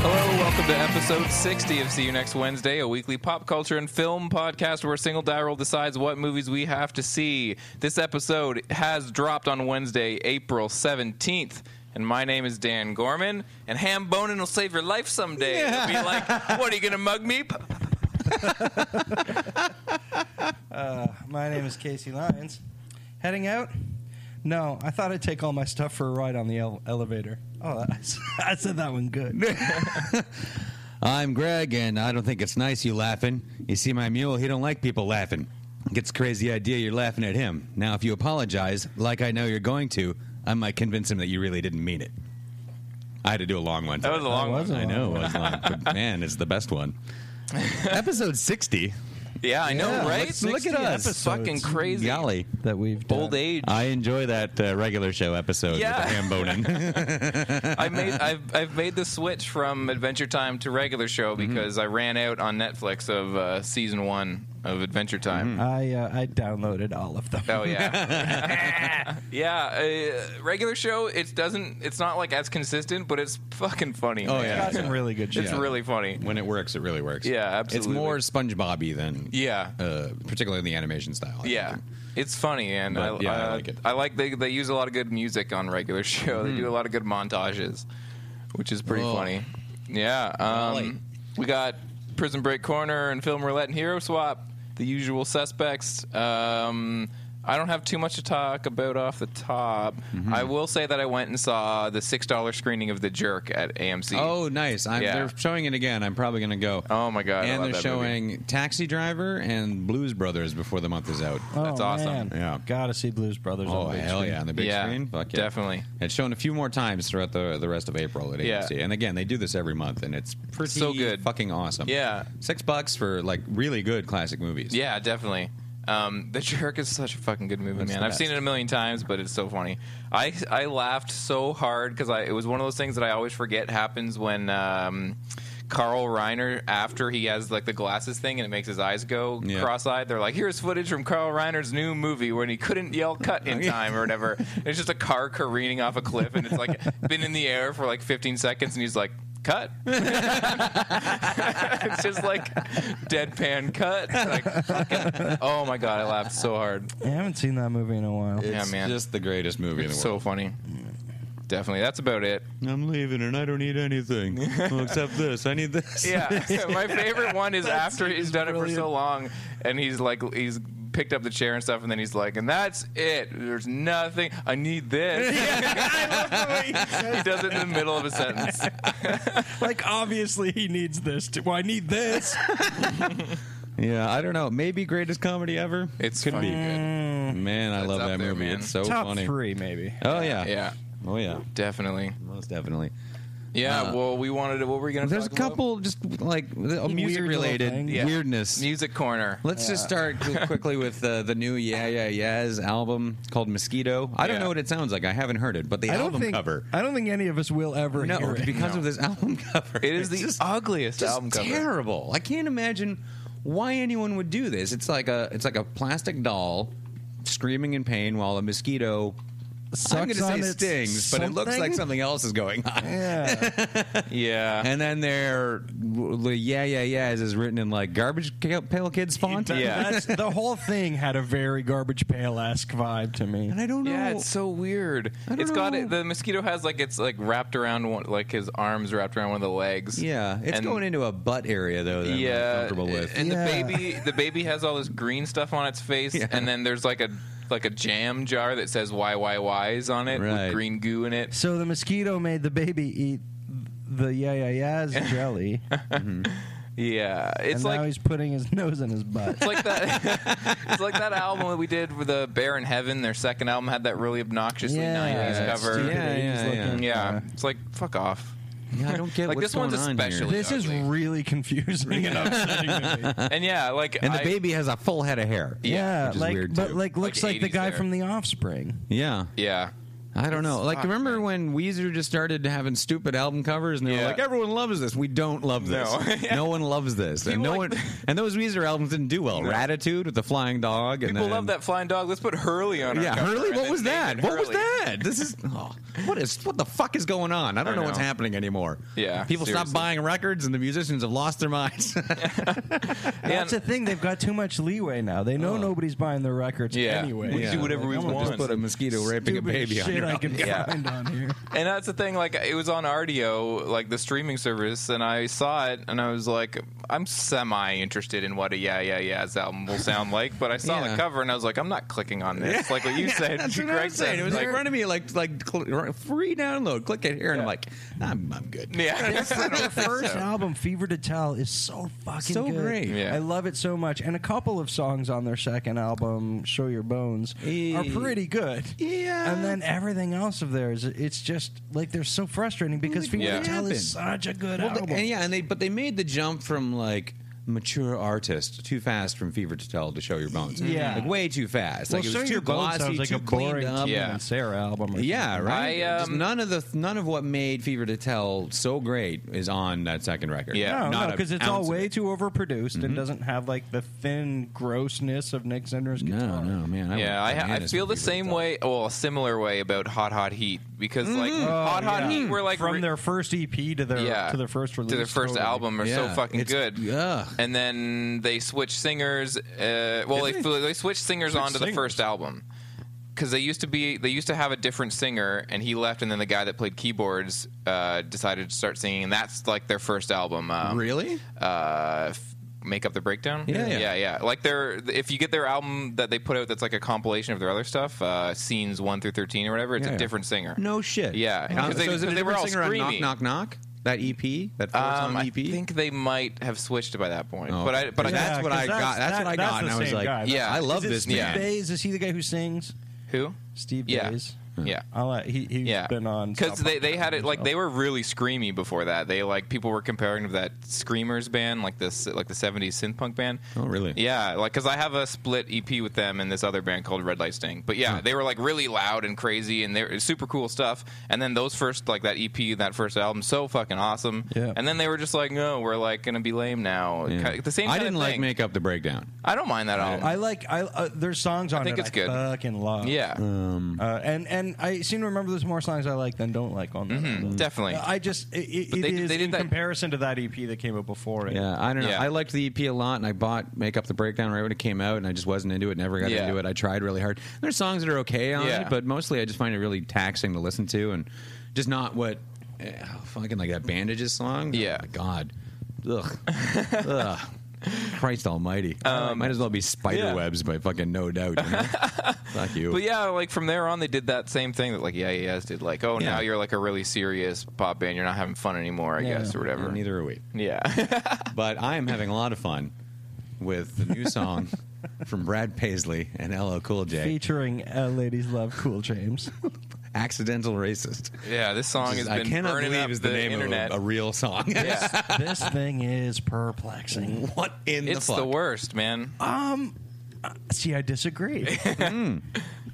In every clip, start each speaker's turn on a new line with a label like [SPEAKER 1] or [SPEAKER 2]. [SPEAKER 1] Hello, welcome to episode 60 of See You Next Wednesday, a weekly pop culture and film podcast where a single die roll decides what movies we have to see. This episode has dropped on Wednesday, April 17th. And my name is Dan Gorman, and ham boning will save your life someday. It'll be like, what are you gonna mug me? P-
[SPEAKER 2] My name is Casey Lyons. Heading out? No, I thought I'd take all my stuff for a ride on the ele- elevator. Oh, I, s- I said that one good.
[SPEAKER 3] I'm Greg, and I don't think it's nice you laughing. You see, my mule, he don't like people laughing. Gets a crazy idea you're laughing at him. Now, if you apologize, like I know you're going to, I might convince him that you really didn't mean it. I had to do a long one.
[SPEAKER 1] That was a long one.
[SPEAKER 2] was a
[SPEAKER 3] I know, it was long, but man, it's the best one. Episode 60.
[SPEAKER 1] Yeah, I know, right?
[SPEAKER 3] let's look at
[SPEAKER 2] 60
[SPEAKER 3] us.
[SPEAKER 2] episodes.
[SPEAKER 1] Fucking crazy.
[SPEAKER 3] Golly.
[SPEAKER 2] That we've done.
[SPEAKER 1] Old age.
[SPEAKER 3] I enjoy that uh, regular show episode
[SPEAKER 1] Yeah.
[SPEAKER 3] with Ham Bonin.
[SPEAKER 1] I made I've I've made the switch from Adventure Time to regular show
[SPEAKER 3] Mm-hmm.
[SPEAKER 1] because I ran out on Netflix of uh, season one of Adventure
[SPEAKER 3] Mm-hmm.
[SPEAKER 1] Time.
[SPEAKER 2] I uh, I downloaded all of them.
[SPEAKER 1] Oh yeah, yeah. Uh, regular show, it doesn't. It's not like as consistent, but it's fucking funny.
[SPEAKER 3] Oh,
[SPEAKER 1] man.
[SPEAKER 3] yeah.
[SPEAKER 2] Got some really good shit.
[SPEAKER 1] it's really funny.
[SPEAKER 3] when it works, it really works.
[SPEAKER 1] Yeah, absolutely.
[SPEAKER 3] It's more SpongeBobby than,
[SPEAKER 1] Yeah,
[SPEAKER 3] uh, particularly in the animation style. I
[SPEAKER 1] yeah.
[SPEAKER 3] think.
[SPEAKER 1] It's funny, and I,
[SPEAKER 3] But, yeah, I
[SPEAKER 1] uh,
[SPEAKER 3] like it. Hmm.
[SPEAKER 1] I like they they use a lot of good music on regular show. They do a lot of good montages, which is pretty
[SPEAKER 3] Oh.
[SPEAKER 1] funny. Yeah.
[SPEAKER 3] Golly.
[SPEAKER 1] Um, we got Prison Break Corner and Film Roulette and Hero Swap, the usual suspects. Um, I don't have too much to talk about off the top.
[SPEAKER 3] Mm-hmm.
[SPEAKER 1] I will say that I went and saw the six dollar screening of The Jerk at AMC.
[SPEAKER 3] Oh, nice! I'm,
[SPEAKER 1] Yeah.
[SPEAKER 3] They're showing it again. I'm probably going to go.
[SPEAKER 1] Oh my God, I
[SPEAKER 3] And
[SPEAKER 1] love
[SPEAKER 3] they're
[SPEAKER 1] that movie.
[SPEAKER 3] showing Taxi Driver and Blues Brothers before the month is out.
[SPEAKER 2] Oh,
[SPEAKER 1] That's awesome.
[SPEAKER 3] Yeah.
[SPEAKER 2] Gotta see Blues Brothers.
[SPEAKER 3] Oh
[SPEAKER 2] on the big
[SPEAKER 3] hell
[SPEAKER 2] screen.
[SPEAKER 3] yeah! On the big
[SPEAKER 1] Yeah,
[SPEAKER 3] screen, Fuck yeah.
[SPEAKER 1] definitely.
[SPEAKER 3] It's shown a few more times throughout the the rest of April at
[SPEAKER 1] Yeah.
[SPEAKER 3] AMC. And again, they do this every month, and it's pretty
[SPEAKER 1] So good.
[SPEAKER 3] fucking awesome.
[SPEAKER 1] Yeah.
[SPEAKER 3] six bucks for like really good classic movies.
[SPEAKER 1] Yeah, definitely. Um, the Jerk is such a fucking good movie,
[SPEAKER 3] It's
[SPEAKER 1] man.
[SPEAKER 3] the
[SPEAKER 1] I've seen
[SPEAKER 3] best.
[SPEAKER 1] it a million times, but it's so funny. I I laughed so hard because it was one of those things that I always forget happens when um, Carl Reiner, after he has like the glasses thing and it makes his eyes go
[SPEAKER 3] Yeah.
[SPEAKER 1] cross-eyed, they're like, "Here's footage from Carl Reiner's new movie when he couldn't yell cut in time or whatever." it's just a car careening off a cliff and it's like been in the air for like 15 seconds and he's like, "Cut." it's just like deadpan cut. Like, fucking- oh my god, I laughed so hard.
[SPEAKER 2] I haven't seen that movie in a while.
[SPEAKER 3] It's
[SPEAKER 1] Yeah, man.
[SPEAKER 3] just the greatest movie in the
[SPEAKER 1] So
[SPEAKER 3] world.
[SPEAKER 1] funny. Definitely, that's about it.
[SPEAKER 3] I'm leaving, and I don't need anything except this. I need this.
[SPEAKER 1] Yeah, my favorite one is after he's done it for so
[SPEAKER 2] brilliant.
[SPEAKER 1] long, and he's like, he's picked up the chair and stuff, and then he's like, and that's it. There's nothing. I need this. he does it in the middle of a sentence.
[SPEAKER 2] like obviously he needs this. To, well, I need this.
[SPEAKER 3] Yeah, I don't know. Maybe greatest comedy ever.
[SPEAKER 1] It's could be good.
[SPEAKER 3] Man, I love
[SPEAKER 1] up
[SPEAKER 3] that
[SPEAKER 1] there,
[SPEAKER 3] movie.
[SPEAKER 1] man.
[SPEAKER 3] It's so
[SPEAKER 2] Top
[SPEAKER 3] funny.
[SPEAKER 2] three, maybe.
[SPEAKER 3] Oh yeah.
[SPEAKER 1] Yeah,
[SPEAKER 3] Oh yeah.
[SPEAKER 1] definitely.
[SPEAKER 3] Most definitely.
[SPEAKER 1] Yeah. well, we wanted. to- What were we gonna?
[SPEAKER 3] There's a
[SPEAKER 1] talk about?
[SPEAKER 3] couple just like music related
[SPEAKER 2] things.
[SPEAKER 1] Yeah.
[SPEAKER 3] weirdness.
[SPEAKER 1] music corner.
[SPEAKER 3] Let's just start qu- quickly with uh, the new Yeah Yeah Yeahs album called Mosquito. I don't
[SPEAKER 1] Yeah.
[SPEAKER 3] know what it sounds like. I haven't heard it, but the
[SPEAKER 2] I don't
[SPEAKER 3] album
[SPEAKER 2] think
[SPEAKER 3] cover.
[SPEAKER 2] I don't think any of us will ever hear
[SPEAKER 3] No,
[SPEAKER 2] it.
[SPEAKER 3] because of this album cover.
[SPEAKER 1] It is
[SPEAKER 3] It's
[SPEAKER 1] the
[SPEAKER 3] just-
[SPEAKER 1] ugliest
[SPEAKER 3] just
[SPEAKER 1] album cover.
[SPEAKER 3] terrible. I can't imagine why anyone would do this. It's like a it's like a plastic doll screaming in pain while a mosquito
[SPEAKER 2] sucks
[SPEAKER 3] I'm going to
[SPEAKER 2] on
[SPEAKER 3] say
[SPEAKER 2] its
[SPEAKER 3] stings, but it looks like something else is going on.
[SPEAKER 2] Yeah.
[SPEAKER 1] Yeah.
[SPEAKER 3] And then their the yeah yeah yeahs is written in like garbage Ca- pail kids font.
[SPEAKER 1] Yeah.
[SPEAKER 2] That's, the whole thing had a very garbage pail esque vibe to me.
[SPEAKER 3] and I don't know.
[SPEAKER 1] Yeah, it's so weird.
[SPEAKER 3] don't
[SPEAKER 1] It's got
[SPEAKER 3] know.
[SPEAKER 1] it. The mosquito has like it's like wrapped around one, like his arms wrapped around one of the legs.
[SPEAKER 3] Yeah, it's
[SPEAKER 1] And-
[SPEAKER 3] going into a butt area though. That
[SPEAKER 1] yeah,
[SPEAKER 3] I'm not comfortable with.
[SPEAKER 1] and
[SPEAKER 2] Yeah.
[SPEAKER 1] the baby, the baby has all this green stuff on its face,
[SPEAKER 3] Yeah.
[SPEAKER 1] and then there's like a like a jam jar that says YYYs on it
[SPEAKER 3] Right.
[SPEAKER 1] with green goo in it.
[SPEAKER 2] So the mosquito made the baby eat the yeah yeah yeah's jelly,
[SPEAKER 1] Yeah,
[SPEAKER 2] and
[SPEAKER 1] it's
[SPEAKER 2] now
[SPEAKER 1] like
[SPEAKER 2] he's putting his nose in his butt.
[SPEAKER 1] it's like that. it's like that album that we did with the Bear in Heaven. Their second album had that really obnoxiously
[SPEAKER 2] Yeah,
[SPEAKER 1] '90s
[SPEAKER 2] it's
[SPEAKER 1] cover.
[SPEAKER 2] stupid
[SPEAKER 3] Yeah,
[SPEAKER 2] 80s
[SPEAKER 3] yeah,
[SPEAKER 2] looking. uh,
[SPEAKER 1] Yeah, it's like fuck off.
[SPEAKER 3] Yeah, I don't get
[SPEAKER 1] Like,
[SPEAKER 3] what's
[SPEAKER 1] this one's
[SPEAKER 3] going on
[SPEAKER 1] especially-
[SPEAKER 3] Here.
[SPEAKER 2] This is
[SPEAKER 1] Ugly.
[SPEAKER 2] really confusing and upsetting to me.
[SPEAKER 1] And yeah, like
[SPEAKER 3] And the
[SPEAKER 1] I-
[SPEAKER 3] baby has a full head of hair.
[SPEAKER 2] Yeah,
[SPEAKER 3] which is
[SPEAKER 2] like
[SPEAKER 3] weird,
[SPEAKER 2] but
[SPEAKER 3] too.
[SPEAKER 2] like looks
[SPEAKER 1] Like
[SPEAKER 2] like, the
[SPEAKER 1] 80s
[SPEAKER 2] guy
[SPEAKER 1] there.
[SPEAKER 2] from The Offspring.
[SPEAKER 3] Yeah,
[SPEAKER 1] Yeah.
[SPEAKER 3] I don't know. Like,
[SPEAKER 1] Fuck,
[SPEAKER 3] remember when Weezer just started having stupid album covers, and they were
[SPEAKER 1] Yeah.
[SPEAKER 3] like, "Everyone loves this. We don't love this.
[SPEAKER 1] No. Yeah.
[SPEAKER 3] no one loves this, and
[SPEAKER 1] People
[SPEAKER 3] no
[SPEAKER 1] like
[SPEAKER 3] one." And those Weezer albums didn't do well. Ratitude with the flying dog, and
[SPEAKER 1] People
[SPEAKER 3] then,
[SPEAKER 1] love that flying dog. Let's put Hurley on. our
[SPEAKER 3] Yeah,
[SPEAKER 1] cover
[SPEAKER 3] Hurley.
[SPEAKER 1] and
[SPEAKER 3] What
[SPEAKER 1] then
[SPEAKER 3] was
[SPEAKER 1] name
[SPEAKER 3] that?
[SPEAKER 1] it
[SPEAKER 3] What was
[SPEAKER 1] Hurley.
[SPEAKER 3] that? This is oh, what is what the fuck is going on? I don't
[SPEAKER 1] I
[SPEAKER 3] know, what's
[SPEAKER 1] know.
[SPEAKER 3] happening anymore.
[SPEAKER 1] Yeah,
[SPEAKER 3] people stop
[SPEAKER 1] seriously.
[SPEAKER 3] buying records, and the musicians have lost their minds.
[SPEAKER 2] That's the thing; they've got too much leeway now. They know nobody's buying their records
[SPEAKER 1] Yeah.
[SPEAKER 2] anyway.
[SPEAKER 1] We
[SPEAKER 3] Yeah.
[SPEAKER 1] do whatever we
[SPEAKER 2] I'm gonna
[SPEAKER 1] want.
[SPEAKER 2] just
[SPEAKER 3] Just put a mosquito raping a
[SPEAKER 2] stupid
[SPEAKER 3] baby on
[SPEAKER 2] shit
[SPEAKER 3] your
[SPEAKER 2] I can
[SPEAKER 3] album.
[SPEAKER 1] Yeah.
[SPEAKER 2] find on here.
[SPEAKER 1] And that's the thing. Like it was on RDO, like the streaming service, and I saw it, and I was like, I'm semi interested in what a Yeah Yeah Yeahs album will sound like, but I saw
[SPEAKER 3] Yeah.
[SPEAKER 1] the cover and I was like, I'm not clicking on this. Like what you said,
[SPEAKER 3] That's what
[SPEAKER 1] Greg
[SPEAKER 3] I was saying.
[SPEAKER 1] said,
[SPEAKER 3] It was in
[SPEAKER 1] like,
[SPEAKER 3] front of me, like like cl- free download. Click it here, and I'm like, I'm, I'm good.
[SPEAKER 1] yeah, I
[SPEAKER 2] Their
[SPEAKER 1] don't think
[SPEAKER 2] first
[SPEAKER 1] so.
[SPEAKER 2] album, Fever to Tell, is so fucking
[SPEAKER 3] So
[SPEAKER 2] good.
[SPEAKER 3] great.
[SPEAKER 1] Yeah.
[SPEAKER 2] I love it so much. And a couple of songs on their second album, Show Your Bones, are
[SPEAKER 3] Eh.
[SPEAKER 2] pretty good.
[SPEAKER 3] Yeah.
[SPEAKER 2] And then everything else of theirs, it's just like they're so frustrating because Fever
[SPEAKER 1] Yeah.
[SPEAKER 2] to Tell is such a good
[SPEAKER 3] Well,
[SPEAKER 2] album.
[SPEAKER 3] they, and yeah, and they but they made the jump from like mature artist too fast from Fever to Tell to Show Your Bones.
[SPEAKER 2] Yeah.
[SPEAKER 3] like way too fast.
[SPEAKER 2] well,
[SPEAKER 3] like it was
[SPEAKER 2] Show
[SPEAKER 3] too
[SPEAKER 2] Your Bones
[SPEAKER 3] glossy,
[SPEAKER 2] sounds like
[SPEAKER 3] too
[SPEAKER 2] a boring
[SPEAKER 3] cleaned up.
[SPEAKER 2] Tim
[SPEAKER 1] Yeah.
[SPEAKER 2] and Sarah album. or
[SPEAKER 3] Yeah, right.
[SPEAKER 1] I,
[SPEAKER 3] Just
[SPEAKER 1] um,
[SPEAKER 3] none of the none of what made Fever to Tell so great is on that second record.
[SPEAKER 1] Yeah.
[SPEAKER 2] No,
[SPEAKER 3] Not
[SPEAKER 2] no,
[SPEAKER 3] an
[SPEAKER 2] because it's all
[SPEAKER 3] ounce of
[SPEAKER 2] way
[SPEAKER 3] it.
[SPEAKER 2] too overproduced and doesn't have like the thin grossness of Nick Zender's
[SPEAKER 3] No,
[SPEAKER 2] guitar.
[SPEAKER 3] no, man. I
[SPEAKER 1] Yeah,
[SPEAKER 3] went
[SPEAKER 1] I, ha- I
[SPEAKER 3] bananas
[SPEAKER 1] feel
[SPEAKER 3] with
[SPEAKER 1] the
[SPEAKER 3] Fever to
[SPEAKER 1] same
[SPEAKER 3] Tell.
[SPEAKER 1] way, well, a similar way about Hot Hot Heat because like
[SPEAKER 3] Mm-hmm.
[SPEAKER 1] Hot Hot
[SPEAKER 3] Oh,
[SPEAKER 2] Oh, Yeah.
[SPEAKER 1] Heat, we're like
[SPEAKER 2] from
[SPEAKER 1] re-
[SPEAKER 2] their first EP to their
[SPEAKER 1] yeah
[SPEAKER 2] to their first release
[SPEAKER 1] to their first
[SPEAKER 2] totally.
[SPEAKER 1] album are
[SPEAKER 3] Yeah,
[SPEAKER 1] so fucking
[SPEAKER 3] it's-
[SPEAKER 1] good.
[SPEAKER 3] yeah.
[SPEAKER 1] and then they switch singers. Uh, well, they,
[SPEAKER 3] Isn't
[SPEAKER 1] they switched singers
[SPEAKER 3] Switched
[SPEAKER 1] onto the
[SPEAKER 3] singers.
[SPEAKER 1] first album because they used to be they used to have a different singer, and he left, and then the guy that played keyboards uh, decided to start singing, and that's like their first album. Um,
[SPEAKER 3] Really?
[SPEAKER 1] Uh, f- Make up the breakdown.
[SPEAKER 3] Yeah, yeah.
[SPEAKER 1] yeah, Like their, if you get their album that they put out, that's like a compilation of their other stuff, uh, scenes one through thirteen or whatever. It's
[SPEAKER 3] Yeah,
[SPEAKER 1] a
[SPEAKER 3] yeah.
[SPEAKER 1] different singer.
[SPEAKER 3] No shit.
[SPEAKER 1] Yeah,
[SPEAKER 3] Wow.
[SPEAKER 1] 'cause they-
[SPEAKER 3] so is it a
[SPEAKER 1] 'cause they were
[SPEAKER 3] different
[SPEAKER 1] all
[SPEAKER 3] singer on
[SPEAKER 1] screaming.
[SPEAKER 3] Knock Knock Knock? That EP? That E four
[SPEAKER 1] Um,
[SPEAKER 3] song
[SPEAKER 1] I
[SPEAKER 3] EP?
[SPEAKER 1] think they might have switched by that point,
[SPEAKER 3] Oh,
[SPEAKER 1] but
[SPEAKER 3] okay.
[SPEAKER 1] I but I,
[SPEAKER 3] But
[SPEAKER 2] Yeah,
[SPEAKER 3] that's what
[SPEAKER 2] 'cause
[SPEAKER 3] I
[SPEAKER 2] that's-
[SPEAKER 3] got. That's
[SPEAKER 2] that-
[SPEAKER 3] what I
[SPEAKER 2] that's
[SPEAKER 3] got. And
[SPEAKER 2] the
[SPEAKER 3] I was
[SPEAKER 2] same
[SPEAKER 3] like,
[SPEAKER 2] guy.
[SPEAKER 1] Yeah.
[SPEAKER 3] I
[SPEAKER 2] Is
[SPEAKER 3] love
[SPEAKER 2] it
[SPEAKER 3] this
[SPEAKER 2] Steve
[SPEAKER 1] man.
[SPEAKER 2] Bays? Is he the guy who sings?
[SPEAKER 1] who?
[SPEAKER 2] Steve
[SPEAKER 1] Yeah.
[SPEAKER 2] Bays.
[SPEAKER 1] Yeah.
[SPEAKER 2] I'll let, he, he's
[SPEAKER 1] yeah,
[SPEAKER 2] been on
[SPEAKER 1] because
[SPEAKER 2] Stop
[SPEAKER 1] they,
[SPEAKER 2] Rock
[SPEAKER 1] they had
[SPEAKER 2] Band
[SPEAKER 1] it like
[SPEAKER 2] himself.
[SPEAKER 1] they were really screamy before that. They like people were comparing to that Screamers band, like this like the '70s synth punk band.
[SPEAKER 3] Oh, really?
[SPEAKER 1] Yeah, like because I have a split EP with them and this other band called Red Light Sting. But yeah, they were like really loud and crazy and they're super cool stuff. And then those first like that EP, that first album, so fucking awesome.
[SPEAKER 2] Yeah.
[SPEAKER 1] And then they were just like, no, we're like gonna be lame now. Ki- The same.
[SPEAKER 3] I
[SPEAKER 1] kind
[SPEAKER 3] didn't
[SPEAKER 1] of
[SPEAKER 3] like
[SPEAKER 1] thing.
[SPEAKER 3] Make Up the Breakdown.
[SPEAKER 1] I don't mind that album.
[SPEAKER 2] I like I uh, there's songs on
[SPEAKER 1] think
[SPEAKER 2] it
[SPEAKER 1] it's good.
[SPEAKER 2] fucking love.
[SPEAKER 1] yeah,
[SPEAKER 2] Uh, and and I seem to remember there's more songs I like than don't like on that.
[SPEAKER 3] Uh,
[SPEAKER 2] album.
[SPEAKER 1] Mm-hmm. definitely.
[SPEAKER 2] I just it, it,
[SPEAKER 1] But
[SPEAKER 2] it
[SPEAKER 1] they-
[SPEAKER 2] is
[SPEAKER 1] they did
[SPEAKER 2] in
[SPEAKER 1] that-
[SPEAKER 2] comparison to that EP that came out before it.
[SPEAKER 3] Yeah, I don't know.
[SPEAKER 1] Yeah.
[SPEAKER 3] I liked the EP a lot, and I bought Make Up the Breakdown right when it came out, and I just wasn't into it. Never got
[SPEAKER 1] Yeah.
[SPEAKER 3] into it. I tried really hard. There's songs that are okay on
[SPEAKER 1] Yeah.
[SPEAKER 3] it, but mostly I just find it really taxing to listen to, and just not what eh, oh, fucking like that bandages song.
[SPEAKER 1] Yeah.
[SPEAKER 3] oh, my God, ugh, ugh. Christ Almighty! Might as well be spider
[SPEAKER 1] Um, yeah.
[SPEAKER 3] webs by fucking no doubt. You know? Fuck you.
[SPEAKER 1] But yeah, like from there on, they did that same thing that like yeah, yeah, yes did. Like, oh,
[SPEAKER 3] Yeah.
[SPEAKER 1] now you're like a really serious pop band. You're not having fun anymore, I guess, or whatever.
[SPEAKER 3] neither are we.
[SPEAKER 1] Yeah,
[SPEAKER 3] But I am having a lot of fun with the new song from Brad Paisley and LL Cool J.
[SPEAKER 2] Featuring uh, Ladies Love Cool James.
[SPEAKER 3] accidental racist.
[SPEAKER 1] yeah. This song has
[SPEAKER 3] I
[SPEAKER 1] been
[SPEAKER 3] cannot
[SPEAKER 1] burning
[SPEAKER 3] believe
[SPEAKER 1] up
[SPEAKER 3] is the, name
[SPEAKER 1] internet.
[SPEAKER 3] of a, a real song.
[SPEAKER 1] yeah,
[SPEAKER 2] this thing is perplexing.
[SPEAKER 3] what in
[SPEAKER 1] it's
[SPEAKER 3] the
[SPEAKER 1] the,
[SPEAKER 3] fuck?
[SPEAKER 1] worst, man.
[SPEAKER 2] See, I disagree.
[SPEAKER 1] Mm.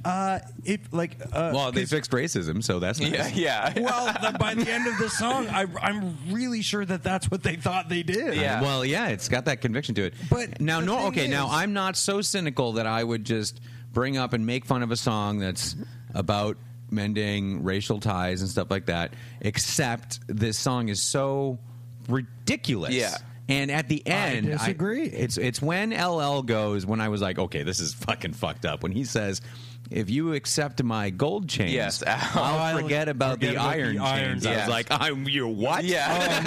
[SPEAKER 2] uh, if like, uh,
[SPEAKER 3] Well, they fixed racism, so that's nice.
[SPEAKER 1] yeah, yeah,
[SPEAKER 2] well, the, by the end of the song, I, I'm really sure that that's what they thought they did.
[SPEAKER 1] Yeah.
[SPEAKER 3] Well, yeah, it's got that conviction to it.
[SPEAKER 2] But
[SPEAKER 3] now,
[SPEAKER 2] the
[SPEAKER 3] no,
[SPEAKER 2] thing
[SPEAKER 3] okay, now
[SPEAKER 2] is-
[SPEAKER 3] I'm not so cynical that I would just bring up and make fun of a song that's about mending racial ties and stuff like that. Except this song is so ridiculous.
[SPEAKER 1] Yeah.
[SPEAKER 3] And at the end,
[SPEAKER 2] disagree.
[SPEAKER 3] it's it's when LL goes when I was like, okay, this is fucking fucked up. When he says, "If you accept my gold chains,
[SPEAKER 1] Yes.
[SPEAKER 3] I'll
[SPEAKER 2] I'll
[SPEAKER 3] forget about
[SPEAKER 2] forget
[SPEAKER 3] the
[SPEAKER 2] about the
[SPEAKER 3] iron
[SPEAKER 2] iron
[SPEAKER 3] chains." I was
[SPEAKER 1] chains.
[SPEAKER 3] like, "I'm your what?"
[SPEAKER 1] Yeah.
[SPEAKER 2] Oh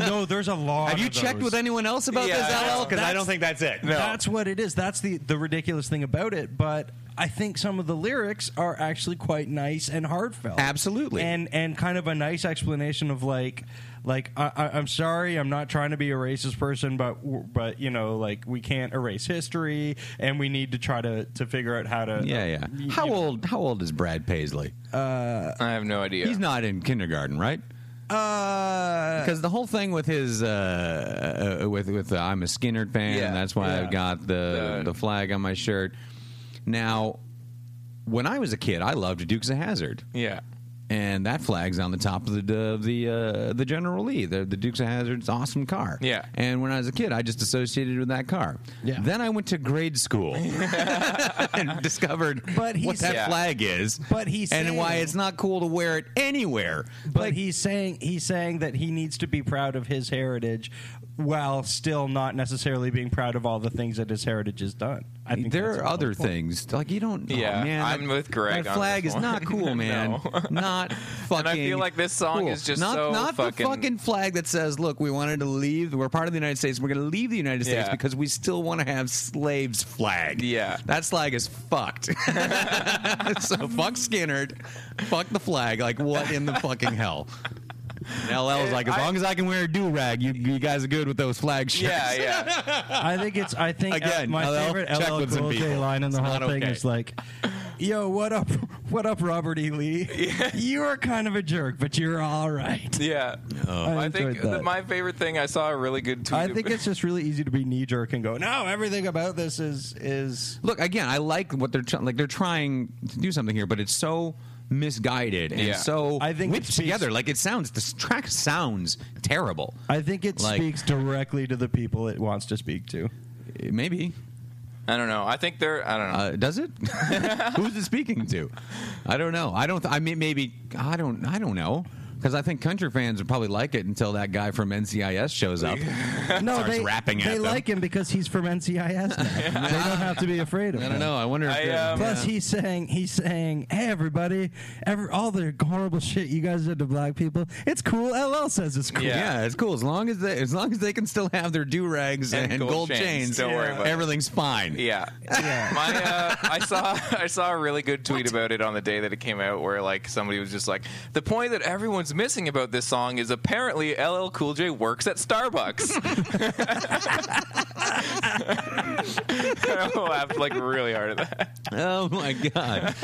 [SPEAKER 2] man, no, there's a lot.
[SPEAKER 3] Have you
[SPEAKER 2] of
[SPEAKER 3] checked
[SPEAKER 2] those.
[SPEAKER 3] with anyone else about
[SPEAKER 1] Yeah,
[SPEAKER 3] this, LL? Because I
[SPEAKER 2] that's-
[SPEAKER 3] don't think that's it.
[SPEAKER 2] That's what it is. That's the the ridiculous thing about it. But I think some of the lyrics are actually quite nice and heartfelt.
[SPEAKER 3] Absolutely.
[SPEAKER 2] And and kind of a nice explanation of like like I, I, I'm sorry, I'm not trying to be a racist person, but w- but you know like we can't erase history, and we need to try to to figure out how to
[SPEAKER 3] Yeah, yeah.
[SPEAKER 2] you-
[SPEAKER 3] How
[SPEAKER 2] you know.
[SPEAKER 3] old? How old is Brad Paisley?
[SPEAKER 1] I have no idea.
[SPEAKER 3] He's not in kindergarten, right?
[SPEAKER 2] Uh,
[SPEAKER 3] Because the whole thing with his uh, uh, with with uh, I'm a Skinner fan,
[SPEAKER 1] Yeah,
[SPEAKER 3] and that's why
[SPEAKER 2] yeah.
[SPEAKER 3] I've got the, the flag on my shirt. Now, when I was a kid, I loved Dukes of Hazard,
[SPEAKER 1] yeah.
[SPEAKER 3] and that flag's on the top of the of the uh, the General Lee, the, the Dukes of Hazard's awesome car.
[SPEAKER 1] Yeah.
[SPEAKER 3] And when I was a kid, I just associated with that car.
[SPEAKER 2] Yeah.
[SPEAKER 3] Then I went to grade school and discovered
[SPEAKER 2] But
[SPEAKER 3] what
[SPEAKER 2] he's-
[SPEAKER 3] that
[SPEAKER 1] Yeah.
[SPEAKER 3] flag is,
[SPEAKER 2] But he's
[SPEAKER 3] and why
[SPEAKER 2] saying-
[SPEAKER 3] it's not cool to wear it anywhere.
[SPEAKER 2] but he's saying he's saying that he needs to be proud of his heritage while still not necessarily being proud of all the things that his heritage has done. I think
[SPEAKER 3] there
[SPEAKER 2] that's
[SPEAKER 3] are
[SPEAKER 2] a
[SPEAKER 3] other
[SPEAKER 2] valid point.
[SPEAKER 3] things like you don't. oh,
[SPEAKER 1] Yeah,
[SPEAKER 3] man,
[SPEAKER 1] I'm
[SPEAKER 3] that-
[SPEAKER 1] with Greg
[SPEAKER 3] That
[SPEAKER 1] on
[SPEAKER 3] flag
[SPEAKER 1] this
[SPEAKER 3] is not
[SPEAKER 1] one.
[SPEAKER 3] cool, man.
[SPEAKER 1] No.
[SPEAKER 3] Not fucking.
[SPEAKER 1] I feel like this song
[SPEAKER 3] cool.
[SPEAKER 1] is just
[SPEAKER 3] not,
[SPEAKER 1] so
[SPEAKER 3] not
[SPEAKER 1] fucking-
[SPEAKER 3] the fucking flag that says, "Look, we wanted to leave. We're part of the United States. We're going to leave the United States
[SPEAKER 1] Yeah.
[SPEAKER 3] because we still want to have slaves." Flag.
[SPEAKER 1] Yeah.
[SPEAKER 3] that flag is fucked. so fuck Skinnerd, fuck the flag. Like what in the fucking hell? And LL is like, as
[SPEAKER 1] I-
[SPEAKER 3] long as I can wear a do rag, you, you guys are good with those flag shirts.
[SPEAKER 1] Yeah, yeah.
[SPEAKER 2] I think it's. I think uh,
[SPEAKER 3] Again,
[SPEAKER 2] my
[SPEAKER 3] LL,
[SPEAKER 2] favorite
[SPEAKER 3] check
[SPEAKER 2] LL
[SPEAKER 3] with some
[SPEAKER 2] Cool J
[SPEAKER 3] people.
[SPEAKER 2] line in the
[SPEAKER 3] It's
[SPEAKER 2] whole
[SPEAKER 3] not
[SPEAKER 2] thing
[SPEAKER 3] okay.
[SPEAKER 2] is like, "Yo, what up? What up, Robert E. Lee? You are kind of a jerk, but you're all right."
[SPEAKER 1] Yeah. I,
[SPEAKER 3] Oh,
[SPEAKER 2] I
[SPEAKER 1] think
[SPEAKER 2] enjoyed that.
[SPEAKER 1] my favorite thing I saw a really good tweet.
[SPEAKER 2] I think it's just really easy to be knee jerk and go, "No, everything about this is is."
[SPEAKER 3] look again i like what they're trying like they're trying to do something here but it's so misguided and
[SPEAKER 1] Yeah.
[SPEAKER 3] so
[SPEAKER 2] I think it
[SPEAKER 3] whipped
[SPEAKER 2] speaks-
[SPEAKER 3] together like it sounds this track sounds terrible
[SPEAKER 2] I think it
[SPEAKER 3] Like-
[SPEAKER 2] speaks directly to the people it wants to speak to.
[SPEAKER 3] maybe
[SPEAKER 1] I don't know. I think they're. I don't know.
[SPEAKER 3] uh, does it who's it speaking to i don't know i don't th- i mean maybe i don't i don't know because I think country fans would probably like it until that guy from NCIS shows up.
[SPEAKER 2] No,
[SPEAKER 3] Starts
[SPEAKER 2] they
[SPEAKER 3] rapping at
[SPEAKER 2] they
[SPEAKER 3] them.
[SPEAKER 2] like him because he's from NCIS. Now. they don't have to be afraid of
[SPEAKER 3] I
[SPEAKER 2] him.
[SPEAKER 3] don't know. I wonder. If
[SPEAKER 1] I,
[SPEAKER 3] they're-
[SPEAKER 1] um,
[SPEAKER 2] Plus, he's saying he's saying, "Hey, everybody! Every, all the horrible shit you guys did to black people, it's cool. LL says it's cool.
[SPEAKER 3] yeah.
[SPEAKER 1] Yeah.
[SPEAKER 3] it's cool as long as they as long as they can still have their do rags and,
[SPEAKER 1] And
[SPEAKER 3] gold,
[SPEAKER 1] gold
[SPEAKER 3] chains.
[SPEAKER 1] chains. Don't worry about it.
[SPEAKER 3] everything's fine.
[SPEAKER 1] Yeah. My, uh, I saw I saw a really good tweet about it on the day that it came out, where like somebody was just like, the point that everyone's missing about this song is apparently LL Cool J works at Starbucks. I laughed like really hard at that.
[SPEAKER 3] Oh my god.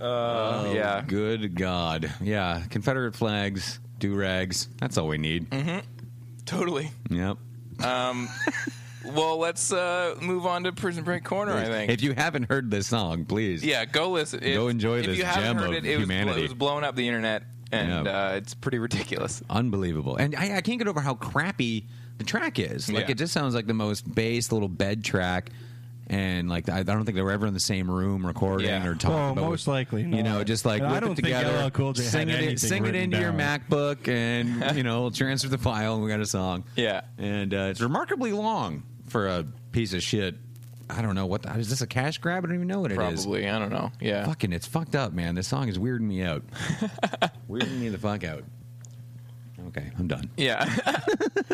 [SPEAKER 1] Oh, yeah.
[SPEAKER 3] Good God. Yeah. Confederate flags, do rags. That's all we need.
[SPEAKER 1] Mm-hmm. Totally.
[SPEAKER 3] Yep.
[SPEAKER 1] Well, let's uh, move on to Prison Break Corner. I think.
[SPEAKER 3] If you haven't heard this song, please.
[SPEAKER 1] yeah, go listen. If,
[SPEAKER 3] Go enjoy
[SPEAKER 1] if
[SPEAKER 3] this
[SPEAKER 1] you haven't
[SPEAKER 3] gem
[SPEAKER 1] heard
[SPEAKER 3] of
[SPEAKER 1] it, it was, blo-
[SPEAKER 3] humanity.
[SPEAKER 1] it was blowing up the internet, and
[SPEAKER 3] Yeah.
[SPEAKER 1] uh, it's pretty ridiculous.
[SPEAKER 3] Unbelievable. And I, I can't get over how crappy the track is. Like,
[SPEAKER 1] Yeah.
[SPEAKER 3] it just sounds like the most bass little bed track. And like, I I don't think they were ever in the same room recording
[SPEAKER 1] Yeah.
[SPEAKER 3] or talking.
[SPEAKER 2] Well,
[SPEAKER 3] about
[SPEAKER 2] most likely
[SPEAKER 3] You know,
[SPEAKER 2] not.
[SPEAKER 3] just like
[SPEAKER 2] And I
[SPEAKER 3] whip
[SPEAKER 2] don't
[SPEAKER 3] it
[SPEAKER 2] think
[SPEAKER 3] together,
[SPEAKER 2] LL Cool J had
[SPEAKER 3] sing it,
[SPEAKER 2] anything
[SPEAKER 3] sing it
[SPEAKER 2] written
[SPEAKER 3] into your
[SPEAKER 2] down.
[SPEAKER 3] MacBook, and you know, transfer the file, and we got a song.
[SPEAKER 1] Yeah.
[SPEAKER 3] and uh, it's remarkably long for a piece of shit. I don't know what the, is this a cash grab? I don't even know what it is.
[SPEAKER 1] Probably. I don't know. Yeah.
[SPEAKER 3] Fucking, it's fucked up, man. This song is weirding me out. weirding me the fuck out. Okay, I'm done.
[SPEAKER 1] Yeah.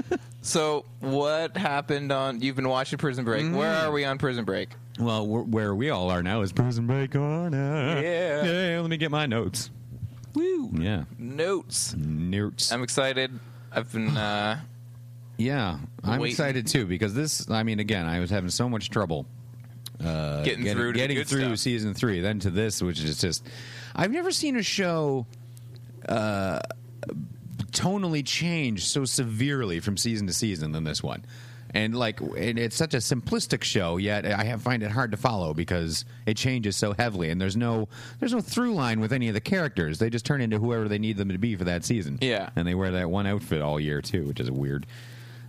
[SPEAKER 1] so what happened on? You've been watching Prison Break.
[SPEAKER 3] Mm-hmm.
[SPEAKER 1] Where are we on Prison Break?
[SPEAKER 3] Well, we where we all are now is prison break corner.
[SPEAKER 1] Yeah.
[SPEAKER 3] yeah. Let me get my notes.
[SPEAKER 1] Woo.
[SPEAKER 3] Yeah,
[SPEAKER 1] Notes.
[SPEAKER 3] notes.
[SPEAKER 1] I'm excited. I've been. Uh,
[SPEAKER 3] yeah, I'm
[SPEAKER 1] Wait.
[SPEAKER 3] excited too because this. I mean, again, I was having so much trouble
[SPEAKER 1] getting
[SPEAKER 3] Uh, getting
[SPEAKER 1] through to
[SPEAKER 3] getting
[SPEAKER 1] the good
[SPEAKER 3] through
[SPEAKER 1] stuff.
[SPEAKER 3] season three, then to this, which is just I've never seen a show uh, tonally change so severely from season to season than this one. And like, and it's such a simplistic show, yet I have, find it hard to follow because it changes so heavily, and there's no there's no through line with any of the characters. They just turn into whoever they need them to be for that season.
[SPEAKER 1] Yeah.
[SPEAKER 3] and they wear that one outfit all year too, which is weird.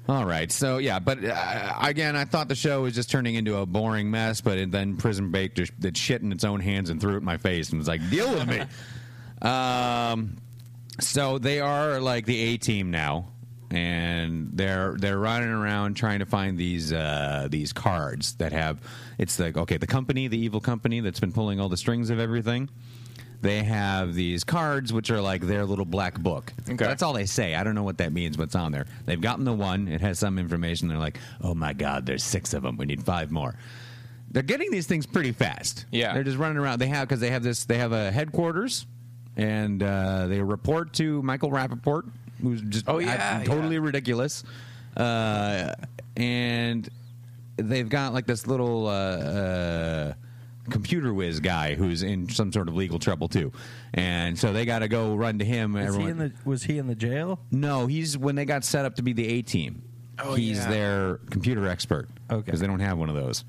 [SPEAKER 3] All right. So yeah, but uh, again, I thought the show was just turning into a boring mess. But it, then Prison Break just did shit in its own hands and threw it in my face and was like, "Deal with me." um, so they are like the A team now, and they're they're running around trying to find these uh, these cards that have it's like okay, the company, the evil company that's been pulling all the strings of everything. They have these cards, which are like their little black book.
[SPEAKER 1] Okay.
[SPEAKER 3] That's all they say. I don't know what that means. What's on there? They've gotten the one. It has some information. They're like, oh my god, there's six of them. We need five more. They're getting these things pretty fast.
[SPEAKER 1] Yeah.
[SPEAKER 3] they're just running around. They have because they have this. They have a headquarters, and uh, they report to Michael Rappaport, who's just
[SPEAKER 1] Oh, yeah,
[SPEAKER 3] act- totally ridiculous. Uh, and they've got like this little uh, uh, computer whiz guy who's in some sort of legal trouble too, and so they got to go run to him.
[SPEAKER 2] Is he
[SPEAKER 3] everyone,
[SPEAKER 2] in the, was he in the jail?
[SPEAKER 3] no, he's when they got set up to be the A team.
[SPEAKER 1] Oh,
[SPEAKER 3] he's
[SPEAKER 1] yeah.
[SPEAKER 3] their computer expert.
[SPEAKER 2] Okay.
[SPEAKER 3] Because they don't have one of those.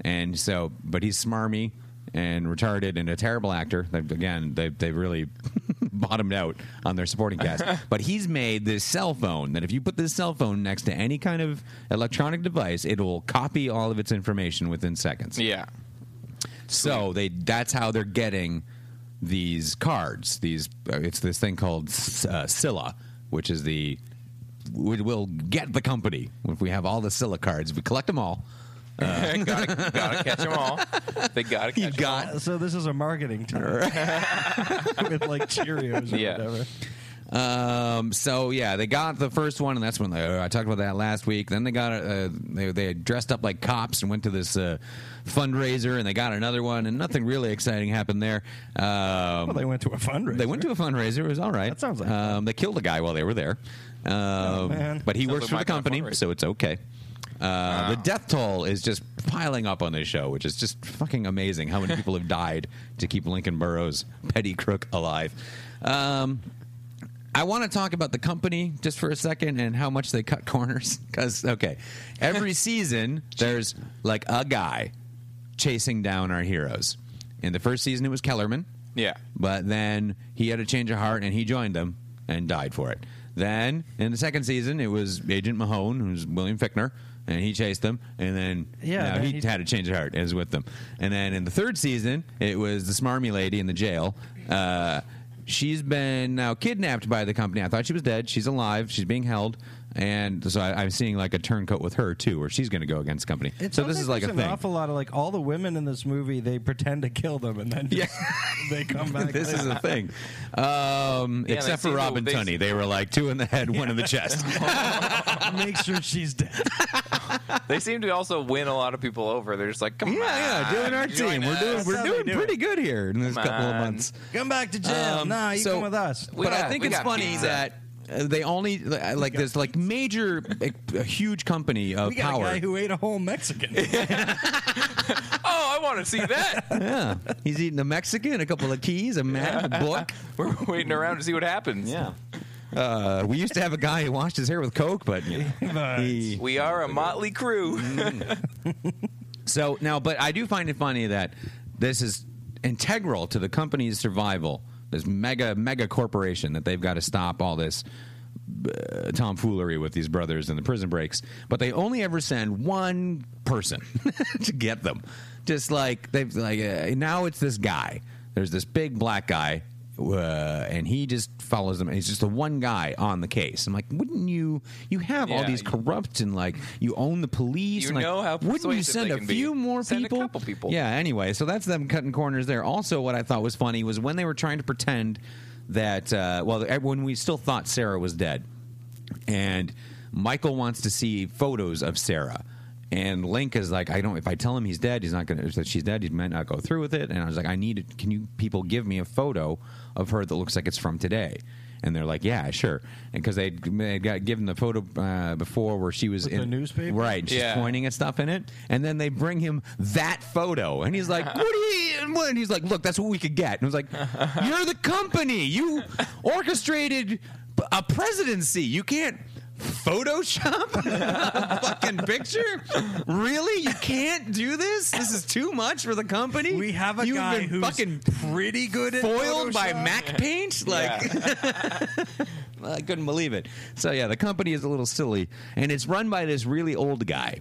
[SPEAKER 3] And so, but he's smarmy and retarded and a terrible actor. They've, again, they they really bottomed out on their supporting cast. but he's made this cell phone that if you put this cell phone next to any kind of electronic device, it will copy all of its information within seconds.
[SPEAKER 1] Yeah.
[SPEAKER 3] So they that's how they're getting these cards. These uh, it's this thing called uh, Scylla, which is the we will get the company if we have all the Scylla cards. We collect them all.
[SPEAKER 1] gotta, gotta catch them all. They gotta catch 'em all.
[SPEAKER 2] Uh, so this is a marketing term with like Cheerios or
[SPEAKER 1] Yeah.
[SPEAKER 2] whatever.
[SPEAKER 3] Um, so yeah, they got the first one, and that's when they, I talked about that last week. Then they got uh, they they dressed up like cops and went to this uh, fundraiser, and they got another one, and nothing really exciting happened there. Um,
[SPEAKER 2] Well, they went to a fundraiser.
[SPEAKER 3] They went to a fundraiser. It was all right.
[SPEAKER 2] That sounds like Oh,
[SPEAKER 3] um, they killed a guy while they were there. Um,
[SPEAKER 2] man.
[SPEAKER 3] But he
[SPEAKER 1] Sounds
[SPEAKER 3] works
[SPEAKER 1] like my kind
[SPEAKER 3] for the
[SPEAKER 1] of
[SPEAKER 3] company,
[SPEAKER 1] fundraiser.
[SPEAKER 3] so it's okay. Uh, The death toll is just piling up on this show, which is just fucking amazing. How many people have died to keep Lincoln Burrows petty crook alive? Um, I want to talk about the company just for a second and how much they cut corners. Because okay, every season there's like a guy chasing down our heroes. In the first season, it was Kellerman.
[SPEAKER 1] Yeah.
[SPEAKER 3] But then he had a change of heart and he joined them and died for it. Then in the second season, it was Agent Mahone, who's William Fickner, and he chased them. And then
[SPEAKER 2] Yeah,
[SPEAKER 3] now
[SPEAKER 2] man,
[SPEAKER 3] he,
[SPEAKER 2] he-
[SPEAKER 3] had a change of heart and is with them. And then in the third season, it was the smarmy lady in the jail. Uh, she's been now kidnapped by the company. I thought she was dead. She's alive. She's being held. And so I, I'm seeing like a turncoat with her too, where she's going to go against the company.
[SPEAKER 2] It
[SPEAKER 3] so
[SPEAKER 2] sounds
[SPEAKER 3] this is like a
[SPEAKER 2] there's
[SPEAKER 3] thing.
[SPEAKER 2] an awful lot of like all the women in this movie. They pretend to kill them and then just, they come back.
[SPEAKER 3] this
[SPEAKER 2] later.
[SPEAKER 3] is a thing. Um,
[SPEAKER 1] they
[SPEAKER 3] except
[SPEAKER 1] see
[SPEAKER 3] for
[SPEAKER 1] who-
[SPEAKER 3] Robin
[SPEAKER 1] they-
[SPEAKER 3] Tunney. They were like two in the head, one in the chest.
[SPEAKER 2] Oh, make sure she's dead.
[SPEAKER 1] They seem to also win a lot of people over. They're just like, come
[SPEAKER 3] yeah,
[SPEAKER 1] on.
[SPEAKER 3] yeah, doing our
[SPEAKER 1] join
[SPEAKER 3] team. We're
[SPEAKER 1] us.
[SPEAKER 3] doing
[SPEAKER 2] how
[SPEAKER 3] we're
[SPEAKER 2] they
[SPEAKER 3] doing
[SPEAKER 2] do it.
[SPEAKER 3] pretty good here in this
[SPEAKER 1] Come
[SPEAKER 3] couple of
[SPEAKER 1] on.
[SPEAKER 3] months.
[SPEAKER 2] Come back to jail.
[SPEAKER 3] Um,
[SPEAKER 2] nah, you
[SPEAKER 3] so-
[SPEAKER 2] come with us.
[SPEAKER 1] We
[SPEAKER 3] but I
[SPEAKER 1] got-
[SPEAKER 3] think
[SPEAKER 1] we
[SPEAKER 3] it's
[SPEAKER 1] got
[SPEAKER 3] funny
[SPEAKER 1] pizza.
[SPEAKER 3] that uh, they only uh, like this like major a, a huge company of
[SPEAKER 2] We got
[SPEAKER 3] power.
[SPEAKER 2] a guy who ate a whole Mexican.
[SPEAKER 1] Oh, I want to see that.
[SPEAKER 3] yeah, he's eating a Mexican, a couple of keys, a map, a book.
[SPEAKER 1] We're waiting around to see what happens.
[SPEAKER 3] Uh, we used to have a guy who washed his hair with Coke, but you know,
[SPEAKER 2] But-
[SPEAKER 3] he-
[SPEAKER 1] We are a motley crew.
[SPEAKER 3] Mm-hmm. So now, but I do find it funny that this is integral to the company's survival. This mega mega corporation that they've got to stop all this uh, tomfoolery with these brothers and the prison breaks. But they only ever send one person to get them. Just like they've like uh, now it's this guy. There's this big black guy. Uh, and he just follows them. And he's just the one guy on the case. I'm like, wouldn't you? You have all
[SPEAKER 1] Yeah,
[SPEAKER 3] these
[SPEAKER 1] you-
[SPEAKER 3] corrupt and like you own the police.
[SPEAKER 1] You
[SPEAKER 3] and, like,
[SPEAKER 1] know how
[SPEAKER 3] wouldn't you
[SPEAKER 1] persuasive
[SPEAKER 3] send
[SPEAKER 1] they
[SPEAKER 3] a
[SPEAKER 1] can be.
[SPEAKER 3] few more
[SPEAKER 1] Send a
[SPEAKER 3] people?
[SPEAKER 1] couple people.
[SPEAKER 3] Yeah. Anyway, so that's them cutting corners there. Also, what I thought was funny was when they were trying to pretend that uh, well, when we still thought Sarah was dead, and Michael wants to see photos of Sarah. And Link is like, I don't. If I tell him he's dead, he's not gonna. That she's dead, he might not go through with it. And I was like, I need. it. Can you people give me a photo of her that looks like it's from today? And they're like, Yeah, sure. And because they they got given the photo uh, before where she was
[SPEAKER 2] With
[SPEAKER 3] in
[SPEAKER 2] the newspaper?
[SPEAKER 3] right? and She's
[SPEAKER 1] Yeah.
[SPEAKER 3] pointing at stuff in it, and then they bring him that photo, and he's like, "What do you?" and what?" And he's like, "Look, that's what we could get." And I was like, "You're the company. You orchestrated a presidency. You can't." Photoshop a fucking picture? Really? You can't do this? This is too much for the company.
[SPEAKER 2] We have a
[SPEAKER 3] You've
[SPEAKER 2] guy
[SPEAKER 3] been
[SPEAKER 2] who's
[SPEAKER 3] fucking
[SPEAKER 2] pretty good at
[SPEAKER 3] foiled by
[SPEAKER 2] Photoshop.
[SPEAKER 3] Mac Paint. Like,
[SPEAKER 1] Yeah.
[SPEAKER 3] I couldn't believe it. So yeah, the company is a little silly, and it's run by this really old guy,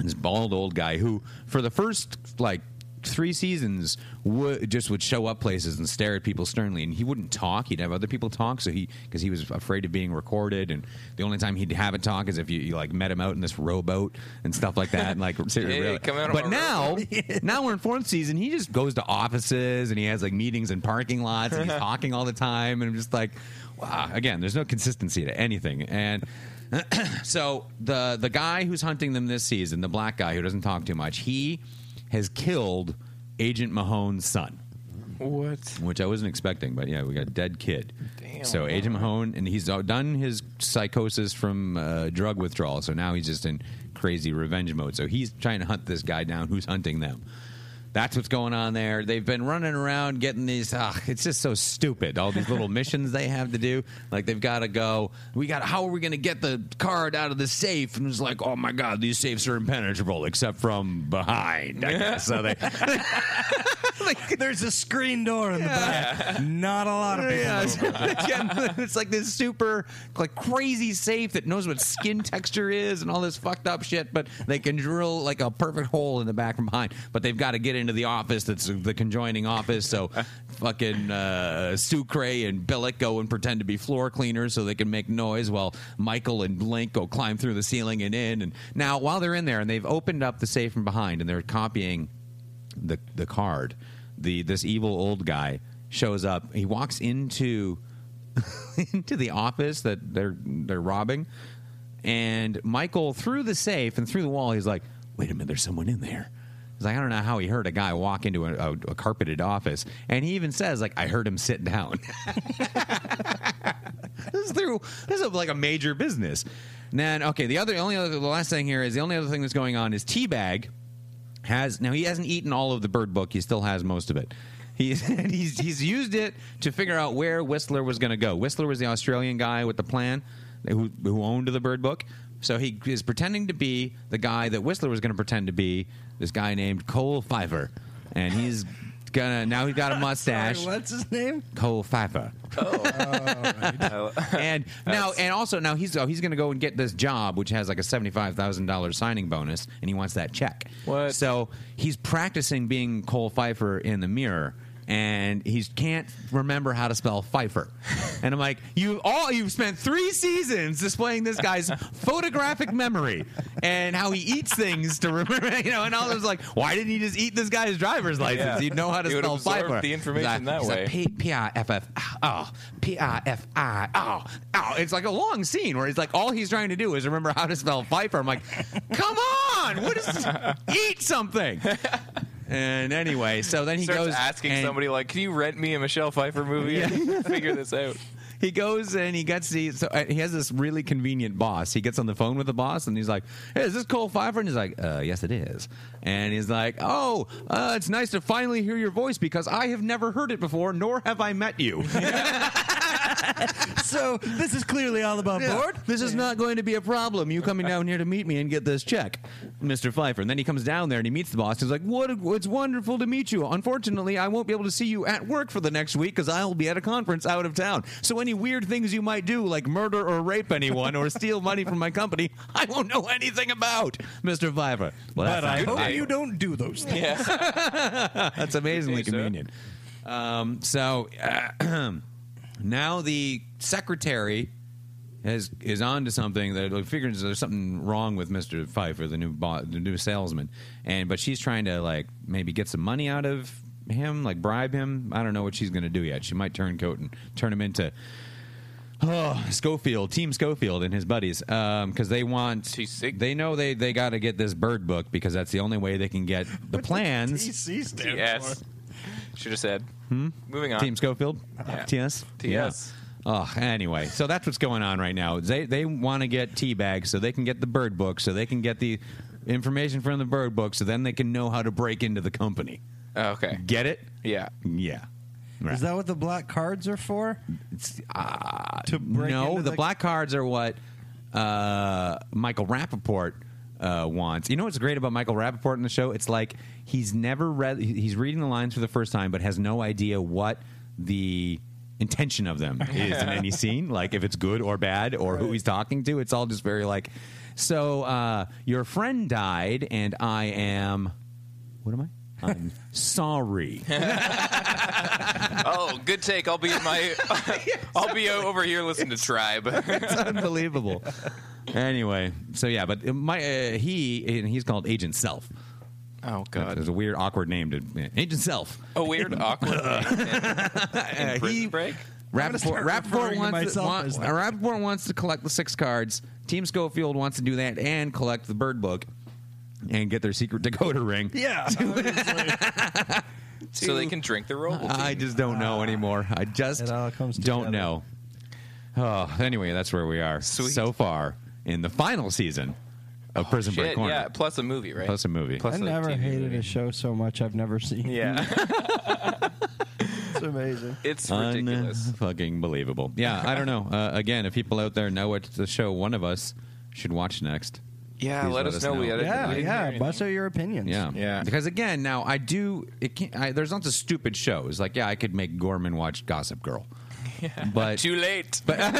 [SPEAKER 3] this bald old guy who, for the first like three seasons, would just would show up places and stare at people sternly, and he wouldn't talk. He'd have other people talk, so he because he was afraid of being recorded, and the only time he'd have a talk is if you, you like met him out in this rowboat and stuff like that, and like
[SPEAKER 1] Hey,
[SPEAKER 3] really-
[SPEAKER 1] come out on
[SPEAKER 3] But
[SPEAKER 1] my
[SPEAKER 3] now, now we're in fourth season. He just goes to offices and he has like meetings in parking lots and he's talking all the time, and I'm just like, wow. Again, there's no consistency to anything, and so the the guy who's hunting them this season, the black guy who doesn't talk too much, he has killed Agent Mahone's son,
[SPEAKER 1] What?
[SPEAKER 3] which I wasn't expecting. But yeah, we got a dead kid.
[SPEAKER 1] Damn.
[SPEAKER 3] so Agent Mahone, and he's all- done his psychosis from uh, drug withdrawal. So now he's just in crazy revenge mode. So he's trying to hunt this guy down who's hunting them. That's what's going on there. They've been running around getting these. ah, it's just so stupid. All these little missions they have to do. Like they've got to go. We got. How are we going to get the card out of the safe? And it's like, oh my god, these safes are impenetrable except from behind. I guess. so they.
[SPEAKER 2] There's a screen door in the back. Not a lot of people.
[SPEAKER 3] Yeah,
[SPEAKER 2] know
[SPEAKER 3] it's, yeah, it's like this super like crazy safe that knows what skin texture is and all this fucked up shit, but they can drill like a perfect hole in the back from behind. But they've got to get into the office that's the conjoining office. So fucking uh, Sucre and Billick go and pretend to be floor cleaners so they can make noise while Michael and Link go climb through the ceiling and in. And now while they're in there and they've opened up the safe from behind and they're copying the the card, the this evil old guy shows up. He walks into into the office that they're they're robbing, and Michael through the safe and through the wall. He's like, "Wait a minute, there's someone in there." He's like, "I don't know how he heard a guy walk into a, a, a carpeted office," and he even says, "Like I heard him sit down." this is through this is like a major business. And then okay, the other only other the last thing here is the only other thing that's going on is Teabag has now he hasn't eaten all of the bird book. He still has most of it. He's he's he's used it to figure out where Whistler was going to go. Whistler was the Australian guy with the plan who who owned the bird book. So he is pretending to be the guy that Whistler was going to pretend to be. This guy named Cole Pfeiffer, and he's gonna now he's got a mustache.
[SPEAKER 2] What's his name?
[SPEAKER 3] Cole Pfeiffer.
[SPEAKER 1] Oh,
[SPEAKER 3] and now and also now he's oh, he's going to go and get this job which has like a $75,000 signing bonus and he wants that check.
[SPEAKER 1] What?
[SPEAKER 3] So he's practicing being Cole Pfeiffer in the mirror and he can't remember how to spell Pfeiffer. And I'm like, you all you've spent 3 seasons displaying this guy's photographic memory and how he eats things to remember, you know, and all I was like, why didn't he just eat this guy's driver's license?
[SPEAKER 1] Yeah.
[SPEAKER 3] He'd know how to
[SPEAKER 1] He would
[SPEAKER 3] spell
[SPEAKER 1] absorb
[SPEAKER 3] Pfeiffer.
[SPEAKER 1] the information
[SPEAKER 3] He's like-
[SPEAKER 1] that
[SPEAKER 3] he's like,
[SPEAKER 1] way.
[SPEAKER 3] P- P-I-F-F-O, P-I-F-I, oh, oh. It's like a long scene where he's like, all he's trying to do is remember how to spell Pfeiffer. I'm like, come on, what is, eat something. And anyway, so then he
[SPEAKER 1] starts
[SPEAKER 3] goes
[SPEAKER 1] asking
[SPEAKER 3] and-
[SPEAKER 1] somebody like, "Can you rent me a Michelle Pfeiffer movie? I can figure this out."
[SPEAKER 3] he goes and he gets the so uh, he has this really convenient boss. He gets on the phone with the boss and he's like, "Hey, is this Cole Pfeiffer?" And he's like, uh, "Yes, it is." And he's like, "Oh, uh, it's nice to finally hear your voice because I have never heard it before, nor have I met you."
[SPEAKER 2] So this is clearly all about
[SPEAKER 3] Yeah.
[SPEAKER 2] board.
[SPEAKER 3] This is not going to be a problem. You coming down here to meet me and get this check, Mr. Pfeiffer. And then he comes down there and he meets the boss. He's like, "What? It's wonderful to meet you. Unfortunately, I won't be able to see you at work for the next week because I will be at a conference out of town. So any weird things you might do, like murder or rape anyone or steal money from my company, I won't know anything about, Mr. Pfeiffer. Well,
[SPEAKER 2] But I
[SPEAKER 3] not-
[SPEAKER 2] hope
[SPEAKER 1] day.
[SPEAKER 2] you don't do those things.
[SPEAKER 3] that's amazingly
[SPEAKER 1] Good day, sir.
[SPEAKER 3] convenient. Um, so uh, now the secretary is is on to something that like, figures there's something wrong with Mister Pfeiffer, the new bo- the new salesman, and but she's trying to like maybe get some money out of him, like bribe him. I don't know what she's going to do yet. She might turncoat and turn him into. Oh, Schofield, Team Schofield, and his buddies, because they want
[SPEAKER 1] She's sick.
[SPEAKER 3] they know they they got to get this bird book because that's the only way they can get the plans.
[SPEAKER 2] TC stands
[SPEAKER 1] Yes.
[SPEAKER 2] for.
[SPEAKER 1] Should have said.
[SPEAKER 3] Hmm?
[SPEAKER 1] Moving on.
[SPEAKER 3] Team Schofield?
[SPEAKER 1] Yeah.
[SPEAKER 3] TS?
[SPEAKER 1] TS.
[SPEAKER 3] Yeah. Oh, anyway, so that's what's going on right now. They they want to get tea bags so they can get the bird book, so they can get the information from the bird book, so then they can know how to break into the company.
[SPEAKER 1] Okay.
[SPEAKER 3] Get it?
[SPEAKER 1] Yeah.
[SPEAKER 3] oh, Yeah. Right.
[SPEAKER 2] Is that what the black cards are for? to break
[SPEAKER 3] uh, no,
[SPEAKER 2] into
[SPEAKER 3] the, black cards are what uh, Michael Rappaport uh, wants. You know what's great about Michael Rappaport in the show? It's like he's never read, he's reading the lines for the first time, but has no idea what the intention of them is in any scene, like if it's good or bad or who he's talking to. It's all just very like. So uh, your friend died, and I am. What am I? I'm sorry.
[SPEAKER 1] Oh, good take. I'll be in my. I'll be over here listening to Tribe.
[SPEAKER 3] it's unbelievable. Anyway, so yeah, but my uh, he and he's called Agent Self.
[SPEAKER 1] Oh God.
[SPEAKER 3] There's a weird, awkward name to Agent Self.
[SPEAKER 2] Oh,
[SPEAKER 1] A weird, awkward.
[SPEAKER 3] Uh,
[SPEAKER 1] in prison break.
[SPEAKER 3] Rappaport,
[SPEAKER 2] start
[SPEAKER 3] Rappaport,
[SPEAKER 2] referring to
[SPEAKER 3] wants to,
[SPEAKER 2] myself
[SPEAKER 3] want,
[SPEAKER 2] as that.
[SPEAKER 3] Rappaport wants to collect the six cards. Team Schofield wants to do that and collect the bird book and get their secret Dakota ring.
[SPEAKER 2] Yeah.
[SPEAKER 1] so they can drink the roll.
[SPEAKER 3] I just don't know anymore. I just
[SPEAKER 2] Ah. It all comes
[SPEAKER 3] don't
[SPEAKER 2] together.
[SPEAKER 3] know. Oh, anyway, that's where we are
[SPEAKER 1] Sweet.
[SPEAKER 3] so far in the final season of Prison Break
[SPEAKER 1] Shit,
[SPEAKER 3] Corner.
[SPEAKER 1] yeah. Plus a movie, right?
[SPEAKER 3] Plus a movie.
[SPEAKER 1] Plus
[SPEAKER 2] I
[SPEAKER 1] a
[SPEAKER 2] never
[SPEAKER 1] TV
[SPEAKER 2] hated
[SPEAKER 1] movie.
[SPEAKER 2] a show so much I've never seen.
[SPEAKER 1] Yeah,
[SPEAKER 2] It's amazing.
[SPEAKER 1] it's ridiculous.
[SPEAKER 3] Fucking believable. Yeah, I don't know. Uh, again, if people out there know what the show one of us should watch next,
[SPEAKER 1] Yeah,
[SPEAKER 3] Please
[SPEAKER 1] let, us know. We had
[SPEAKER 2] Yeah,
[SPEAKER 1] we
[SPEAKER 2] yeah. Bust out your opinions.
[SPEAKER 3] Yeah,
[SPEAKER 1] Yeah.
[SPEAKER 3] Because again, now I do. It can't, I, there's lots of stupid shows. Like, yeah, I could make Gorman watch Gossip Girl, but
[SPEAKER 1] Too late.
[SPEAKER 3] but like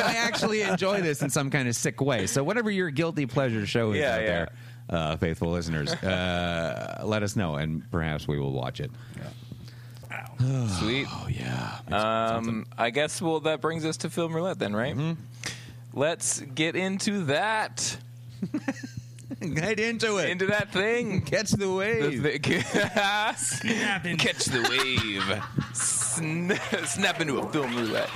[SPEAKER 3] I actually enjoy this in some kind of sick way. So whatever your guilty pleasure show is
[SPEAKER 1] Yeah,
[SPEAKER 3] out
[SPEAKER 1] yeah.
[SPEAKER 3] there, uh, faithful listeners, uh, let us know, and perhaps we will watch it.
[SPEAKER 1] Sweet.
[SPEAKER 3] Oh yeah.
[SPEAKER 1] Um, I guess well that brings us to film roulette then, right?
[SPEAKER 3] Mm-hmm.
[SPEAKER 1] Let's get into that,
[SPEAKER 3] Get into it.
[SPEAKER 1] into that thing.
[SPEAKER 3] Catch the wave.
[SPEAKER 1] The- the- Catch the wave. Sna- snap into a film roulette.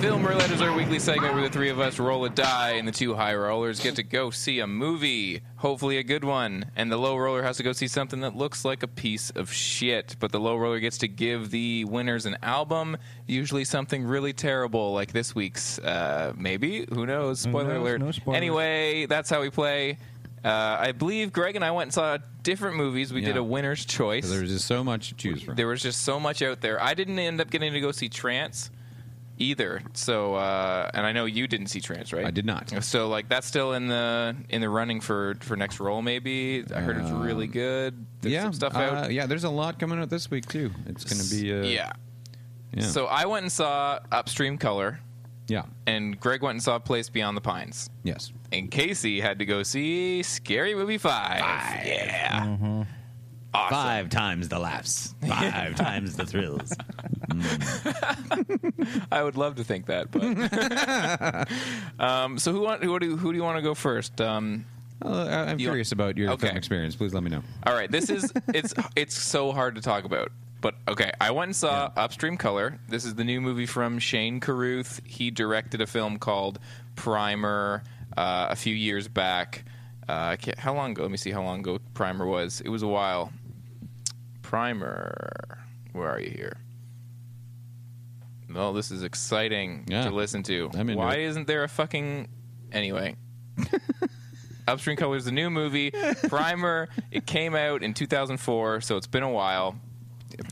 [SPEAKER 1] Film Roulette is our weekly segment where the three of us roll a die and the two high rollers get to go see a movie, hopefully a good one, and the low roller has to go see something that looks like a piece of shit. But the low roller gets to give the winners an album, usually something really terrible like this week's, uh, maybe? Who knows? Spoiler
[SPEAKER 2] knows?
[SPEAKER 1] alert.
[SPEAKER 2] No spoilers.
[SPEAKER 1] Anyway, that's how we play. Uh, I believe Greg and I went and saw different movies. We did
[SPEAKER 3] Yeah.
[SPEAKER 1] a winner's choice.
[SPEAKER 3] There's just so much to choose from.
[SPEAKER 1] There was just so much out there. I didn't end up getting to go see Trance either. So, uh, and I know you didn't see Trance, right?
[SPEAKER 3] I did not.
[SPEAKER 1] So, like, that's still in the in the running for for next role. Maybe I heard it's really good. There's
[SPEAKER 3] Um, yeah,
[SPEAKER 1] some stuff
[SPEAKER 3] uh,
[SPEAKER 1] out.
[SPEAKER 3] yeah. There's a lot coming out this week too. It's going to be uh,
[SPEAKER 1] yeah.
[SPEAKER 3] yeah.
[SPEAKER 1] So I went and saw Upstream Color,
[SPEAKER 3] yeah,
[SPEAKER 1] and Greg went and saw Place Beyond the Pines.
[SPEAKER 3] yes.
[SPEAKER 1] And Casey had to go see Scary Movie Five. Yeah.
[SPEAKER 3] Mm.
[SPEAKER 1] Awesome.
[SPEAKER 3] Five times the laughs, five times the thrills.
[SPEAKER 1] I would love to think that, but um, so who want who do who do you want to go first? Um,
[SPEAKER 3] Well, I- I'm
[SPEAKER 1] You-
[SPEAKER 3] curious about your
[SPEAKER 1] Okay.
[SPEAKER 3] film experience. Please let me know.
[SPEAKER 1] all right, this is it's it's so hard to talk about, but okay, I went and saw Upstream Color. This is the new movie from Shane Carruth. He directed a film called Primer uh, a few years back. Uh, I can't, how long ago? Let me see how long ago Primer was. It was a while. Primer, where are you here? Well, this is exciting
[SPEAKER 3] Yeah.
[SPEAKER 1] to listen to.
[SPEAKER 3] I'm into
[SPEAKER 1] Why
[SPEAKER 3] it.
[SPEAKER 1] isn't there a fucking anyway? Upstream Color is the new movie. Primer. It came out in 2004, so it's been a while.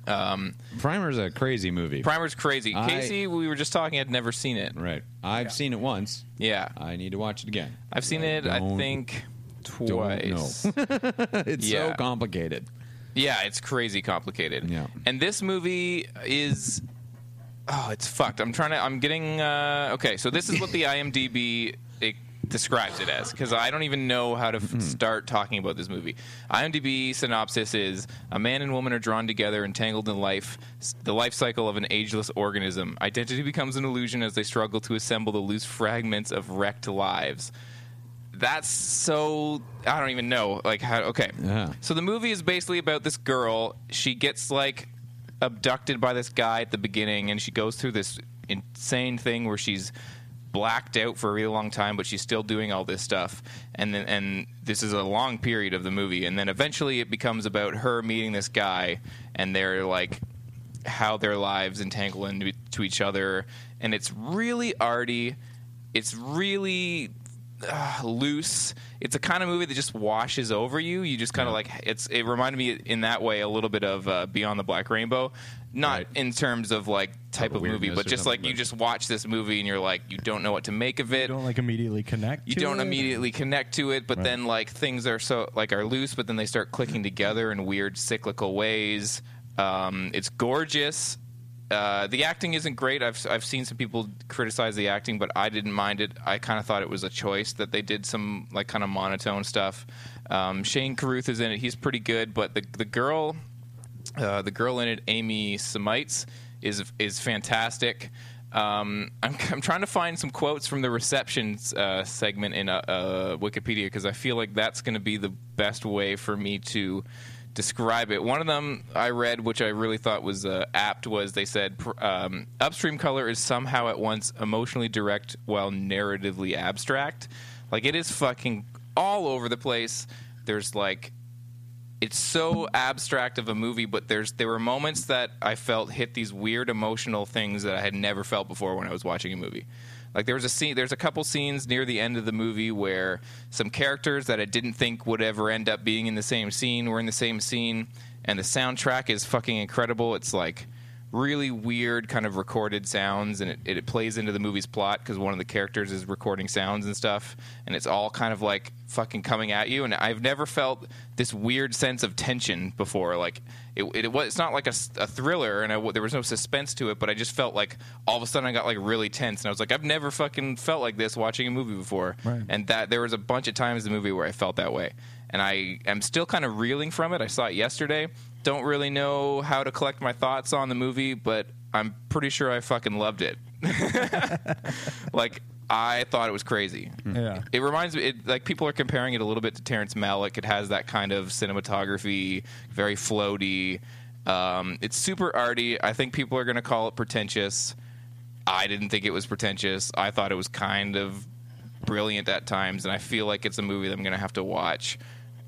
[SPEAKER 3] Primer's a crazy movie,
[SPEAKER 1] Primer's crazy.
[SPEAKER 3] I-
[SPEAKER 1] Casey, we were just talking, had never seen it.
[SPEAKER 3] right? I've seen it once.
[SPEAKER 1] Yeah,
[SPEAKER 3] I need to watch it again.
[SPEAKER 1] I've seen it. I
[SPEAKER 3] don't-
[SPEAKER 1] think
[SPEAKER 3] don't know.
[SPEAKER 1] twice.
[SPEAKER 3] It's
[SPEAKER 1] Yeah.
[SPEAKER 3] so complicated.
[SPEAKER 1] Yeah, it's crazy complicated.
[SPEAKER 3] Yeah.
[SPEAKER 1] And this movie is oh, it's fucked. I'm trying to I'm getting uh okay, so this is what the IMDb it describes it as cuz I don't even know how to f- start talking about this movie. IMDb synopsis is a man and woman are drawn together entangled in life the life cycle of an ageless organism. Identity becomes an illusion as they struggle to assemble the loose fragments of wrecked lives that's so I don't even know like how okay.
[SPEAKER 3] Yeah.
[SPEAKER 1] So the movie is basically about this girl. She gets like abducted by this guy at the beginning and she goes through this insane thing where she's blacked out for a really long time but she's still doing all this stuff and then and this is a long period of the movie and then eventually it becomes about her meeting this guy and they're like how their lives entangle into e-, to each other and it's really arty it's really loose. It's a kind of movie that just washes over you. You just kind of like it's. It reminded me in that way a little bit of uh, Beyond the Black Rainbow, not in terms of like type of
[SPEAKER 4] weirdness
[SPEAKER 1] movie, but
[SPEAKER 4] or
[SPEAKER 1] just like
[SPEAKER 4] something,
[SPEAKER 1] you
[SPEAKER 4] but-
[SPEAKER 1] just watch this movie and you're like you don't know what to make of
[SPEAKER 2] You
[SPEAKER 1] it.
[SPEAKER 2] don't like immediately connect.
[SPEAKER 1] You
[SPEAKER 2] to
[SPEAKER 1] don't
[SPEAKER 2] it.
[SPEAKER 1] immediately connect to it, but then like things are so like are loose, but then they start clicking together in weird cyclical ways. Um, it's gorgeous. Uh, the acting isn't great. I've I've seen some people criticize the acting, but I didn't mind it. I kind of thought it was a choice that they did some like kind of monotone stuff. Um, Shane Carruth is in it. He's pretty good, but the the girl uh, the girl in it, Amy Semites, is is fantastic. Um, I'm, I'm trying to find some quotes from the reception uh, segment in uh, uh, Wikipedia because I feel like that's going to be the best way for me to describe it. One of them I read, which I really thought was uh, apt, was they said pr- um, upstream color is somehow at once emotionally direct while narratively abstract. Like it is fucking all over the place. There's like it's so abstract of a movie, but there's there were moments that I felt hit these weird emotional things that I had never felt before when I was watching a movie. Like there was a scene, there's a couple scenes near the end of the movie where some characters that I didn't think would ever end up being in the same scene were in the same scene, and the soundtrack is fucking incredible. It's like really weird kind of recorded sounds and it, it plays into the movie's plot because one of the characters is recording sounds and stuff and it's all kind of like fucking coming at you and i've never felt this weird sense of tension before like it, it was it's not like a, s- a thriller and I, w- there was no suspense to it but i just felt like all of a sudden i got like really tense and i was like i've never fucking felt like this watching a movie before
[SPEAKER 2] Right.
[SPEAKER 1] and that there was a bunch of times in the movie where i felt that way and I am still kind of reeling from it. I saw it yesterday. Don't really know how to collect my thoughts on the movie, but I'm pretty sure I fucking loved it. like I thought it was crazy.
[SPEAKER 2] Yeah.
[SPEAKER 1] It reminds me, it, like people are comparing it a little bit to Terrence Malick. It has that kind of cinematography, very floaty. Um, it's super arty. I think people are going to call it pretentious. I didn't think it was pretentious. I thought it was kind of brilliant at times, and I feel like it's a movie that I'm going to have to watch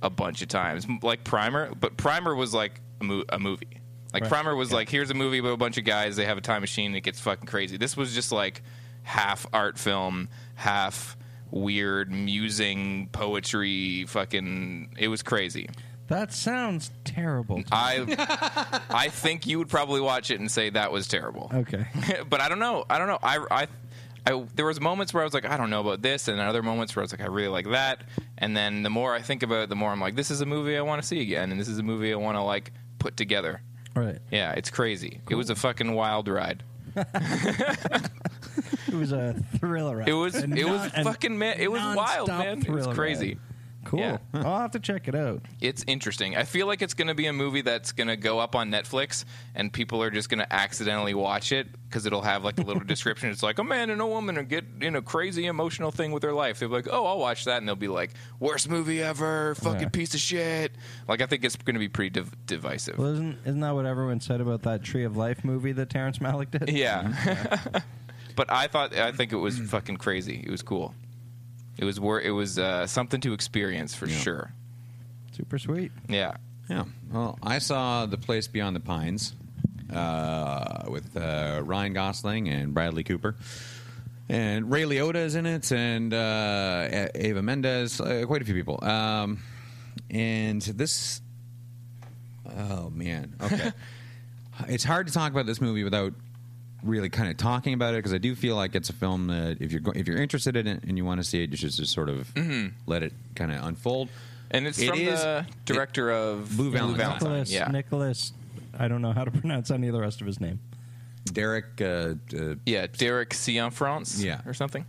[SPEAKER 1] a bunch of times, M- like Primer. But Primer was like a, mo- a movie. Like Primer was like, here's a movie about a bunch of guys. They have a time machine. And it gets fucking crazy. This was just like half art film, half weird musing poetry. Fucking, it was crazy.
[SPEAKER 2] That sounds terrible.
[SPEAKER 1] Mm.
[SPEAKER 2] to
[SPEAKER 1] I, I think you would probably watch it and say that was terrible
[SPEAKER 2] me. okay.
[SPEAKER 1] but I don't know. I don't know. I, I, I, there was moments where I was like, I don't know about this, and other moments where I was like, I really like that. And then the more I think about it, the more I'm like, this is a movie I want to see again, and this is a movie I want to like put together.
[SPEAKER 2] Right.
[SPEAKER 1] Yeah, it's crazy. It was a fucking wild ride.
[SPEAKER 2] It was a thriller.
[SPEAKER 1] It was-
[SPEAKER 2] ride.
[SPEAKER 1] it was
[SPEAKER 2] non- and
[SPEAKER 1] fucking ma- it was wild,
[SPEAKER 2] nonstop
[SPEAKER 1] man. It was
[SPEAKER 2] thriller ride.
[SPEAKER 1] crazy.
[SPEAKER 2] Cool.
[SPEAKER 1] Yeah.
[SPEAKER 2] I'll have to check it out.
[SPEAKER 1] It's interesting. I feel like it's going to be a movie that's going to go up on Netflix, and people are just going to accidentally watch it because it'll have like a little description. It's like a man and a woman are get in a crazy emotional thing with their life. They'll be like, "Oh, I'll watch that," and they'll be like, "Worst movie ever, fucking piece of shit." Like, I think it's going to be pretty div- divisive.
[SPEAKER 2] Well, isn't isn't that what everyone said about that Tree of Life movie that Terrence Malick did?
[SPEAKER 1] yeah, but I thought I think it was fucking crazy. It was cool. It was wor- it was uh, something to experience for sure.
[SPEAKER 2] Super sweet.
[SPEAKER 1] Yeah.
[SPEAKER 3] Yeah. Well, I saw The Place Beyond the Pines uh, with uh, Ryan Gosling and Bradley Cooper. And Ray Liotta is in it, and uh, A- Ava Mendez, uh, quite a few people. Um, and this. Oh, man. Okay. it's hard to talk about this movie without really kind of talking about it because I do feel like it's a film that if you're go- if you're interested in it and you want to see it, you should just sort of let it kind of unfold.
[SPEAKER 1] And it's
[SPEAKER 3] It
[SPEAKER 1] from
[SPEAKER 3] is-
[SPEAKER 1] the
[SPEAKER 3] it-
[SPEAKER 1] director of
[SPEAKER 3] Blue Valentine.
[SPEAKER 2] Nicholas.
[SPEAKER 1] Yeah.
[SPEAKER 2] Nicholas. I don't know how to pronounce any of the rest of his name.
[SPEAKER 3] Derek, uh, uh,
[SPEAKER 1] Yeah, Derek Cian France.
[SPEAKER 3] Yeah.
[SPEAKER 1] Or something.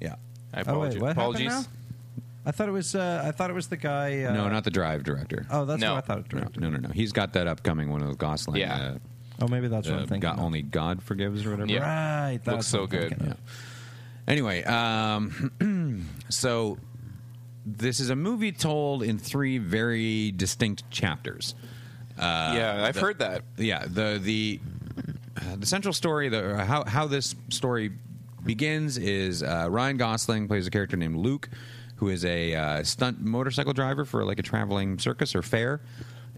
[SPEAKER 3] yeah.
[SPEAKER 1] I
[SPEAKER 2] Oh
[SPEAKER 1] apologize.
[SPEAKER 2] wait, what happened
[SPEAKER 1] Apologies.
[SPEAKER 2] now? I thought it was. Uh, I thought it was the guy. Uh,
[SPEAKER 3] no, not the Drive director.
[SPEAKER 2] Oh, that's
[SPEAKER 1] No.
[SPEAKER 2] what I thought. It
[SPEAKER 3] no,
[SPEAKER 2] directed.
[SPEAKER 3] no, no, no. He's got that upcoming one with Gosling.
[SPEAKER 1] Yeah.
[SPEAKER 2] Oh, maybe that's
[SPEAKER 3] uh,
[SPEAKER 2] what
[SPEAKER 3] uh,
[SPEAKER 2] I'm thinking.
[SPEAKER 3] God,
[SPEAKER 2] of.
[SPEAKER 3] only God forgives or whatever.
[SPEAKER 1] Yeah.
[SPEAKER 2] Right. That's
[SPEAKER 1] Looks so
[SPEAKER 2] what I'm
[SPEAKER 1] good.
[SPEAKER 2] thinking of.
[SPEAKER 3] Anyway, um, so this is a movie told in three very distinct chapters. Uh,
[SPEAKER 1] yeah, I've heard that.
[SPEAKER 3] yeah the the uh, the central story the or how how this story begins is uh, Ryan Gosling plays a character named Luke who is a uh, stunt motorcycle driver for like a traveling circus or fair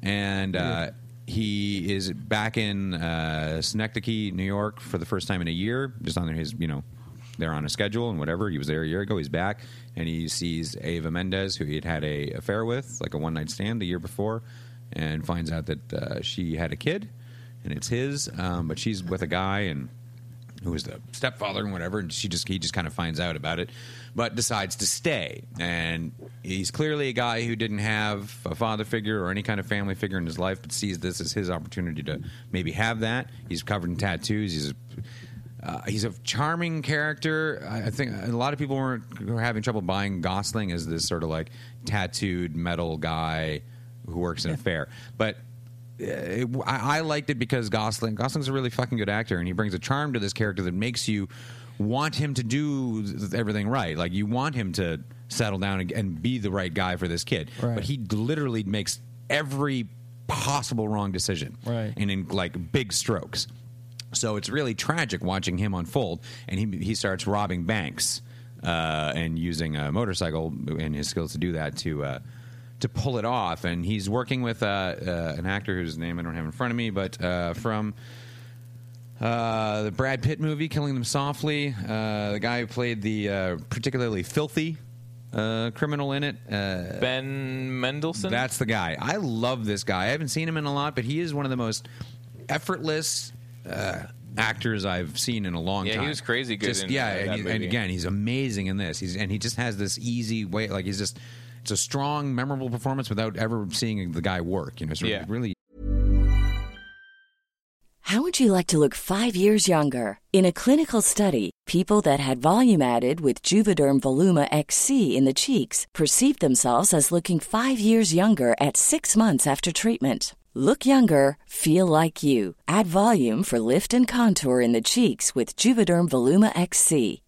[SPEAKER 3] and uh, he is back in uh, Schenectady New York for the first time in a year just on his you know they're on a schedule and whatever. He was there a year ago. He's back, and he sees Ava Mendez, who he had had a affair with, like a one night stand the year before, and finds out that uh, she had a kid, and it's his, um, but she's with a guy, and who is the stepfather and whatever, and she just he just kind of finds out about it, but decides to stay. And he's clearly a guy who didn't have a father figure or any kind of family figure in his life, but sees this as his opportunity to maybe have that. He's covered in tattoos. He's uh, he's a charming character. I, I think a lot of people were, were having trouble buying Gosling as this sort of like tattooed metal guy who works in a fair, but uh, it, I, I liked it because Gosling Gosling's a really fucking good actor, and he brings a charm to this character that makes you want him to do th- everything right. Like you want him to settle down and, and be the right guy for this kid,
[SPEAKER 2] Right.
[SPEAKER 3] but he literally makes every possible wrong decision,
[SPEAKER 2] Right.
[SPEAKER 3] And in like big strokes. So it's really tragic watching him unfold, and he he starts robbing banks uh, and using a motorcycle and his skills to do that to uh, to pull it off. And he's working with uh, uh, an actor whose name I don't have in front of me, but uh, from uh, the Brad Pitt movie, Killing Them Softly. Uh, the guy who played the uh, particularly filthy uh, criminal in it. Uh,
[SPEAKER 1] Ben Mendelsohn.
[SPEAKER 3] that's the guy. I love this guy. I haven't seen him in a lot, but he is one of the most effortless uh, actors I've seen in a long
[SPEAKER 1] Yeah, he
[SPEAKER 3] time.
[SPEAKER 1] was crazy good
[SPEAKER 3] Just-
[SPEAKER 1] in,
[SPEAKER 3] yeah,
[SPEAKER 1] uh,
[SPEAKER 3] and,
[SPEAKER 1] that
[SPEAKER 3] he- and
[SPEAKER 1] movie.
[SPEAKER 3] again, he's amazing in this. He's and he just has this easy way. Like he's just. It's a strong, memorable performance without ever seeing the guy work. You know, it's really,
[SPEAKER 1] Yeah.
[SPEAKER 3] really
[SPEAKER 4] How would you like to look five years younger? In a clinical study, people that had volume added with Juvederm Voluma XC in the cheeks perceived themselves as looking five years younger at six months after treatment. Look younger, feel like you. Add volume for lift and contour in the cheeks with Juvederm Voluma XC.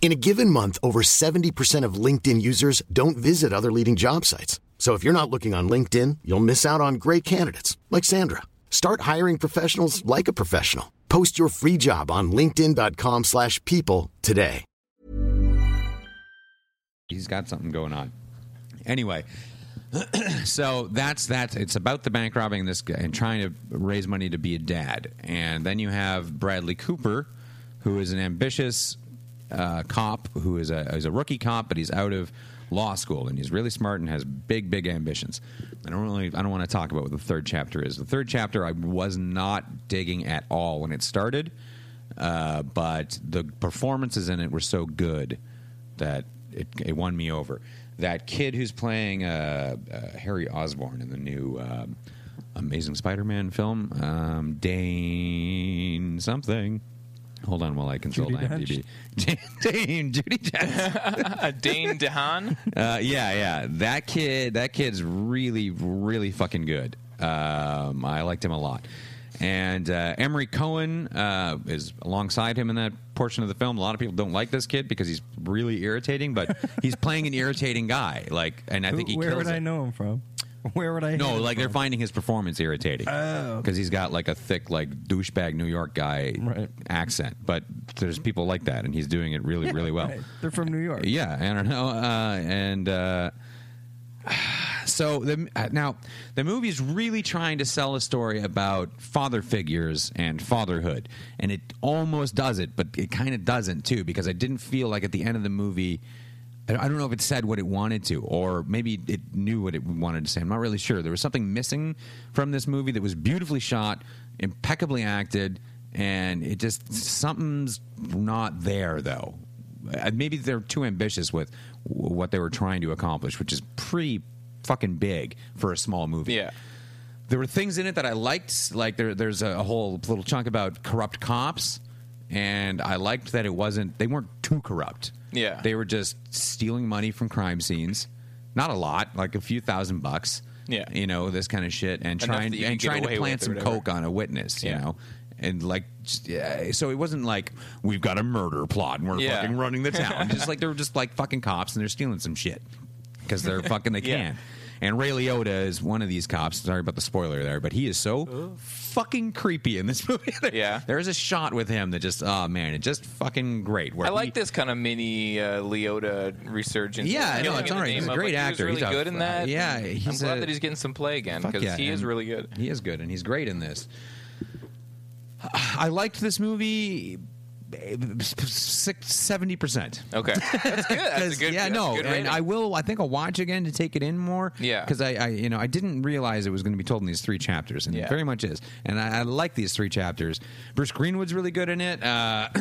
[SPEAKER 5] In a given month, over 70% of LinkedIn users don't visit other leading job sites. So if you're not looking on LinkedIn, you'll miss out on great candidates like Sandra. Start hiring professionals like a professional. Post your free job on linkedin.com/people slash people today.
[SPEAKER 3] he's got something going on. Anyway, so that's that. It's about the bank robbing and this guy and trying to raise money to be a dad. And then you have Bradley Cooper, who is an ambitious uh, cop who is a is a rookie cop, but he's out of law school and he's really smart and has big big ambitions. I don't really I don't want to talk about what the third chapter is. The third chapter I was not digging at all when it started uh, but the performances in it were so good that it, it won me over. That kid who's playing uh, uh, Harry Osborn in the new um, Amazing Spider-Man film, um, Dane something. Hold on while I consult
[SPEAKER 2] Judi
[SPEAKER 3] IMDb. Dane Judy Dench.
[SPEAKER 1] Uh, Dane DeHaan.
[SPEAKER 3] Uh, yeah, yeah. That kid, that kid's really, really fucking good. Um, I liked him a lot. And uh, Emery Cohen uh, is alongside him in that portion of the film. A lot of people don't like this kid because he's really irritating, but he's playing an irritating guy. Like, and I think he
[SPEAKER 2] Where
[SPEAKER 3] kills
[SPEAKER 2] would I
[SPEAKER 3] it.
[SPEAKER 2] know him from? Where would I?
[SPEAKER 3] No,
[SPEAKER 2] hate him
[SPEAKER 3] like they're
[SPEAKER 2] from? Oh,
[SPEAKER 3] finding his performance irritating because he's got like a thick, like douchebag New York guy
[SPEAKER 2] Right.
[SPEAKER 3] accent. But there's people like that, and he's doing it really, really well.
[SPEAKER 2] Right. They're from New York.
[SPEAKER 3] Yeah, I don't know. Uh, and uh, so the uh, now the movie is really trying to sell a story about father figures and fatherhood, and it almost does it, but it kind of doesn't too because I didn't feel like at the end of the movie. I I don't know if it said what it wanted to, or maybe it knew what it wanted to say. I'm not really sure. There was something missing from this movie that was beautifully shot, impeccably acted, and it just something's not there though. Uh, Maybe they're too ambitious with w- what they were trying to accomplish, which is pretty fucking big for a small movie
[SPEAKER 1] Yeah.
[SPEAKER 3] there were things in it that I liked. Like there, there's a whole little chunk about corrupt cops, and I liked that it wasn't. They weren't too corrupt.
[SPEAKER 1] Yeah.
[SPEAKER 3] They were just stealing money from crime scenes. Not a lot, like a few thousand bucks.
[SPEAKER 1] Yeah.
[SPEAKER 3] You know, this kind of shit. And
[SPEAKER 1] Enough
[SPEAKER 3] trying
[SPEAKER 1] that you can
[SPEAKER 3] and
[SPEAKER 1] get
[SPEAKER 3] trying to
[SPEAKER 1] away
[SPEAKER 3] plant
[SPEAKER 1] with or
[SPEAKER 3] some
[SPEAKER 1] whatever.
[SPEAKER 3] coke on a witness, you
[SPEAKER 1] Yeah.
[SPEAKER 3] know? And like, just- yeah, so it wasn't like we've got a murder plot and we're
[SPEAKER 1] Yeah.
[SPEAKER 3] fucking running the town. just like they were just like fucking cops and they're stealing some shit because they're fucking they
[SPEAKER 1] Yeah.
[SPEAKER 3] can. And Ray Liotta is one of these cops. Sorry about the spoiler there, but he is so fucking creepy in this movie. There-
[SPEAKER 1] Yeah.
[SPEAKER 3] there is a shot with him that just oh man, it just fucking great. Where
[SPEAKER 1] I
[SPEAKER 3] he-
[SPEAKER 1] like this kind of mini uh, Leota resurgence.
[SPEAKER 3] Yeah,
[SPEAKER 1] Killing
[SPEAKER 3] no,
[SPEAKER 1] in
[SPEAKER 3] it's
[SPEAKER 1] the
[SPEAKER 3] all right. He's
[SPEAKER 1] name
[SPEAKER 3] a
[SPEAKER 1] of,
[SPEAKER 3] great
[SPEAKER 1] like,
[SPEAKER 3] actor.
[SPEAKER 1] He was
[SPEAKER 3] He's
[SPEAKER 1] really
[SPEAKER 3] a-
[SPEAKER 1] good in that.
[SPEAKER 3] yeah, he's
[SPEAKER 1] I'm glad
[SPEAKER 3] a-
[SPEAKER 1] that he's getting some play again
[SPEAKER 3] Fuck
[SPEAKER 1] because
[SPEAKER 3] yeah,
[SPEAKER 1] he is
[SPEAKER 3] and
[SPEAKER 1] really good.
[SPEAKER 3] He is good, and he's great in this. I liked this movie. eh, Seventy percent.
[SPEAKER 1] Okay, that's good. That's a good.
[SPEAKER 3] yeah,
[SPEAKER 1] that's a
[SPEAKER 3] no,
[SPEAKER 1] good
[SPEAKER 3] and
[SPEAKER 1] rating.
[SPEAKER 3] I will. I think I'll watch again to take it in more.
[SPEAKER 1] Yeah.
[SPEAKER 3] because I, I, you know, I didn't realize it was going to be told in these three chapters, and
[SPEAKER 1] Yeah.
[SPEAKER 3] it very much is. And I, I like these three chapters. Bruce Greenwood's really good in it. Uh,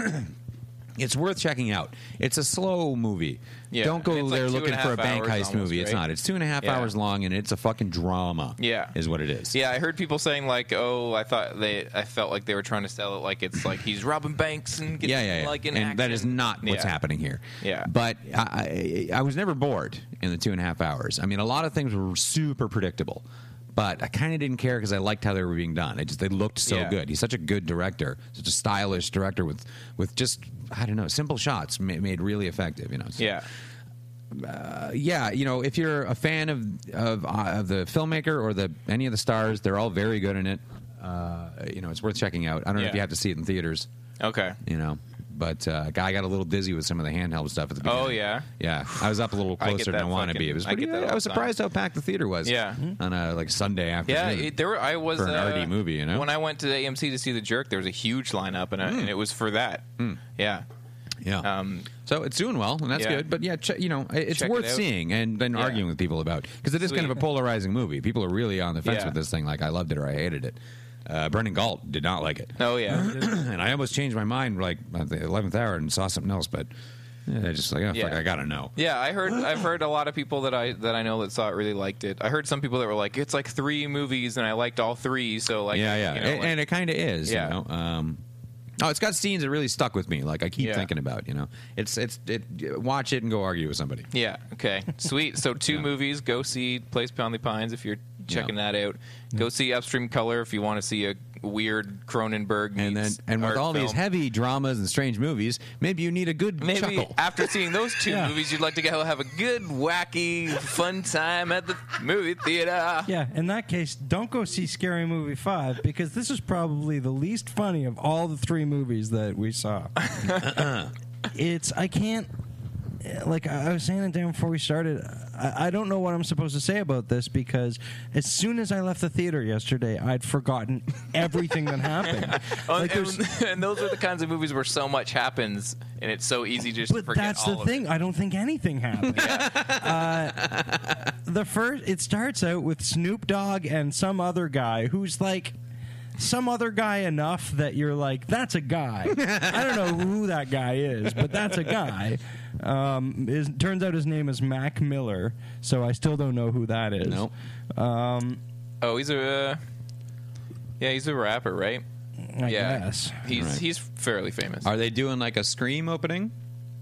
[SPEAKER 3] it's worth checking out. It's a slow movie.
[SPEAKER 1] Yeah,
[SPEAKER 3] Don't go
[SPEAKER 1] and it's like
[SPEAKER 3] there
[SPEAKER 1] two and
[SPEAKER 3] looking
[SPEAKER 1] a
[SPEAKER 3] for
[SPEAKER 1] half
[SPEAKER 3] a bank heist
[SPEAKER 1] hours almost,
[SPEAKER 3] movie. It's
[SPEAKER 1] right?
[SPEAKER 3] not. It's two and a half
[SPEAKER 1] Yeah.
[SPEAKER 3] hours long, and it's a fucking drama.
[SPEAKER 1] Yeah.
[SPEAKER 3] is what it is.
[SPEAKER 1] Yeah, I heard people saying like, "Oh, I thought they, I felt like they were trying to sell it like it's like he's robbing banks and getting
[SPEAKER 3] yeah, yeah, yeah.
[SPEAKER 1] like in
[SPEAKER 3] and that is
[SPEAKER 1] action."
[SPEAKER 3] not what's
[SPEAKER 1] Yeah.
[SPEAKER 3] happening here.
[SPEAKER 1] Yeah.
[SPEAKER 3] but I, I, I was never bored in the two and a half hours. I mean, a lot of things were super predictable, but I kind of didn't care because I liked how they were being done. It just they looked so
[SPEAKER 1] Yeah.
[SPEAKER 3] good. He's such a good director, such a stylish director with with just I don't know simple shots ma- made really effective. You know, So,
[SPEAKER 1] Yeah,
[SPEAKER 3] yeah, you know, if you're a fan of of, uh, of the filmmaker or the any of the stars, they're all very good in it. Uh, you know, it's worth checking out. I don't know if
[SPEAKER 1] Yeah.
[SPEAKER 3] you have to see it in theaters
[SPEAKER 1] okay.
[SPEAKER 3] you know. But uh, I got a little dizzy with some of the handheld stuff at the beginning.
[SPEAKER 1] Oh, yeah?
[SPEAKER 3] yeah. I was up a little
[SPEAKER 1] I get
[SPEAKER 3] closer than
[SPEAKER 1] that
[SPEAKER 3] I want to be.
[SPEAKER 1] fucking-
[SPEAKER 3] It was
[SPEAKER 1] I get
[SPEAKER 3] pretty. uh,
[SPEAKER 1] that
[SPEAKER 3] I,
[SPEAKER 1] all
[SPEAKER 3] was
[SPEAKER 1] the time.
[SPEAKER 3] surprised how packed the theater was.
[SPEAKER 1] Yeah.
[SPEAKER 3] on a like Sunday
[SPEAKER 1] Yeah,
[SPEAKER 3] afternoon.
[SPEAKER 1] it, there were, I was
[SPEAKER 3] for an
[SPEAKER 1] uh,
[SPEAKER 3] arty movie, you know. Hmm.
[SPEAKER 1] When I went to AMC to see The Jerk, there was a huge lineup, and, I, and it was for that. Yeah,
[SPEAKER 3] yeah.
[SPEAKER 1] um,
[SPEAKER 3] so it's doing well, and that's
[SPEAKER 1] yeah.
[SPEAKER 3] good. But yeah, ch- you know, it- it's
[SPEAKER 1] Check it
[SPEAKER 3] worth
[SPEAKER 1] out.
[SPEAKER 3] seeing and then
[SPEAKER 1] Yeah.
[SPEAKER 3] arguing with people about because it is kind of
[SPEAKER 1] Sweet.
[SPEAKER 3] a polarizing movie. People are really on the fence
[SPEAKER 1] Yeah.
[SPEAKER 3] with this thing. Like I loved it or I hated it. Uh, Brendan Galt did not like it.
[SPEAKER 1] oh yeah,
[SPEAKER 3] and I almost changed my mind like at the eleventh hour and saw something else, but yeah, I just like oh, fuck,
[SPEAKER 1] Yeah.
[SPEAKER 3] I gotta know.
[SPEAKER 1] yeah. I heard, I've heard a lot of people that I that I know that saw it really liked it. I heard some people that were like, "It's like three movies, and I liked all three, so like,
[SPEAKER 3] yeah, yeah,
[SPEAKER 1] you know,
[SPEAKER 3] and,
[SPEAKER 1] like-
[SPEAKER 3] and it kind of is.
[SPEAKER 1] Yeah.
[SPEAKER 3] You know? um, oh, it's got scenes that really stuck with me. Like I keep
[SPEAKER 1] Yeah.
[SPEAKER 3] thinking about. You know, it's it's it, watch it and go argue with somebody.
[SPEAKER 1] Yeah. Okay. Sweet. So two movies. Go see Place Beyond the Pines if you're checking that out. Go see Upstream Color if you want to see a weird Cronenberg.
[SPEAKER 3] And then
[SPEAKER 1] meets
[SPEAKER 3] and with
[SPEAKER 1] art
[SPEAKER 3] all these
[SPEAKER 1] film.
[SPEAKER 3] heavy dramas and strange movies, maybe you need a good
[SPEAKER 1] Maybe
[SPEAKER 3] chuckle.
[SPEAKER 1] after seeing those two movies, you'd like to go have a good, wacky, fun time at the movie theater.
[SPEAKER 2] Yeah, in that case, don't go see Scary Movie 5 because this is probably the least funny of all the three movies that we saw. it's, I can't, like I I was saying it down before we started, I, I don't know what I'm supposed to say about this because as soon as I left the theater yesterday, I'd forgotten everything that happened.
[SPEAKER 1] Oh,
[SPEAKER 2] Like,
[SPEAKER 1] and,
[SPEAKER 2] there's-
[SPEAKER 1] and those are the kinds of movies where so much happens, and it's so easy just to
[SPEAKER 2] but
[SPEAKER 1] forget
[SPEAKER 2] that's
[SPEAKER 1] all
[SPEAKER 2] the
[SPEAKER 1] of it.
[SPEAKER 2] thing. I don't think anything happened. uh, the first, it starts out with Snoop Dogg and some other guy who's like some other guy enough that you're like, that's a guy. I don't know who that guy is, but that's a guy. Um, is, turns out his name is Mac Miller, so I still don't know who that is.
[SPEAKER 3] Nope.
[SPEAKER 1] Oh, he's a uh, yeah, he's a rapper, right?
[SPEAKER 2] I
[SPEAKER 1] yeah,
[SPEAKER 2] guess.
[SPEAKER 1] he's
[SPEAKER 3] Right.
[SPEAKER 1] he's fairly famous.
[SPEAKER 3] Are they doing like a scream opening?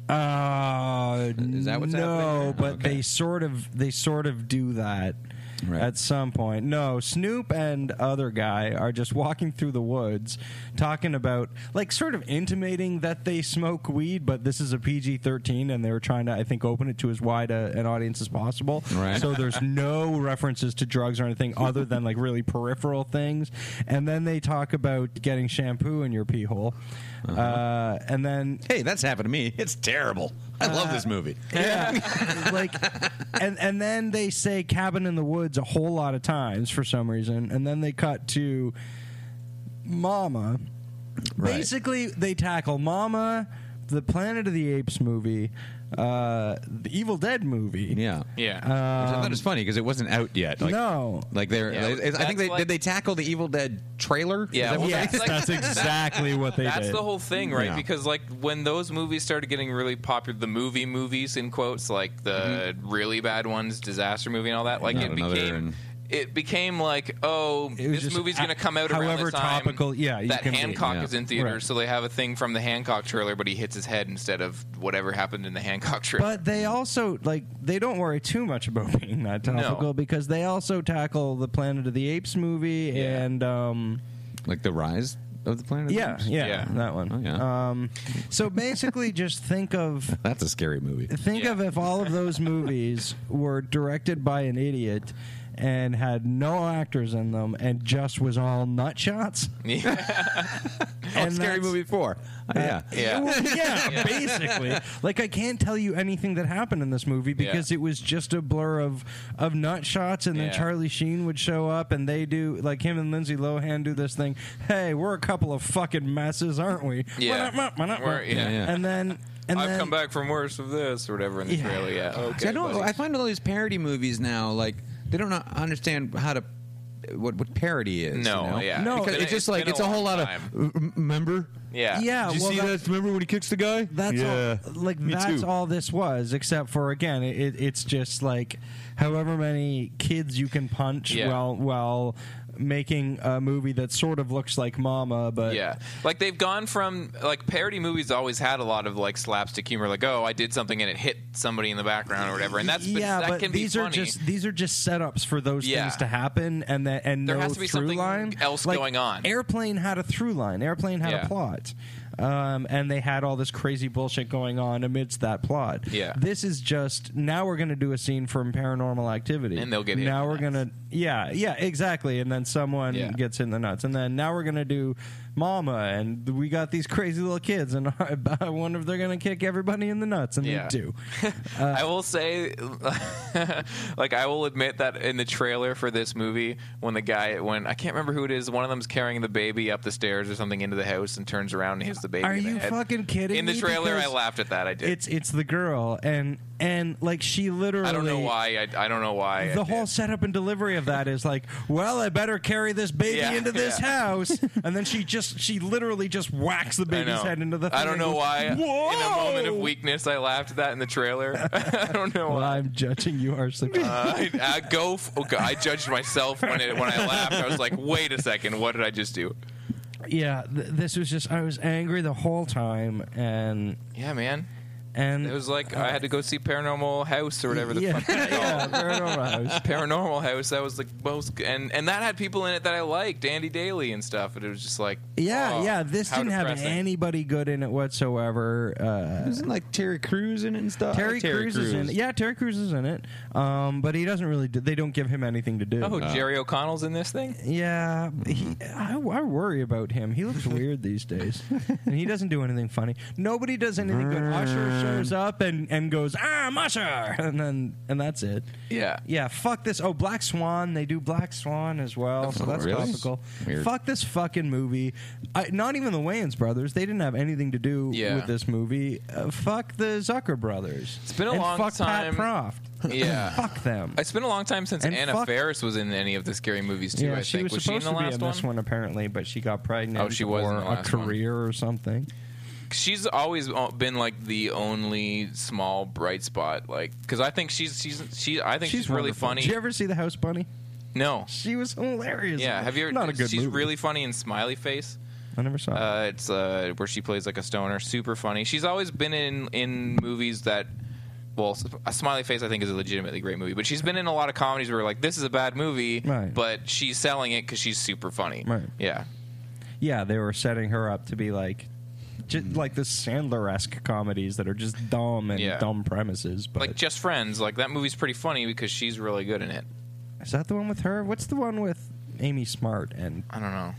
[SPEAKER 2] Uh,
[SPEAKER 3] Is that what's
[SPEAKER 2] no,
[SPEAKER 3] happening here?
[SPEAKER 2] but
[SPEAKER 3] Okay.
[SPEAKER 2] they sort of they sort of do that
[SPEAKER 3] Right.
[SPEAKER 2] at some point. No, Snoop and other guy are just walking through the woods, talking about like sort of intimating that they smoke weed, but this is a PG thirteen, and they were trying to I think open it to as wide a, an audience as possible.
[SPEAKER 3] Right.
[SPEAKER 2] So there's no references to drugs or anything other than like really peripheral things, and then they talk about getting shampoo in your pee hole,
[SPEAKER 3] Uh-huh.
[SPEAKER 2] uh, and then
[SPEAKER 3] Hey, that's happened to me. It's terrible. I love
[SPEAKER 1] Uh,
[SPEAKER 3] this movie.
[SPEAKER 2] yeah. like and and then they say cabin in the woods a whole lot of times for some reason and then they cut to mama
[SPEAKER 3] Right.
[SPEAKER 2] basically they tackle mama the planet of the apes movie uh the evil dead movie
[SPEAKER 3] Yeah.
[SPEAKER 2] Uh,
[SPEAKER 1] yeah.
[SPEAKER 3] Which I thought it was funny because it wasn't out yet. Like,
[SPEAKER 2] no
[SPEAKER 3] Like they're,
[SPEAKER 1] Yeah,
[SPEAKER 3] they- I
[SPEAKER 1] that's
[SPEAKER 3] think they
[SPEAKER 1] like-
[SPEAKER 3] did. They tackle the Evil Dead trailer. Is
[SPEAKER 1] Yeah,
[SPEAKER 3] that what
[SPEAKER 1] well,
[SPEAKER 3] they-
[SPEAKER 2] yes
[SPEAKER 1] It's like-
[SPEAKER 2] that's exactly what they
[SPEAKER 1] That's
[SPEAKER 2] did
[SPEAKER 1] the whole thing, right?
[SPEAKER 3] Yeah.
[SPEAKER 1] Because like when those movies started getting really popular, the movie
[SPEAKER 2] Mm-hmm.
[SPEAKER 1] movies in quotes, like the really bad ones, disaster movie, and all that, like
[SPEAKER 3] Not
[SPEAKER 1] it
[SPEAKER 3] another
[SPEAKER 1] became
[SPEAKER 3] and-
[SPEAKER 1] it became like, oh,
[SPEAKER 2] It was
[SPEAKER 1] this
[SPEAKER 2] just
[SPEAKER 1] movie's
[SPEAKER 2] ho-
[SPEAKER 1] going to come out around
[SPEAKER 2] however
[SPEAKER 1] the time
[SPEAKER 2] topical- yeah, you
[SPEAKER 1] that
[SPEAKER 2] can be-
[SPEAKER 1] Hancock
[SPEAKER 3] yeah.
[SPEAKER 1] is in theaters,
[SPEAKER 2] Right.
[SPEAKER 1] so they have a thing from the Hancock trailer, but he hits his head instead of whatever happened in the Hancock trailer.
[SPEAKER 2] But they also like they don't worry too much about being that topical because they also tackle the Planet of the Apes movie
[SPEAKER 1] Yeah.
[SPEAKER 2] and um,
[SPEAKER 3] Like the rise of the planet. of the
[SPEAKER 2] yeah,
[SPEAKER 3] Apes?
[SPEAKER 2] yeah,
[SPEAKER 1] Yeah.
[SPEAKER 2] that one.
[SPEAKER 3] Oh, yeah.
[SPEAKER 2] Um, so basically, just think of
[SPEAKER 3] That's a scary movie.
[SPEAKER 2] think
[SPEAKER 1] Yeah.
[SPEAKER 2] of if all of those movies were directed by an idiot and had no actors in them and just was all nut shots.
[SPEAKER 3] Oh,
[SPEAKER 2] And
[SPEAKER 3] scary
[SPEAKER 2] that's-
[SPEAKER 3] movie four. Uh, yeah.
[SPEAKER 1] Yeah.
[SPEAKER 2] Well, yeah, basically. Like I can't tell you anything that happened in this movie because
[SPEAKER 1] Yeah.
[SPEAKER 2] it was just a blur of of nut shots, and then
[SPEAKER 1] Yeah.
[SPEAKER 2] Charlie Sheen would show up, and they do like him and Lindsay Lohan do this thing. Hey, we're a couple of fucking messes, aren't we?
[SPEAKER 1] Yeah.
[SPEAKER 2] Wah-nut, wah, wah-nut, wah.
[SPEAKER 1] We're- yeah.
[SPEAKER 3] Yeah, yeah.
[SPEAKER 2] And then and
[SPEAKER 1] I've
[SPEAKER 2] then
[SPEAKER 1] come back from worse of this or whatever in the
[SPEAKER 2] Yeah.
[SPEAKER 1] trailer. Yeah, okay.
[SPEAKER 3] See, I don't.
[SPEAKER 1] buddy.
[SPEAKER 3] I find all these parody movies now like they don't know- understand how to what what parody is.
[SPEAKER 1] No,
[SPEAKER 3] you know?
[SPEAKER 1] yeah.
[SPEAKER 2] No, It's
[SPEAKER 3] because it's,
[SPEAKER 2] been-
[SPEAKER 1] it's
[SPEAKER 3] just like
[SPEAKER 1] been
[SPEAKER 3] it's
[SPEAKER 1] a
[SPEAKER 3] a whole
[SPEAKER 1] long
[SPEAKER 3] lot
[SPEAKER 1] time.
[SPEAKER 3] of "Mm, remember.
[SPEAKER 1] yeah,
[SPEAKER 2] Yeah,
[SPEAKER 3] Did you
[SPEAKER 2] well,
[SPEAKER 3] see
[SPEAKER 2] that-
[SPEAKER 3] that? Remember when he kicks the guy?
[SPEAKER 2] That's
[SPEAKER 3] yeah.
[SPEAKER 2] all, like
[SPEAKER 3] Me
[SPEAKER 2] that's
[SPEAKER 3] too.
[SPEAKER 2] all this was, except for again, it, it's just like however many kids you can punch
[SPEAKER 1] Yeah.
[SPEAKER 2] while while making a movie that sort of looks like Mama, but
[SPEAKER 1] Yeah, like they've gone from like parody movies always had a lot of like slapstick humor, like oh I did something and it hit somebody in the background or whatever, and that's been,
[SPEAKER 2] yeah,
[SPEAKER 1] that
[SPEAKER 2] but
[SPEAKER 1] can
[SPEAKER 2] these
[SPEAKER 1] be
[SPEAKER 2] are
[SPEAKER 1] funny.
[SPEAKER 2] just these are just setups for those
[SPEAKER 1] Yeah.
[SPEAKER 2] things to happen, and that and
[SPEAKER 1] There
[SPEAKER 2] no
[SPEAKER 1] has to be
[SPEAKER 2] through
[SPEAKER 1] something
[SPEAKER 2] line.
[SPEAKER 1] else
[SPEAKER 2] Like,
[SPEAKER 1] going on.
[SPEAKER 2] Airplane had a through line. Airplane had
[SPEAKER 1] Yeah.
[SPEAKER 2] a plot, um, and they had all this crazy bullshit going on amidst that plot.
[SPEAKER 1] Yeah.
[SPEAKER 2] this is just now we're going to do a scene from Paranormal Activity,
[SPEAKER 1] And they'll get hit
[SPEAKER 2] now
[SPEAKER 1] in the
[SPEAKER 2] we're
[SPEAKER 1] nuts.
[SPEAKER 2] gonna yeah yeah exactly, and then someone
[SPEAKER 1] Yeah.
[SPEAKER 2] gets in the nuts, and then now we're going to do Mama, and we got these crazy little kids, and I wonder if they're going to kick everybody in the nuts, and
[SPEAKER 1] Yeah.
[SPEAKER 2] they do. uh,
[SPEAKER 1] I will say, like, I will admit that in the trailer for this movie, when the guy, when I can't remember who it is, one of them's carrying the baby up the stairs or something into the house and turns around and hits the baby.
[SPEAKER 2] Are
[SPEAKER 1] in the
[SPEAKER 2] you
[SPEAKER 1] head.
[SPEAKER 2] fucking kidding
[SPEAKER 1] In the
[SPEAKER 2] me?
[SPEAKER 1] trailer, I
[SPEAKER 2] Because
[SPEAKER 1] laughed at that. I did.
[SPEAKER 2] It's it's the girl and and like she literally
[SPEAKER 1] I don't know why. I, I don't know why. I
[SPEAKER 2] The whole
[SPEAKER 1] did.
[SPEAKER 2] setup and delivery of that is like, well, I better carry this baby
[SPEAKER 1] Yeah,
[SPEAKER 2] into this
[SPEAKER 1] yeah.
[SPEAKER 2] house, and then she just she literally just whacks
[SPEAKER 1] I
[SPEAKER 2] the baby's
[SPEAKER 1] know.
[SPEAKER 2] head into the.
[SPEAKER 1] I
[SPEAKER 2] thing
[SPEAKER 1] don't
[SPEAKER 2] and
[SPEAKER 1] know
[SPEAKER 2] goes,
[SPEAKER 1] why. In a moment of
[SPEAKER 2] "Whoa!"
[SPEAKER 1] weakness, I laughed at that in the trailer. I don't know
[SPEAKER 2] Well,
[SPEAKER 1] why.
[SPEAKER 2] I'm judging you harshly.
[SPEAKER 1] I, I go. F- okay, I judged myself when it, when I laughed. I was like, "Wait a second, what did I just do?"
[SPEAKER 2] yeah, th- this was just I was angry the whole time, and
[SPEAKER 1] Yeah, man.
[SPEAKER 2] and
[SPEAKER 1] It was like I had to go see Paranormal House or whatever the
[SPEAKER 2] yeah,
[SPEAKER 1] fuck.
[SPEAKER 2] yeah, paranormal house.
[SPEAKER 1] Paranormal House. That was the most, and and that had people in it that I liked, Andy Daly and stuff. And it was just like,
[SPEAKER 2] Yeah,
[SPEAKER 1] oh,
[SPEAKER 2] yeah. This
[SPEAKER 1] how
[SPEAKER 2] didn't have
[SPEAKER 1] depressing.
[SPEAKER 2] anybody good in it whatsoever. Uh,
[SPEAKER 3] Isn't like Terry Crews in it and stuff?
[SPEAKER 2] Terry, Crews, is in. Yeah, Terry Crews is in it. Um, but he doesn't really. Do, they don't give him anything to do.
[SPEAKER 1] Oh, Jerry O'Connell's in this thing.
[SPEAKER 2] Yeah, he, I, I worry about him. He looks weird these days, and he doesn't do anything funny. Nobody does anything good. Usher shows up and, and goes, "Ah, "I'm Usher," and then and that's it.
[SPEAKER 1] Yeah.
[SPEAKER 2] yeah. Fuck this. Oh, Black Swan. They do Black Swan as well, so
[SPEAKER 3] Oh,
[SPEAKER 2] that's
[SPEAKER 3] really?
[SPEAKER 2] topical.
[SPEAKER 3] Weird.
[SPEAKER 2] Fuck this fucking movie. I, not even the Wayans brothers. They didn't have anything to do
[SPEAKER 1] Yeah.
[SPEAKER 2] with this movie. Uh, fuck the Zucker brothers. It's
[SPEAKER 1] been a
[SPEAKER 2] and
[SPEAKER 1] long
[SPEAKER 2] fuck
[SPEAKER 1] time-
[SPEAKER 2] Pat Croft.
[SPEAKER 1] Yeah.
[SPEAKER 2] fuck them.
[SPEAKER 1] It's been a long time since
[SPEAKER 2] And
[SPEAKER 1] Anna
[SPEAKER 2] fuck-
[SPEAKER 1] Faris was in any of the scary movies too.
[SPEAKER 2] yeah,
[SPEAKER 1] I
[SPEAKER 2] she
[SPEAKER 1] think
[SPEAKER 2] was, supposed
[SPEAKER 1] in the
[SPEAKER 2] to be
[SPEAKER 1] last
[SPEAKER 2] in
[SPEAKER 1] one?
[SPEAKER 2] this one apparently, but she got pregnant.
[SPEAKER 1] Oh, she was in
[SPEAKER 2] or
[SPEAKER 1] the
[SPEAKER 2] a
[SPEAKER 1] last one.
[SPEAKER 2] career or something.
[SPEAKER 1] She's always o- been like the only small bright spot. Like, because I think she's she's she. I think she's, really
[SPEAKER 2] wonderful.
[SPEAKER 1] funny.
[SPEAKER 2] Did you ever see the House Bunny?
[SPEAKER 1] no.
[SPEAKER 2] She was hilarious.
[SPEAKER 1] Yeah, have you ever?
[SPEAKER 2] Not a good
[SPEAKER 1] she's
[SPEAKER 2] movie.
[SPEAKER 1] really funny in Smiley Face.
[SPEAKER 2] I never saw. it.
[SPEAKER 1] Uh, it's uh, where she plays like a stoner. Super funny. She's always been in in movies that. Well, S- a Smiley Face I think is a legitimately great movie, but she's been in a lot of comedies where like this is a bad movie,
[SPEAKER 2] Right.
[SPEAKER 1] but she's selling it because she's super funny.
[SPEAKER 2] Right.
[SPEAKER 1] Yeah.
[SPEAKER 2] Yeah, they were setting her up to be like, just
[SPEAKER 1] Mm.
[SPEAKER 2] like the Sandler-esque comedies that are just dumb and
[SPEAKER 1] Yeah.
[SPEAKER 2] dumb premises. But
[SPEAKER 1] Like just friends. Like that movie's pretty funny because she's really good in it.
[SPEAKER 2] is that the one with her? What's the one with Amy Smart? And
[SPEAKER 1] I don't know.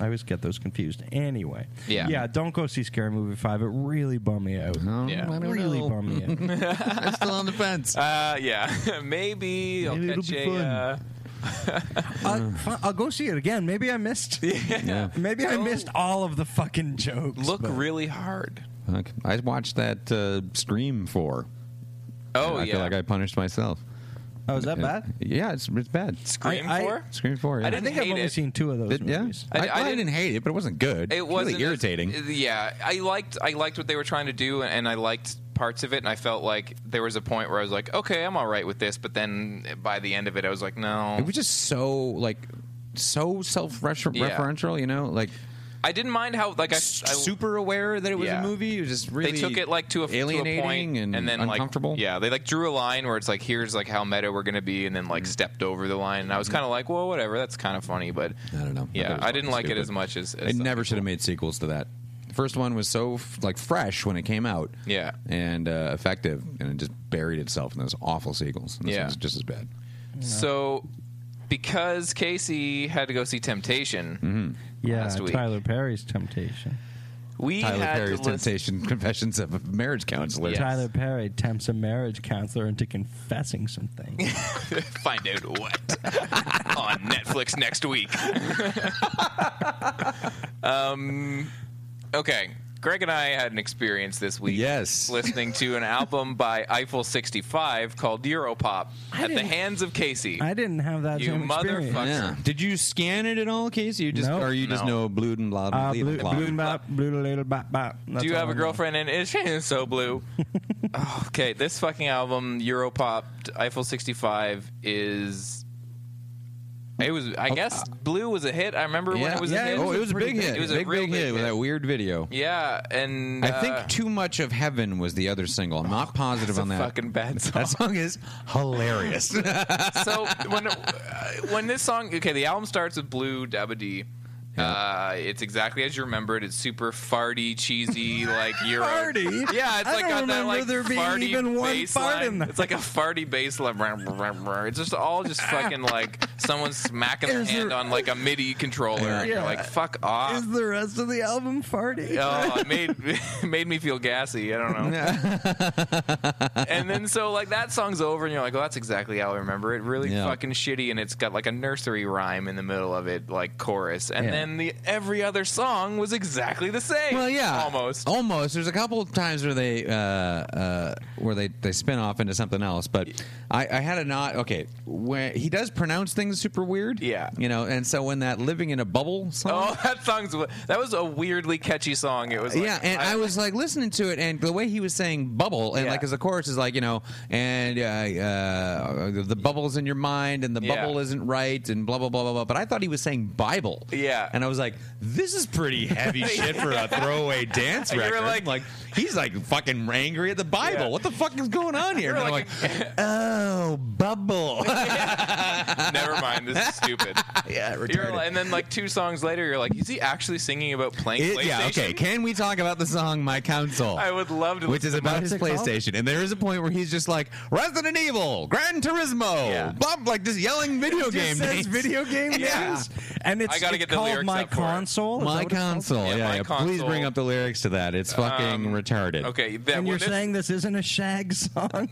[SPEAKER 2] I always get those confused. Anyway,
[SPEAKER 1] Yeah.
[SPEAKER 2] yeah. Don't go see Scary Movie Five. It really bummed me out.
[SPEAKER 1] Yeah.
[SPEAKER 3] Oh, I don't
[SPEAKER 2] Really
[SPEAKER 3] know.
[SPEAKER 2] bummed me out.
[SPEAKER 3] I'm still on the fence.
[SPEAKER 1] Uh, yeah, maybe I'll
[SPEAKER 3] Maybe it'll
[SPEAKER 1] catch
[SPEAKER 3] be
[SPEAKER 1] a.
[SPEAKER 3] fun.
[SPEAKER 1] Uh,
[SPEAKER 2] I'll, fi- I'll go see it again. Maybe I missed.
[SPEAKER 3] yeah.
[SPEAKER 2] Maybe I missed all of the fucking jokes.
[SPEAKER 1] look
[SPEAKER 2] but-
[SPEAKER 1] really hard.
[SPEAKER 3] Fuck. I watched that uh, Scream four.
[SPEAKER 1] Oh
[SPEAKER 3] I
[SPEAKER 1] yeah,
[SPEAKER 3] feel like I punished myself.
[SPEAKER 2] Oh, is that
[SPEAKER 3] Yeah.
[SPEAKER 2] bad?
[SPEAKER 3] Yeah, it's it's bad.
[SPEAKER 1] Scream
[SPEAKER 2] I- I-
[SPEAKER 1] four.
[SPEAKER 3] Scream four. Yeah.
[SPEAKER 1] I
[SPEAKER 2] I
[SPEAKER 1] didn't
[SPEAKER 2] think I've
[SPEAKER 1] hate
[SPEAKER 2] only
[SPEAKER 1] it.
[SPEAKER 2] seen two of those
[SPEAKER 3] It- yeah,
[SPEAKER 2] movies.
[SPEAKER 3] I,
[SPEAKER 1] I-
[SPEAKER 3] well,
[SPEAKER 1] I
[SPEAKER 3] I didn't,
[SPEAKER 1] didn't-
[SPEAKER 3] hate it, but it wasn't good.
[SPEAKER 1] It
[SPEAKER 3] was
[SPEAKER 1] wasn't
[SPEAKER 3] really
[SPEAKER 1] as- uh,
[SPEAKER 3] irritating.
[SPEAKER 1] yeah, I liked I liked what they were trying to do, and I liked parts of it, and I felt like there was a point where I was like, okay, I'm all right with this, but then by the end of it, I was like, no,
[SPEAKER 3] It was just so like so self-referential, you know, like
[SPEAKER 1] I didn't mind how like I, I
[SPEAKER 3] super aware that it was
[SPEAKER 1] Yeah.
[SPEAKER 3] a movie. It was just really
[SPEAKER 1] they took it like to a, to a
[SPEAKER 3] alienating
[SPEAKER 1] point,
[SPEAKER 3] and,
[SPEAKER 1] then
[SPEAKER 3] uncomfortable.
[SPEAKER 1] Like, yeah, they like drew a line where it's like here's like how meta we're gonna be, and then
[SPEAKER 3] Mm-hmm.
[SPEAKER 1] like stepped over the line, and I was kind of like, well, whatever, that's kind of funny, but
[SPEAKER 3] I don't know. I thought
[SPEAKER 1] Yeah,
[SPEAKER 3] it was
[SPEAKER 1] I, didn't
[SPEAKER 3] fucking
[SPEAKER 1] like it
[SPEAKER 3] stupid.
[SPEAKER 1] as much as, as
[SPEAKER 3] It
[SPEAKER 1] some
[SPEAKER 3] never should have
[SPEAKER 1] people.
[SPEAKER 3] made sequels to that. The first one was so f- like fresh when it came out,
[SPEAKER 1] Yeah.
[SPEAKER 3] and uh, effective, and it just buried itself in those awful sequels. And this
[SPEAKER 1] Yeah.
[SPEAKER 3] one's just as bad.
[SPEAKER 1] So, because Casey had to go see Temptation,
[SPEAKER 3] Mm-hmm.
[SPEAKER 2] Yeah,
[SPEAKER 1] Last week.
[SPEAKER 2] Tyler Perry's Temptation.
[SPEAKER 1] we
[SPEAKER 3] Tyler
[SPEAKER 1] had
[SPEAKER 3] Perry's
[SPEAKER 1] to list-
[SPEAKER 3] Temptation Confessions of a Marriage Counselor.
[SPEAKER 1] Yes.
[SPEAKER 2] Tyler Perry tempts a marriage counselor into confessing something.
[SPEAKER 1] find out what on Netflix next week. um, okay. Greg and I had an experience this week.
[SPEAKER 3] Yes.
[SPEAKER 1] Listening to an album by Eiffel 65 called Europop at the
[SPEAKER 2] didn't-
[SPEAKER 1] hands of Casey.
[SPEAKER 2] I didn't have that
[SPEAKER 1] You
[SPEAKER 2] same experience.
[SPEAKER 1] motherfucker.
[SPEAKER 3] Yeah. Did you scan it at all, Casey? You just
[SPEAKER 2] No.
[SPEAKER 3] or you just
[SPEAKER 1] No.
[SPEAKER 3] know blue and blah
[SPEAKER 2] Uh,
[SPEAKER 3] blah
[SPEAKER 2] blue,
[SPEAKER 3] blah.
[SPEAKER 2] blue and bop, blue little bop bop. That's
[SPEAKER 1] Do you
[SPEAKER 2] all
[SPEAKER 1] have
[SPEAKER 2] I
[SPEAKER 1] a
[SPEAKER 2] know.
[SPEAKER 1] girlfriend and it's so blue? okay, this fucking album, Europop, Eiffel 65, is. It was, I guess, Blue was a hit. I remember when it was a
[SPEAKER 3] Oh, uh, yeah,
[SPEAKER 1] hit.
[SPEAKER 3] oh, it was a big hit.
[SPEAKER 1] It was a
[SPEAKER 3] big,
[SPEAKER 1] real
[SPEAKER 3] big hit with that weird video.
[SPEAKER 1] Yeah, and
[SPEAKER 3] I
[SPEAKER 1] uh,
[SPEAKER 3] think "Too Much of Heaven" was the other single. I'm not positive
[SPEAKER 1] it's a
[SPEAKER 3] on that.
[SPEAKER 1] fucking bad song.
[SPEAKER 3] that song is hilarious.
[SPEAKER 1] so when uh, when this song, okay, the album starts with Blue Dabba D. Uh, it's exactly as you remember it. It's super farty, cheesy, like Euro.
[SPEAKER 2] Farty?
[SPEAKER 1] Yeah, it's
[SPEAKER 2] I
[SPEAKER 1] like got
[SPEAKER 2] don't
[SPEAKER 1] that
[SPEAKER 2] remember
[SPEAKER 1] like
[SPEAKER 2] there being
[SPEAKER 1] farty
[SPEAKER 2] even one
[SPEAKER 1] bass
[SPEAKER 2] fart
[SPEAKER 1] line.
[SPEAKER 2] in that.
[SPEAKER 1] It's like a farty bass line. Rum, rum, rum. It's just all just fucking like someone smacking their
[SPEAKER 2] Is
[SPEAKER 1] hand
[SPEAKER 2] there-
[SPEAKER 1] on like a MIDI controller. And you're
[SPEAKER 2] Yeah.
[SPEAKER 1] like, fuck off.
[SPEAKER 2] Is the rest of the album farty?
[SPEAKER 1] Oh, it made made me feel gassy. I don't know. and then so like that song's over, and you're like, "Oh, that's exactly how I remember it." Really
[SPEAKER 3] Yeah.
[SPEAKER 1] fucking shitty, and it's got like a nursery rhyme in the middle of it, like chorus, and
[SPEAKER 3] Yeah.
[SPEAKER 1] then the every other song was exactly the same.
[SPEAKER 3] Well, yeah, Oh,
[SPEAKER 1] almost. Oh,
[SPEAKER 3] almost. There's a couple of times where they uh, uh, where they they spin off into something else. But I, I had a not okay. When he does pronounce things super weird,
[SPEAKER 1] Yeah.
[SPEAKER 3] you know. And so when that "Living in a Bubble" song,
[SPEAKER 1] Oh, that song's that was a weirdly catchy song. It was like,
[SPEAKER 3] yeah, and I, was like listening to it, and the way he was saying "bubble" and
[SPEAKER 1] Yeah.
[SPEAKER 3] like 'cause the chorus is like you know, and uh, uh, the bubble's in your mind, and the
[SPEAKER 1] Yeah.
[SPEAKER 3] bubble isn't right, and blah blah blah blah blah. But I thought he was saying Bible.
[SPEAKER 1] Yeah.
[SPEAKER 3] and I was like, this is pretty heavy shit for a throwaway dance
[SPEAKER 1] You were
[SPEAKER 3] record.
[SPEAKER 1] like-
[SPEAKER 3] Like, he's like fucking angry at the Bible.
[SPEAKER 1] Yeah.
[SPEAKER 3] What the fuck is going on here?
[SPEAKER 1] were
[SPEAKER 3] And I'm
[SPEAKER 1] like-
[SPEAKER 3] like, oh, bubble.
[SPEAKER 1] Never mind, this is stupid.
[SPEAKER 3] yeah,
[SPEAKER 1] You're
[SPEAKER 3] retarded.
[SPEAKER 1] like- and then like two songs later, you're like, "Is he actually singing about playing
[SPEAKER 3] It-
[SPEAKER 1] PlayStation?"
[SPEAKER 3] yeah, okay. Can we talk about the song "My Counsel"?
[SPEAKER 1] I would love to
[SPEAKER 3] which
[SPEAKER 1] listen to
[SPEAKER 3] is about his
[SPEAKER 2] What's it called?
[SPEAKER 3] PlayStation, and there is a point where he's just like Resident Evil, Gran Turismo,
[SPEAKER 1] Yeah.
[SPEAKER 3] bump, like just yelling video
[SPEAKER 2] It
[SPEAKER 3] game
[SPEAKER 2] just says
[SPEAKER 3] names.
[SPEAKER 2] video game
[SPEAKER 1] Yeah.
[SPEAKER 2] names, and it's,
[SPEAKER 1] I gotta
[SPEAKER 2] it's
[SPEAKER 1] get the
[SPEAKER 2] called
[SPEAKER 1] lyrics
[SPEAKER 2] My
[SPEAKER 1] up for it.
[SPEAKER 2] Console. Is
[SPEAKER 3] my
[SPEAKER 2] that what it's called?
[SPEAKER 3] console, Um,
[SPEAKER 1] Yeah,
[SPEAKER 3] yeah,
[SPEAKER 1] My
[SPEAKER 3] yeah. Please
[SPEAKER 1] Console.
[SPEAKER 3] bring up the lyrics to that. It's fucking retarded.
[SPEAKER 1] Okay, that,
[SPEAKER 2] And
[SPEAKER 1] well,
[SPEAKER 2] you're
[SPEAKER 1] this-
[SPEAKER 2] saying this isn't a shag song?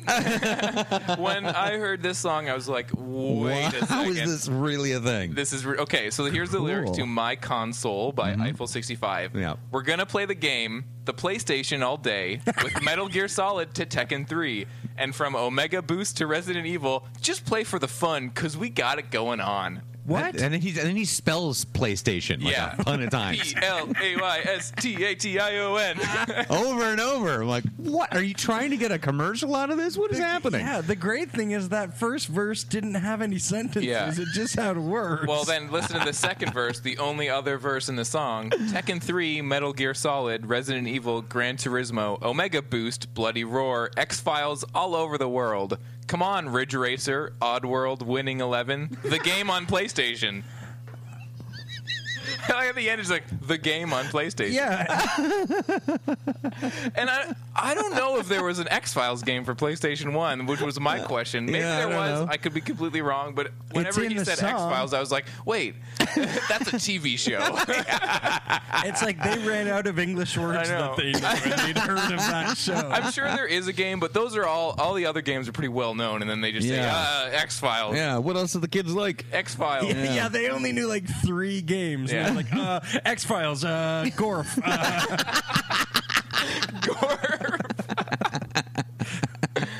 [SPEAKER 1] when I heard this song, I was like, wait a
[SPEAKER 3] How
[SPEAKER 1] second.
[SPEAKER 3] is
[SPEAKER 1] This?
[SPEAKER 3] this really a thing?
[SPEAKER 1] is re- okay. So here's the lyrics
[SPEAKER 3] Cool. Mm-hmm.
[SPEAKER 1] to "My Console" by Eiffel 65.
[SPEAKER 3] Yeah.
[SPEAKER 1] We're gonna play the game, the PlayStation, all day with Metal Gear Solid to Tekken 3, and from Omega Boost to Resident Evil. Just play for the fun, cause we got it going on.
[SPEAKER 2] What?
[SPEAKER 3] And, then he and then he spells PlayStation like
[SPEAKER 1] Yeah.
[SPEAKER 3] a ton of times,
[SPEAKER 1] P L A Y S T A T I O N.
[SPEAKER 3] over and over. I'm like, what? Are you trying to get a commercial out of this? What is happening?
[SPEAKER 2] Yeah, the great thing is that first verse didn't have any sentences.
[SPEAKER 1] Yeah.
[SPEAKER 2] It just had words.
[SPEAKER 1] Well, then listen to the second verse, the only other verse in the song. Tekken 3, Metal Gear Solid, Resident Evil, Gran Turismo, Omega Boost, Bloody Roar, X Files all over the world. Come on, Ridge Racer, Oddworld, Winning Eleven, the game on PlayStation. And at the end, it's like the game on PlayStation.
[SPEAKER 2] yeah,
[SPEAKER 1] And I, I don't know if there was an X Files game for PlayStation One, which was my question. Maybe
[SPEAKER 3] Yeah, I
[SPEAKER 1] there
[SPEAKER 3] don't
[SPEAKER 1] was.
[SPEAKER 3] know.
[SPEAKER 1] I could be completely wrong, but whenever
[SPEAKER 2] in
[SPEAKER 1] he
[SPEAKER 2] the
[SPEAKER 1] said X
[SPEAKER 2] song.
[SPEAKER 1] Files, I was like, wait, that's a TV show.
[SPEAKER 2] it's like they ran out of English words
[SPEAKER 1] I know.
[SPEAKER 2] that they knew and they'd heard of that show.
[SPEAKER 1] I'm sure there is a game, but those are all all the other games are pretty well known, and then they just
[SPEAKER 3] Yeah.
[SPEAKER 1] say uh, X Files,
[SPEAKER 3] yeah. What else do the kids like?
[SPEAKER 1] X Files.
[SPEAKER 2] yeah. they only knew like three games. Yeah.
[SPEAKER 1] Yeah.
[SPEAKER 2] Like uh, X Files, uh, Gorf. Uh,
[SPEAKER 1] Gorf. oh,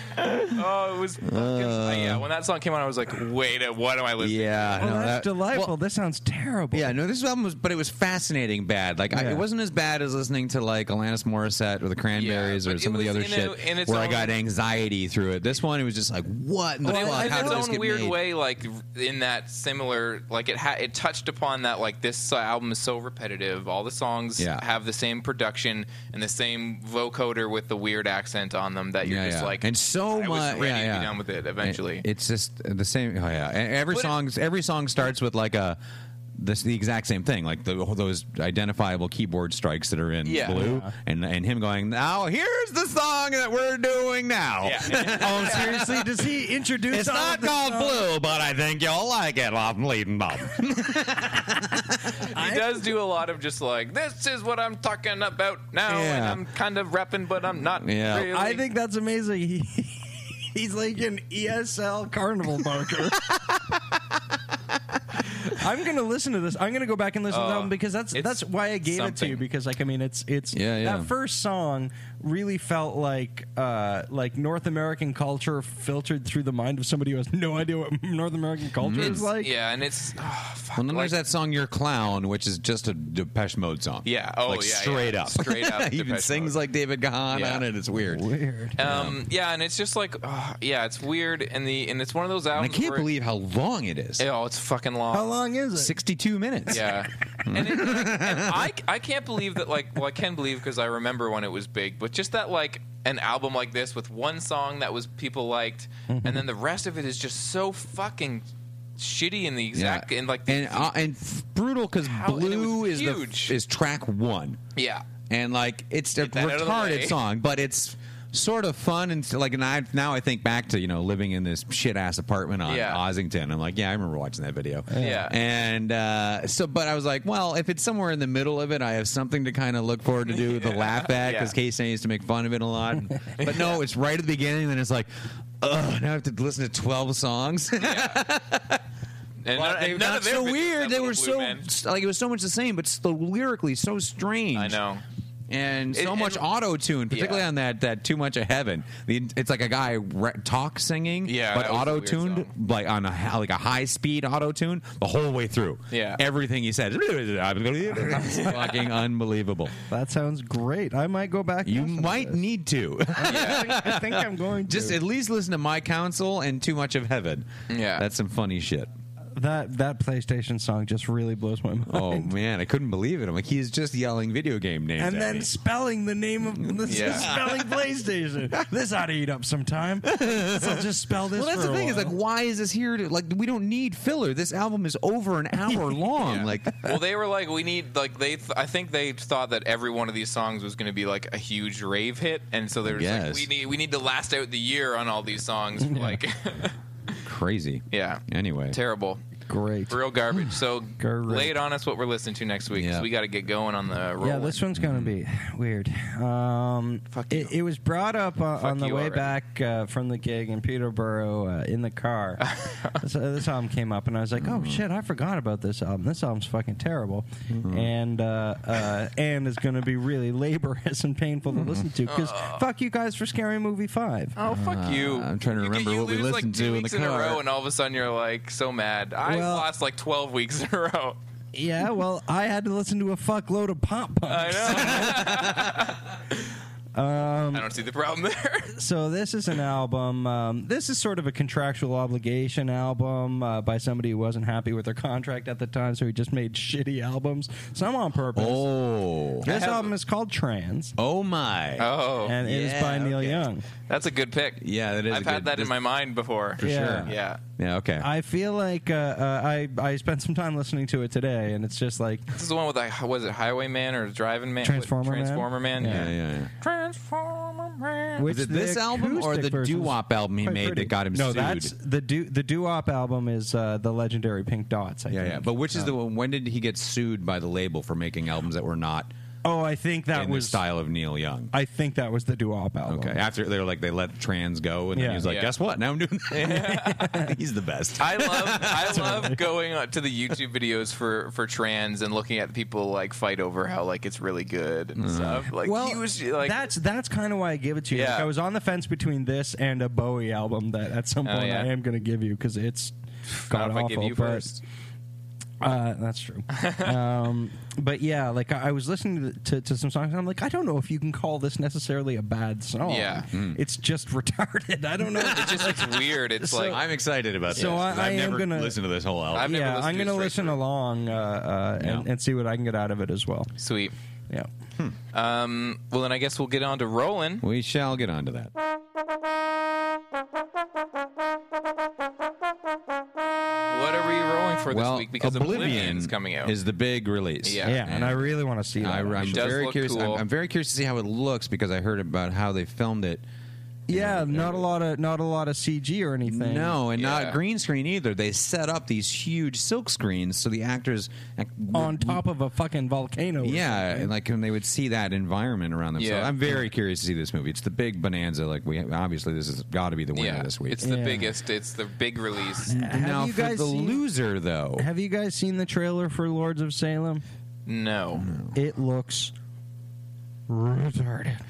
[SPEAKER 1] Oh, it was. fucking yeah, when that song came on, I was like, wait, uh, what am I listening?
[SPEAKER 3] Yeah,
[SPEAKER 2] Well,
[SPEAKER 3] no,
[SPEAKER 2] Oh, that's
[SPEAKER 3] that-
[SPEAKER 2] delightful.
[SPEAKER 3] well,
[SPEAKER 2] this sounds terrible.
[SPEAKER 3] yeah, no, this album was, but it was fascinating bad. Like, I,
[SPEAKER 2] Yeah.
[SPEAKER 3] it wasn't as bad as listening to like Alanis Morissette or the Cranberries
[SPEAKER 1] Yeah,
[SPEAKER 3] or
[SPEAKER 1] but
[SPEAKER 3] some
[SPEAKER 1] it
[SPEAKER 3] of the
[SPEAKER 1] was
[SPEAKER 3] other
[SPEAKER 1] in a-
[SPEAKER 3] shit
[SPEAKER 1] in its
[SPEAKER 3] where I
[SPEAKER 1] own-
[SPEAKER 3] got anxiety through it. This one, it was just like, what in the
[SPEAKER 1] But
[SPEAKER 3] fuck?
[SPEAKER 1] in
[SPEAKER 3] How
[SPEAKER 1] its
[SPEAKER 3] did this
[SPEAKER 1] own
[SPEAKER 3] get
[SPEAKER 1] weird
[SPEAKER 3] made?
[SPEAKER 1] way, like in that similar, like it ha- it touched upon that, like this album is so repetitive. All the songs
[SPEAKER 3] Yeah.
[SPEAKER 1] have the same production and the same vocoder with the weird accent on them that you're
[SPEAKER 3] Yeah,
[SPEAKER 1] just
[SPEAKER 3] yeah.
[SPEAKER 1] like,
[SPEAKER 3] and so
[SPEAKER 1] I was
[SPEAKER 3] much.
[SPEAKER 1] ready
[SPEAKER 3] yeah,
[SPEAKER 1] to be
[SPEAKER 3] yeah.
[SPEAKER 1] done with it eventually.
[SPEAKER 3] It- it's just the same. Oh yeah, and every
[SPEAKER 1] But it-
[SPEAKER 3] song every song starts with like a. This, the exact same thing, like the, those identifiable keyboard strikes that are in
[SPEAKER 1] Yeah.
[SPEAKER 3] blue, and and him going, now here's the song that we're doing now.
[SPEAKER 1] Yeah.
[SPEAKER 2] Oh, seriously? Does he introduce?
[SPEAKER 3] It's
[SPEAKER 2] all of
[SPEAKER 3] not
[SPEAKER 2] the
[SPEAKER 3] called
[SPEAKER 2] songs?
[SPEAKER 3] blue, but I think you'll like it. I'm leading Bob.
[SPEAKER 1] he does do a lot of just like this is what I'm talking about now, and
[SPEAKER 3] Yeah.
[SPEAKER 1] I'm kind of rapping, but I'm not.
[SPEAKER 3] Yeah.
[SPEAKER 1] really.
[SPEAKER 2] I think that's amazing. He, he's like an ESL carnival barker. I'm gonna listen to this. I'm gonna go back and
[SPEAKER 3] Oh,
[SPEAKER 2] listen to the album because that's
[SPEAKER 1] it's
[SPEAKER 2] that's why I gave it to
[SPEAKER 1] something.
[SPEAKER 2] you because like I mean it's it's
[SPEAKER 3] Yeah, yeah.
[SPEAKER 2] that first song really felt like uh like North American culture filtered through the mind of somebody who has no idea what North American culture
[SPEAKER 1] it's
[SPEAKER 2] is like.
[SPEAKER 1] yeah, and it's oh, fuck,
[SPEAKER 3] well, then there's
[SPEAKER 1] like-
[SPEAKER 3] that song "Your Clown," which is just a Depeche Mode song.
[SPEAKER 1] Yeah. Oh,
[SPEAKER 3] like
[SPEAKER 1] yeah,
[SPEAKER 3] straight
[SPEAKER 1] yeah.
[SPEAKER 3] up,
[SPEAKER 1] Straight up
[SPEAKER 3] he even
[SPEAKER 1] Depeche
[SPEAKER 3] sings
[SPEAKER 1] Mode.
[SPEAKER 3] like David Gahan
[SPEAKER 1] Yeah.
[SPEAKER 3] on it. It's weird.
[SPEAKER 2] Weird.
[SPEAKER 1] Um, yeah, and it's just like, oh, yeah, it's weird, and the and it's one of those
[SPEAKER 3] And I
[SPEAKER 1] albums.
[SPEAKER 3] can't
[SPEAKER 1] where-
[SPEAKER 3] believe how long it is.
[SPEAKER 1] Oh, it's fucking long.
[SPEAKER 2] How long is it?
[SPEAKER 3] 62 minutes.
[SPEAKER 1] Yeah, and, it, and I I can't believe that like well I can believe because I remember when it was big, but just that like an album like this with one song that was people liked, and then the rest of it is just so fucking shitty in the exact and like the,
[SPEAKER 3] and uh, and f- brutal because
[SPEAKER 1] How- and it
[SPEAKER 3] blue
[SPEAKER 1] was
[SPEAKER 3] is the
[SPEAKER 1] huge.
[SPEAKER 3] is track one,
[SPEAKER 1] yeah
[SPEAKER 3] and like it's a
[SPEAKER 1] that out of the way.
[SPEAKER 3] retarded song, but it's sort of fun and like and I now I think back to you know living in this shit ass apartment on
[SPEAKER 1] Yeah.
[SPEAKER 3] Ossington. I'm like, yeah, I remember watching that video.
[SPEAKER 1] Yeah.
[SPEAKER 3] and uh, so but I was like, well, if it's somewhere in the middle of it, I have something to kind of look forward to do the laugh at
[SPEAKER 1] Yeah.
[SPEAKER 3] because Casey used to make fun of it a lot. But no, it's right at the beginning, and then it's like. Ugh, now I have to listen to twelve songs.
[SPEAKER 1] and
[SPEAKER 3] Well,
[SPEAKER 1] none,
[SPEAKER 3] they
[SPEAKER 1] and
[SPEAKER 3] got
[SPEAKER 1] none of their
[SPEAKER 3] so
[SPEAKER 1] videos
[SPEAKER 3] weird.
[SPEAKER 1] have
[SPEAKER 3] They
[SPEAKER 1] Little
[SPEAKER 3] were
[SPEAKER 1] Blue
[SPEAKER 3] so
[SPEAKER 1] Men.
[SPEAKER 3] s- like it was so much the same, but still lyrically so strange.
[SPEAKER 1] I know.
[SPEAKER 3] And
[SPEAKER 1] And-
[SPEAKER 3] so
[SPEAKER 1] and-
[SPEAKER 3] much auto tune, particularly
[SPEAKER 1] Yeah.
[SPEAKER 3] on that that too much of heaven. The, it's like a guy re- talk singing,
[SPEAKER 1] Yeah,
[SPEAKER 3] but
[SPEAKER 1] that was a
[SPEAKER 3] auto
[SPEAKER 1] weird
[SPEAKER 3] tuned
[SPEAKER 1] song.
[SPEAKER 3] like on a hi- like a high speed auto tune the whole way through.
[SPEAKER 1] Yeah.
[SPEAKER 3] everything he said, fucking unbelievable.
[SPEAKER 2] That sounds great. I might go back. and
[SPEAKER 3] You
[SPEAKER 2] listen to
[SPEAKER 3] might
[SPEAKER 2] this.
[SPEAKER 3] need to
[SPEAKER 2] I think- I think I'm going to.
[SPEAKER 3] just at least listen to my counsel and too much of heaven.
[SPEAKER 1] Yeah.
[SPEAKER 3] that's some funny shit.
[SPEAKER 2] that that PlayStation song just really blows my mind.
[SPEAKER 3] Oh man, I couldn't believe it. I'm like, he's just yelling video game names.
[SPEAKER 2] and
[SPEAKER 3] at
[SPEAKER 2] then
[SPEAKER 3] me.
[SPEAKER 2] spelling the name of this
[SPEAKER 1] Yeah.
[SPEAKER 2] is spelling PlayStation. This ought to eat up some time. So just spell this.
[SPEAKER 3] Well, that's
[SPEAKER 2] for
[SPEAKER 3] the
[SPEAKER 2] a
[SPEAKER 3] thing is
[SPEAKER 2] while.
[SPEAKER 3] like, why is this here? To, like, we don't need filler. This album is over an hour long. Like,
[SPEAKER 1] well they were like we need like they th- i think they thought that every one of these songs was going to be like a huge rave hit and so they were just like
[SPEAKER 3] guess.
[SPEAKER 1] we need we need to last out the year on all these songs like
[SPEAKER 3] crazy.
[SPEAKER 1] yeah
[SPEAKER 3] Anyway,
[SPEAKER 1] terrible
[SPEAKER 2] great.
[SPEAKER 1] real garbage so
[SPEAKER 2] Great.
[SPEAKER 1] lay it on us what we're listening to next week 'cause
[SPEAKER 3] Yeah.
[SPEAKER 1] we got to get going on the roll
[SPEAKER 2] Yeah, this one's gonna be weird. Um,
[SPEAKER 1] Fuck
[SPEAKER 2] it, it was brought up on, on the
[SPEAKER 1] you
[SPEAKER 2] way
[SPEAKER 1] already.
[SPEAKER 2] back uh, from the gig in Peterborough uh, in the car. this, uh, this album came up, and I was like, "Oh shit, I forgot about this album. This album's fucking terrible, and uh, uh, and is gonna be really laborious and painful to listen to because fuck you guys for Scary Movie Five.
[SPEAKER 1] Oh fuck you!
[SPEAKER 3] Uh, I'm trying to
[SPEAKER 1] You get-
[SPEAKER 3] remember
[SPEAKER 1] you
[SPEAKER 3] what we
[SPEAKER 1] lose,
[SPEAKER 3] listened
[SPEAKER 1] like, two
[SPEAKER 3] to in
[SPEAKER 1] weeks
[SPEAKER 3] the
[SPEAKER 1] in a
[SPEAKER 3] car.
[SPEAKER 1] row, and all of a sudden you're like so mad. I
[SPEAKER 2] Well-
[SPEAKER 1] lost like 12 weeks in a row.
[SPEAKER 2] Yeah, well, I had to listen to a fuckload of pop
[SPEAKER 1] I
[SPEAKER 2] punks.
[SPEAKER 1] know.
[SPEAKER 3] Um,
[SPEAKER 1] I don't see the problem there.
[SPEAKER 2] So this is an album. Um, this is sort of a contractual obligation album uh, by somebody who wasn't happy with their contract at the time, so he just made shitty albums, some on purpose.
[SPEAKER 3] oh,
[SPEAKER 2] this album is called Trans,
[SPEAKER 3] oh my.
[SPEAKER 1] Oh,
[SPEAKER 2] and it is
[SPEAKER 3] yeah,
[SPEAKER 2] by Neil
[SPEAKER 3] okay.
[SPEAKER 2] Young.
[SPEAKER 1] that's a good pick.
[SPEAKER 3] Yeah, that is
[SPEAKER 1] I've
[SPEAKER 3] a
[SPEAKER 1] had
[SPEAKER 3] good-
[SPEAKER 1] that in
[SPEAKER 3] this-
[SPEAKER 1] my mind before. For
[SPEAKER 2] Yeah. sure.
[SPEAKER 1] Yeah.
[SPEAKER 3] Yeah. Okay.
[SPEAKER 2] I feel like uh, uh, I I spent some time listening to it today, and it's just like
[SPEAKER 1] This is the one with like was it Highwayman or Driving Man?
[SPEAKER 2] Transformer
[SPEAKER 1] What-
[SPEAKER 2] Man?
[SPEAKER 1] Transformer Man.
[SPEAKER 3] yeah. Yeah. yeah.
[SPEAKER 1] Transformer Man.
[SPEAKER 2] which
[SPEAKER 3] Is it
[SPEAKER 2] the
[SPEAKER 3] this album or the
[SPEAKER 2] acoustic version's
[SPEAKER 3] doo-wop album he
[SPEAKER 2] quite
[SPEAKER 3] made that got him
[SPEAKER 2] No,
[SPEAKER 3] sued?
[SPEAKER 2] that's the do the doo wop album is uh, the legendary Pink Dots. I
[SPEAKER 3] Yeah.
[SPEAKER 2] think.
[SPEAKER 3] Yeah. But which is the one? When did he get sued by the label for making albums that were not
[SPEAKER 2] Oh, I think that
[SPEAKER 3] in
[SPEAKER 2] was
[SPEAKER 3] the style of Neil Young.
[SPEAKER 2] I think that was the doo wop album.
[SPEAKER 3] Okay. After they were like they let trans go, and then
[SPEAKER 2] Yeah.
[SPEAKER 3] he was like,
[SPEAKER 1] Yeah.
[SPEAKER 3] "Guess what? Now I'm doing that." He's the best.
[SPEAKER 1] I love I love going on to the YouTube videos for for trans and looking at people like fight over how like it's really good and stuff. Like
[SPEAKER 2] Well,
[SPEAKER 1] he was like
[SPEAKER 2] that's that's kind of why I give it to you.
[SPEAKER 1] Yeah.
[SPEAKER 2] Like, I was on the fence between this and a Bowie album that at some
[SPEAKER 1] Oh,
[SPEAKER 2] point
[SPEAKER 1] yeah.
[SPEAKER 2] I am going to give you because it's
[SPEAKER 1] I
[SPEAKER 2] god
[SPEAKER 1] don't know if
[SPEAKER 2] awful.
[SPEAKER 1] I give you
[SPEAKER 2] but,
[SPEAKER 1] first.
[SPEAKER 2] Uh, that's true. um, but yeah, like I, I was listening to, to, to some songs, and I'm like, I don't know if you can call this necessarily a bad song.
[SPEAKER 1] Yeah. Hmm.
[SPEAKER 2] it's just retarded. I don't know.
[SPEAKER 1] It's just it's weird. It's like
[SPEAKER 3] I'm excited about
[SPEAKER 2] So
[SPEAKER 3] this.
[SPEAKER 2] I-
[SPEAKER 3] 'cause
[SPEAKER 2] I
[SPEAKER 3] I've
[SPEAKER 2] am
[SPEAKER 3] never
[SPEAKER 2] gonna-
[SPEAKER 3] listened to this whole album.
[SPEAKER 1] I've never
[SPEAKER 2] yeah,
[SPEAKER 1] listened
[SPEAKER 2] I'm
[SPEAKER 1] to it
[SPEAKER 2] going to
[SPEAKER 1] straight
[SPEAKER 2] listen
[SPEAKER 1] through.
[SPEAKER 2] along uh, uh, and,
[SPEAKER 3] Yeah.
[SPEAKER 2] and see what I can get out of it as well.
[SPEAKER 1] sweet.
[SPEAKER 2] Yeah.
[SPEAKER 1] Um, well, then I guess we'll get on to rolling.
[SPEAKER 3] we shall get onto that.
[SPEAKER 1] What are we rolling for
[SPEAKER 3] well,
[SPEAKER 1] this week? Because
[SPEAKER 3] Oblivion,
[SPEAKER 1] is coming out.
[SPEAKER 3] Is the big release?
[SPEAKER 1] Yeah.
[SPEAKER 2] yeah, and I really want to see that.
[SPEAKER 3] I, am
[SPEAKER 1] does
[SPEAKER 3] very
[SPEAKER 1] look
[SPEAKER 3] curious.
[SPEAKER 1] cool.
[SPEAKER 3] I'm, I'm very curious to see how it looks because I heard about how they filmed it.
[SPEAKER 2] yeah, not a lot of not a lot of CG or anything.
[SPEAKER 3] No, and
[SPEAKER 1] Yeah.
[SPEAKER 3] not green screen either. They set up these huge silk screens so the actors act-
[SPEAKER 2] on top of a fucking volcano. or
[SPEAKER 3] Yeah,
[SPEAKER 2] something.
[SPEAKER 3] and like and they would see that environment around them.
[SPEAKER 1] Yeah.
[SPEAKER 3] So I'm very curious to see this movie. It's the big bonanza. Like we obviously this has got to be the winner
[SPEAKER 1] yeah,
[SPEAKER 3] this week.
[SPEAKER 1] it's the
[SPEAKER 2] Yeah.
[SPEAKER 1] biggest. It's the big release.
[SPEAKER 2] Have
[SPEAKER 3] now
[SPEAKER 2] you
[SPEAKER 3] for
[SPEAKER 2] guys
[SPEAKER 3] the
[SPEAKER 2] seen-
[SPEAKER 3] loser though.
[SPEAKER 2] Have you guys seen the trailer for Lords of Salem?
[SPEAKER 1] No,
[SPEAKER 2] It looks retarded.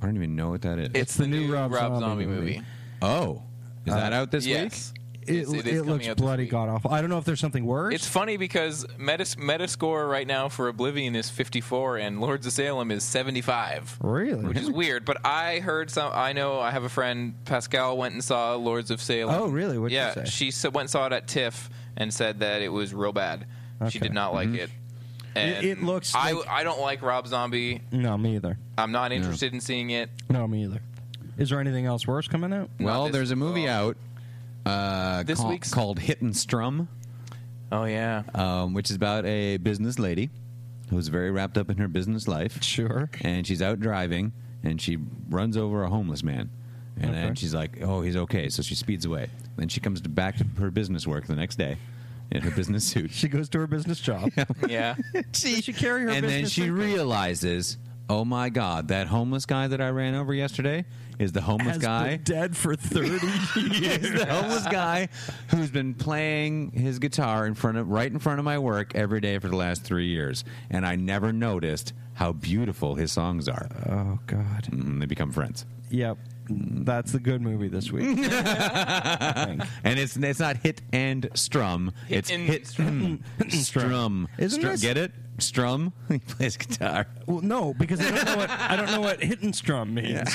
[SPEAKER 3] I don't even know what that is.
[SPEAKER 1] it's the, new, Rob, Zombie, movie.
[SPEAKER 3] oh, is
[SPEAKER 2] Uh,
[SPEAKER 3] that out this
[SPEAKER 1] Yes,
[SPEAKER 2] It,
[SPEAKER 1] It's-
[SPEAKER 2] it,
[SPEAKER 1] is coming
[SPEAKER 2] looks
[SPEAKER 1] out this
[SPEAKER 2] bloody
[SPEAKER 1] week.
[SPEAKER 2] god awful. I don't know if there's something worse.
[SPEAKER 1] It's funny because Metas- Metascore right now for Oblivion is 54 and Lords of Salem is 75.
[SPEAKER 2] Really?
[SPEAKER 1] Which is weird, but I heard some. I know I have a friend, Pascal, went and saw Lords of Salem.
[SPEAKER 2] Oh, really? What'd
[SPEAKER 1] yeah,
[SPEAKER 2] you say?
[SPEAKER 1] she s- went and saw it at TIFF and said that it was real bad. She did not like it. And
[SPEAKER 2] Mm-hmm. it looks
[SPEAKER 1] I,
[SPEAKER 2] like-
[SPEAKER 1] I don't like Rob Zombie.
[SPEAKER 2] no, me either.
[SPEAKER 1] I'm not interested in seeing it.
[SPEAKER 2] No, me either. Is there anything else worse coming out?
[SPEAKER 3] week? Well,
[SPEAKER 1] this
[SPEAKER 3] there's a movie out uh,
[SPEAKER 1] This
[SPEAKER 3] call-
[SPEAKER 1] week's-
[SPEAKER 3] called Hit and Strum.
[SPEAKER 1] Oh yeah.
[SPEAKER 3] um, which is about a business lady who's very wrapped up in her business life.
[SPEAKER 2] Sure.
[SPEAKER 3] And she's out driving and she runs over a homeless man. And
[SPEAKER 2] Okay.
[SPEAKER 3] then she's like, oh, he's okay. So she speeds away. Then she comes to- back to her business work the next day in her business suit.
[SPEAKER 2] She goes to her business job.
[SPEAKER 1] yeah.
[SPEAKER 2] Does she carry her
[SPEAKER 3] and then
[SPEAKER 2] business
[SPEAKER 3] she
[SPEAKER 2] suit?
[SPEAKER 3] realizes, oh my God, that homeless guy that I ran over yesterday is the homeless
[SPEAKER 2] Has
[SPEAKER 3] guy.
[SPEAKER 2] been dead for thirty
[SPEAKER 3] is
[SPEAKER 2] years.
[SPEAKER 3] the homeless guy who's been playing his guitar in front of right in front of my work every day for the last three years, and I never noticed how beautiful his songs are.
[SPEAKER 2] oh god.
[SPEAKER 3] Mm, they become friends,
[SPEAKER 2] Yep. That's the good movie this week. I think.
[SPEAKER 3] and it's it's not hit and strum.
[SPEAKER 1] Hit
[SPEAKER 3] it's
[SPEAKER 1] and
[SPEAKER 3] hit
[SPEAKER 1] strum.
[SPEAKER 3] and strum.
[SPEAKER 2] Isn't
[SPEAKER 3] Strum-
[SPEAKER 2] this-
[SPEAKER 3] get it? Strum. he plays guitar.
[SPEAKER 2] Well, no, because I don't know what I don't know what hit and strum means.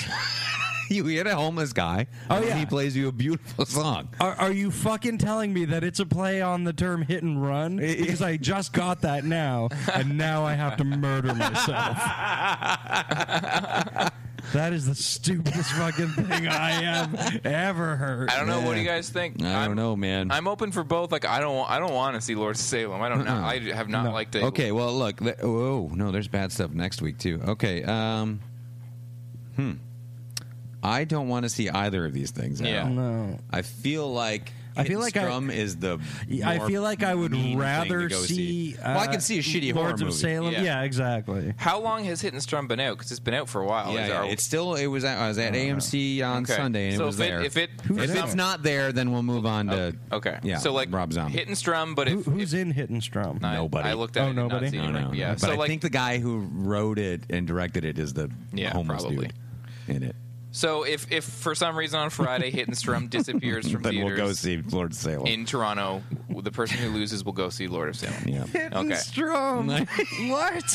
[SPEAKER 3] You hit a homeless guy.
[SPEAKER 2] Oh,
[SPEAKER 3] and
[SPEAKER 2] yeah.
[SPEAKER 3] He plays you a beautiful song.
[SPEAKER 2] Are, are you fucking telling me that it's a play on the term hit and run? Because I just got that now, and now I have to murder myself. that is the stupidest fucking thing I have ever heard.
[SPEAKER 1] I don't know. What do you guys think?
[SPEAKER 3] I don't
[SPEAKER 1] I'm-
[SPEAKER 3] know, man.
[SPEAKER 1] I'm open for both. Like I don't. I don't want to see Lords of Salem. I
[SPEAKER 2] Uh-uh.
[SPEAKER 1] don't know. I have not liked it.
[SPEAKER 3] Okay, well, look. th- oh no, there's bad stuff next week too. Okay. Um, hmm. I don't want to see either of these things. at
[SPEAKER 1] Yeah.
[SPEAKER 3] all.
[SPEAKER 2] No.
[SPEAKER 3] I feel like.
[SPEAKER 2] I
[SPEAKER 3] Hit
[SPEAKER 2] feel
[SPEAKER 3] and
[SPEAKER 2] like I-
[SPEAKER 3] Strum is the.
[SPEAKER 2] I
[SPEAKER 3] more
[SPEAKER 2] feel like I would
[SPEAKER 3] mean thing to
[SPEAKER 2] rather
[SPEAKER 3] go
[SPEAKER 2] see.
[SPEAKER 3] well, I
[SPEAKER 2] uh,
[SPEAKER 3] can see a shitty horror
[SPEAKER 2] Lords
[SPEAKER 3] movie.
[SPEAKER 2] of Salem.
[SPEAKER 1] Yeah.
[SPEAKER 2] Yeah. exactly.
[SPEAKER 1] How long has Hit and Strum been out? Because it's been out for a while.
[SPEAKER 3] Yeah,
[SPEAKER 1] Is
[SPEAKER 3] yeah,
[SPEAKER 1] our-
[SPEAKER 3] it's still. It was. At, I was at AMC on
[SPEAKER 1] Okay.
[SPEAKER 3] Sunday, and
[SPEAKER 1] So
[SPEAKER 3] it was
[SPEAKER 1] if it-
[SPEAKER 3] there.
[SPEAKER 1] if it- Who
[SPEAKER 3] if
[SPEAKER 1] knows?
[SPEAKER 3] it's not there, then we'll move on to.
[SPEAKER 1] okay.
[SPEAKER 3] Yeah.
[SPEAKER 1] So like
[SPEAKER 3] Rob Zombie.
[SPEAKER 1] Hit and Strum, but
[SPEAKER 2] Who,
[SPEAKER 1] if,
[SPEAKER 2] who's
[SPEAKER 1] if
[SPEAKER 2] in hit and strum?
[SPEAKER 1] I-
[SPEAKER 3] Nobody.
[SPEAKER 1] I, looked at
[SPEAKER 2] Oh,
[SPEAKER 1] it. and not
[SPEAKER 2] nobody?
[SPEAKER 1] seen
[SPEAKER 3] I
[SPEAKER 1] it.
[SPEAKER 3] don't know.
[SPEAKER 1] Yeah.
[SPEAKER 3] But
[SPEAKER 1] so
[SPEAKER 3] I
[SPEAKER 1] like
[SPEAKER 3] think the guy who wrote it and directed it is the
[SPEAKER 1] Yeah,
[SPEAKER 3] homeless
[SPEAKER 1] probably.
[SPEAKER 3] dude in it.
[SPEAKER 1] so if if for some reason on Friday Hit and Strum disappears from
[SPEAKER 3] Then
[SPEAKER 1] theaters
[SPEAKER 3] we'll go see Lord Salem.
[SPEAKER 1] in Toronto, the person who loses will go see Lord of Salem.
[SPEAKER 3] yeah.
[SPEAKER 1] Okay.
[SPEAKER 2] Strum. what?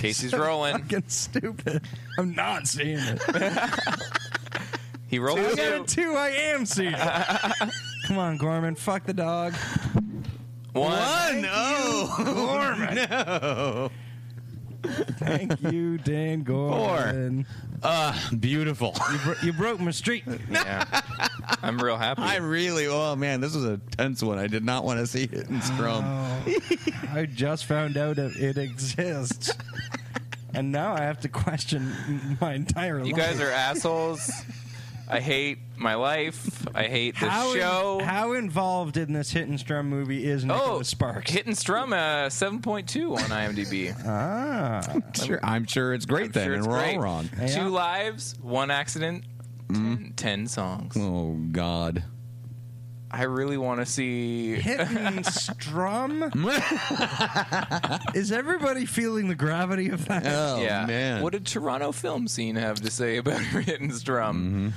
[SPEAKER 1] Casey's rolling.
[SPEAKER 2] fucking stupid. I'm not seeing it.
[SPEAKER 1] He rolled a
[SPEAKER 2] I
[SPEAKER 1] two.
[SPEAKER 2] got a two. I am seeing it. Come on, Gorman. Fuck the dog.
[SPEAKER 1] One.
[SPEAKER 3] Oh,
[SPEAKER 2] Thank you, Dan Gorman.
[SPEAKER 3] beautiful.
[SPEAKER 2] Bro- You broke my streak.
[SPEAKER 1] Yeah. I'm real happy.
[SPEAKER 3] I really, oh man, this was a tense one. I did not want to see it in Scrum.
[SPEAKER 2] I just found out it, it exists. And now I have to question my entire
[SPEAKER 1] you
[SPEAKER 2] life.
[SPEAKER 1] guys are assholes. I hate my life. I hate this
[SPEAKER 2] How, in-
[SPEAKER 1] show.
[SPEAKER 2] how involved in this hit and strum movie is Nicholas
[SPEAKER 1] oh,
[SPEAKER 2] Sparks?
[SPEAKER 1] Hit and Strum, uh, 7.2 on IMDb.
[SPEAKER 3] Sure, I'm sure it's great then,
[SPEAKER 1] Sure,
[SPEAKER 3] and
[SPEAKER 1] it's
[SPEAKER 3] we're
[SPEAKER 1] great.
[SPEAKER 3] all wrong.
[SPEAKER 2] Yeah.
[SPEAKER 1] Two lives, one accident,
[SPEAKER 2] Mm-hmm.
[SPEAKER 1] ten, ten songs.
[SPEAKER 3] Oh God.
[SPEAKER 1] I really want to see.
[SPEAKER 2] Hit and strum? is everybody feeling the gravity of that?
[SPEAKER 3] Oh
[SPEAKER 1] yeah.
[SPEAKER 3] man.
[SPEAKER 1] What did Toronto film scene have to say about Hit and Strum? Uh,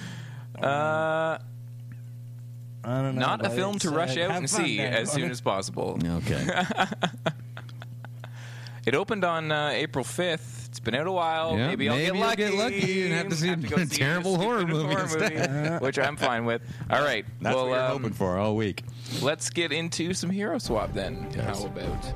[SPEAKER 2] Mm-hmm. I don't know.
[SPEAKER 1] not a
[SPEAKER 2] but
[SPEAKER 1] film
[SPEAKER 2] it's,
[SPEAKER 1] to
[SPEAKER 2] uh,
[SPEAKER 1] rush out
[SPEAKER 2] have
[SPEAKER 1] and
[SPEAKER 2] fun
[SPEAKER 1] see
[SPEAKER 2] now.
[SPEAKER 1] as soon as possible.
[SPEAKER 3] okay.
[SPEAKER 1] It opened on uh, April 5th. It's been out a while.
[SPEAKER 3] Yeah,
[SPEAKER 1] maybe I'll
[SPEAKER 3] maybe
[SPEAKER 1] get
[SPEAKER 3] you'll
[SPEAKER 1] lucky.
[SPEAKER 3] get lucky and have to see a
[SPEAKER 1] go see
[SPEAKER 3] terrible horror
[SPEAKER 1] stupid
[SPEAKER 3] movie
[SPEAKER 1] movie, which I'm fine with. All right.
[SPEAKER 3] That's
[SPEAKER 1] well,
[SPEAKER 3] what we we're
[SPEAKER 1] um,
[SPEAKER 3] hoping for all week.
[SPEAKER 1] let's get into some hero swap then. How about?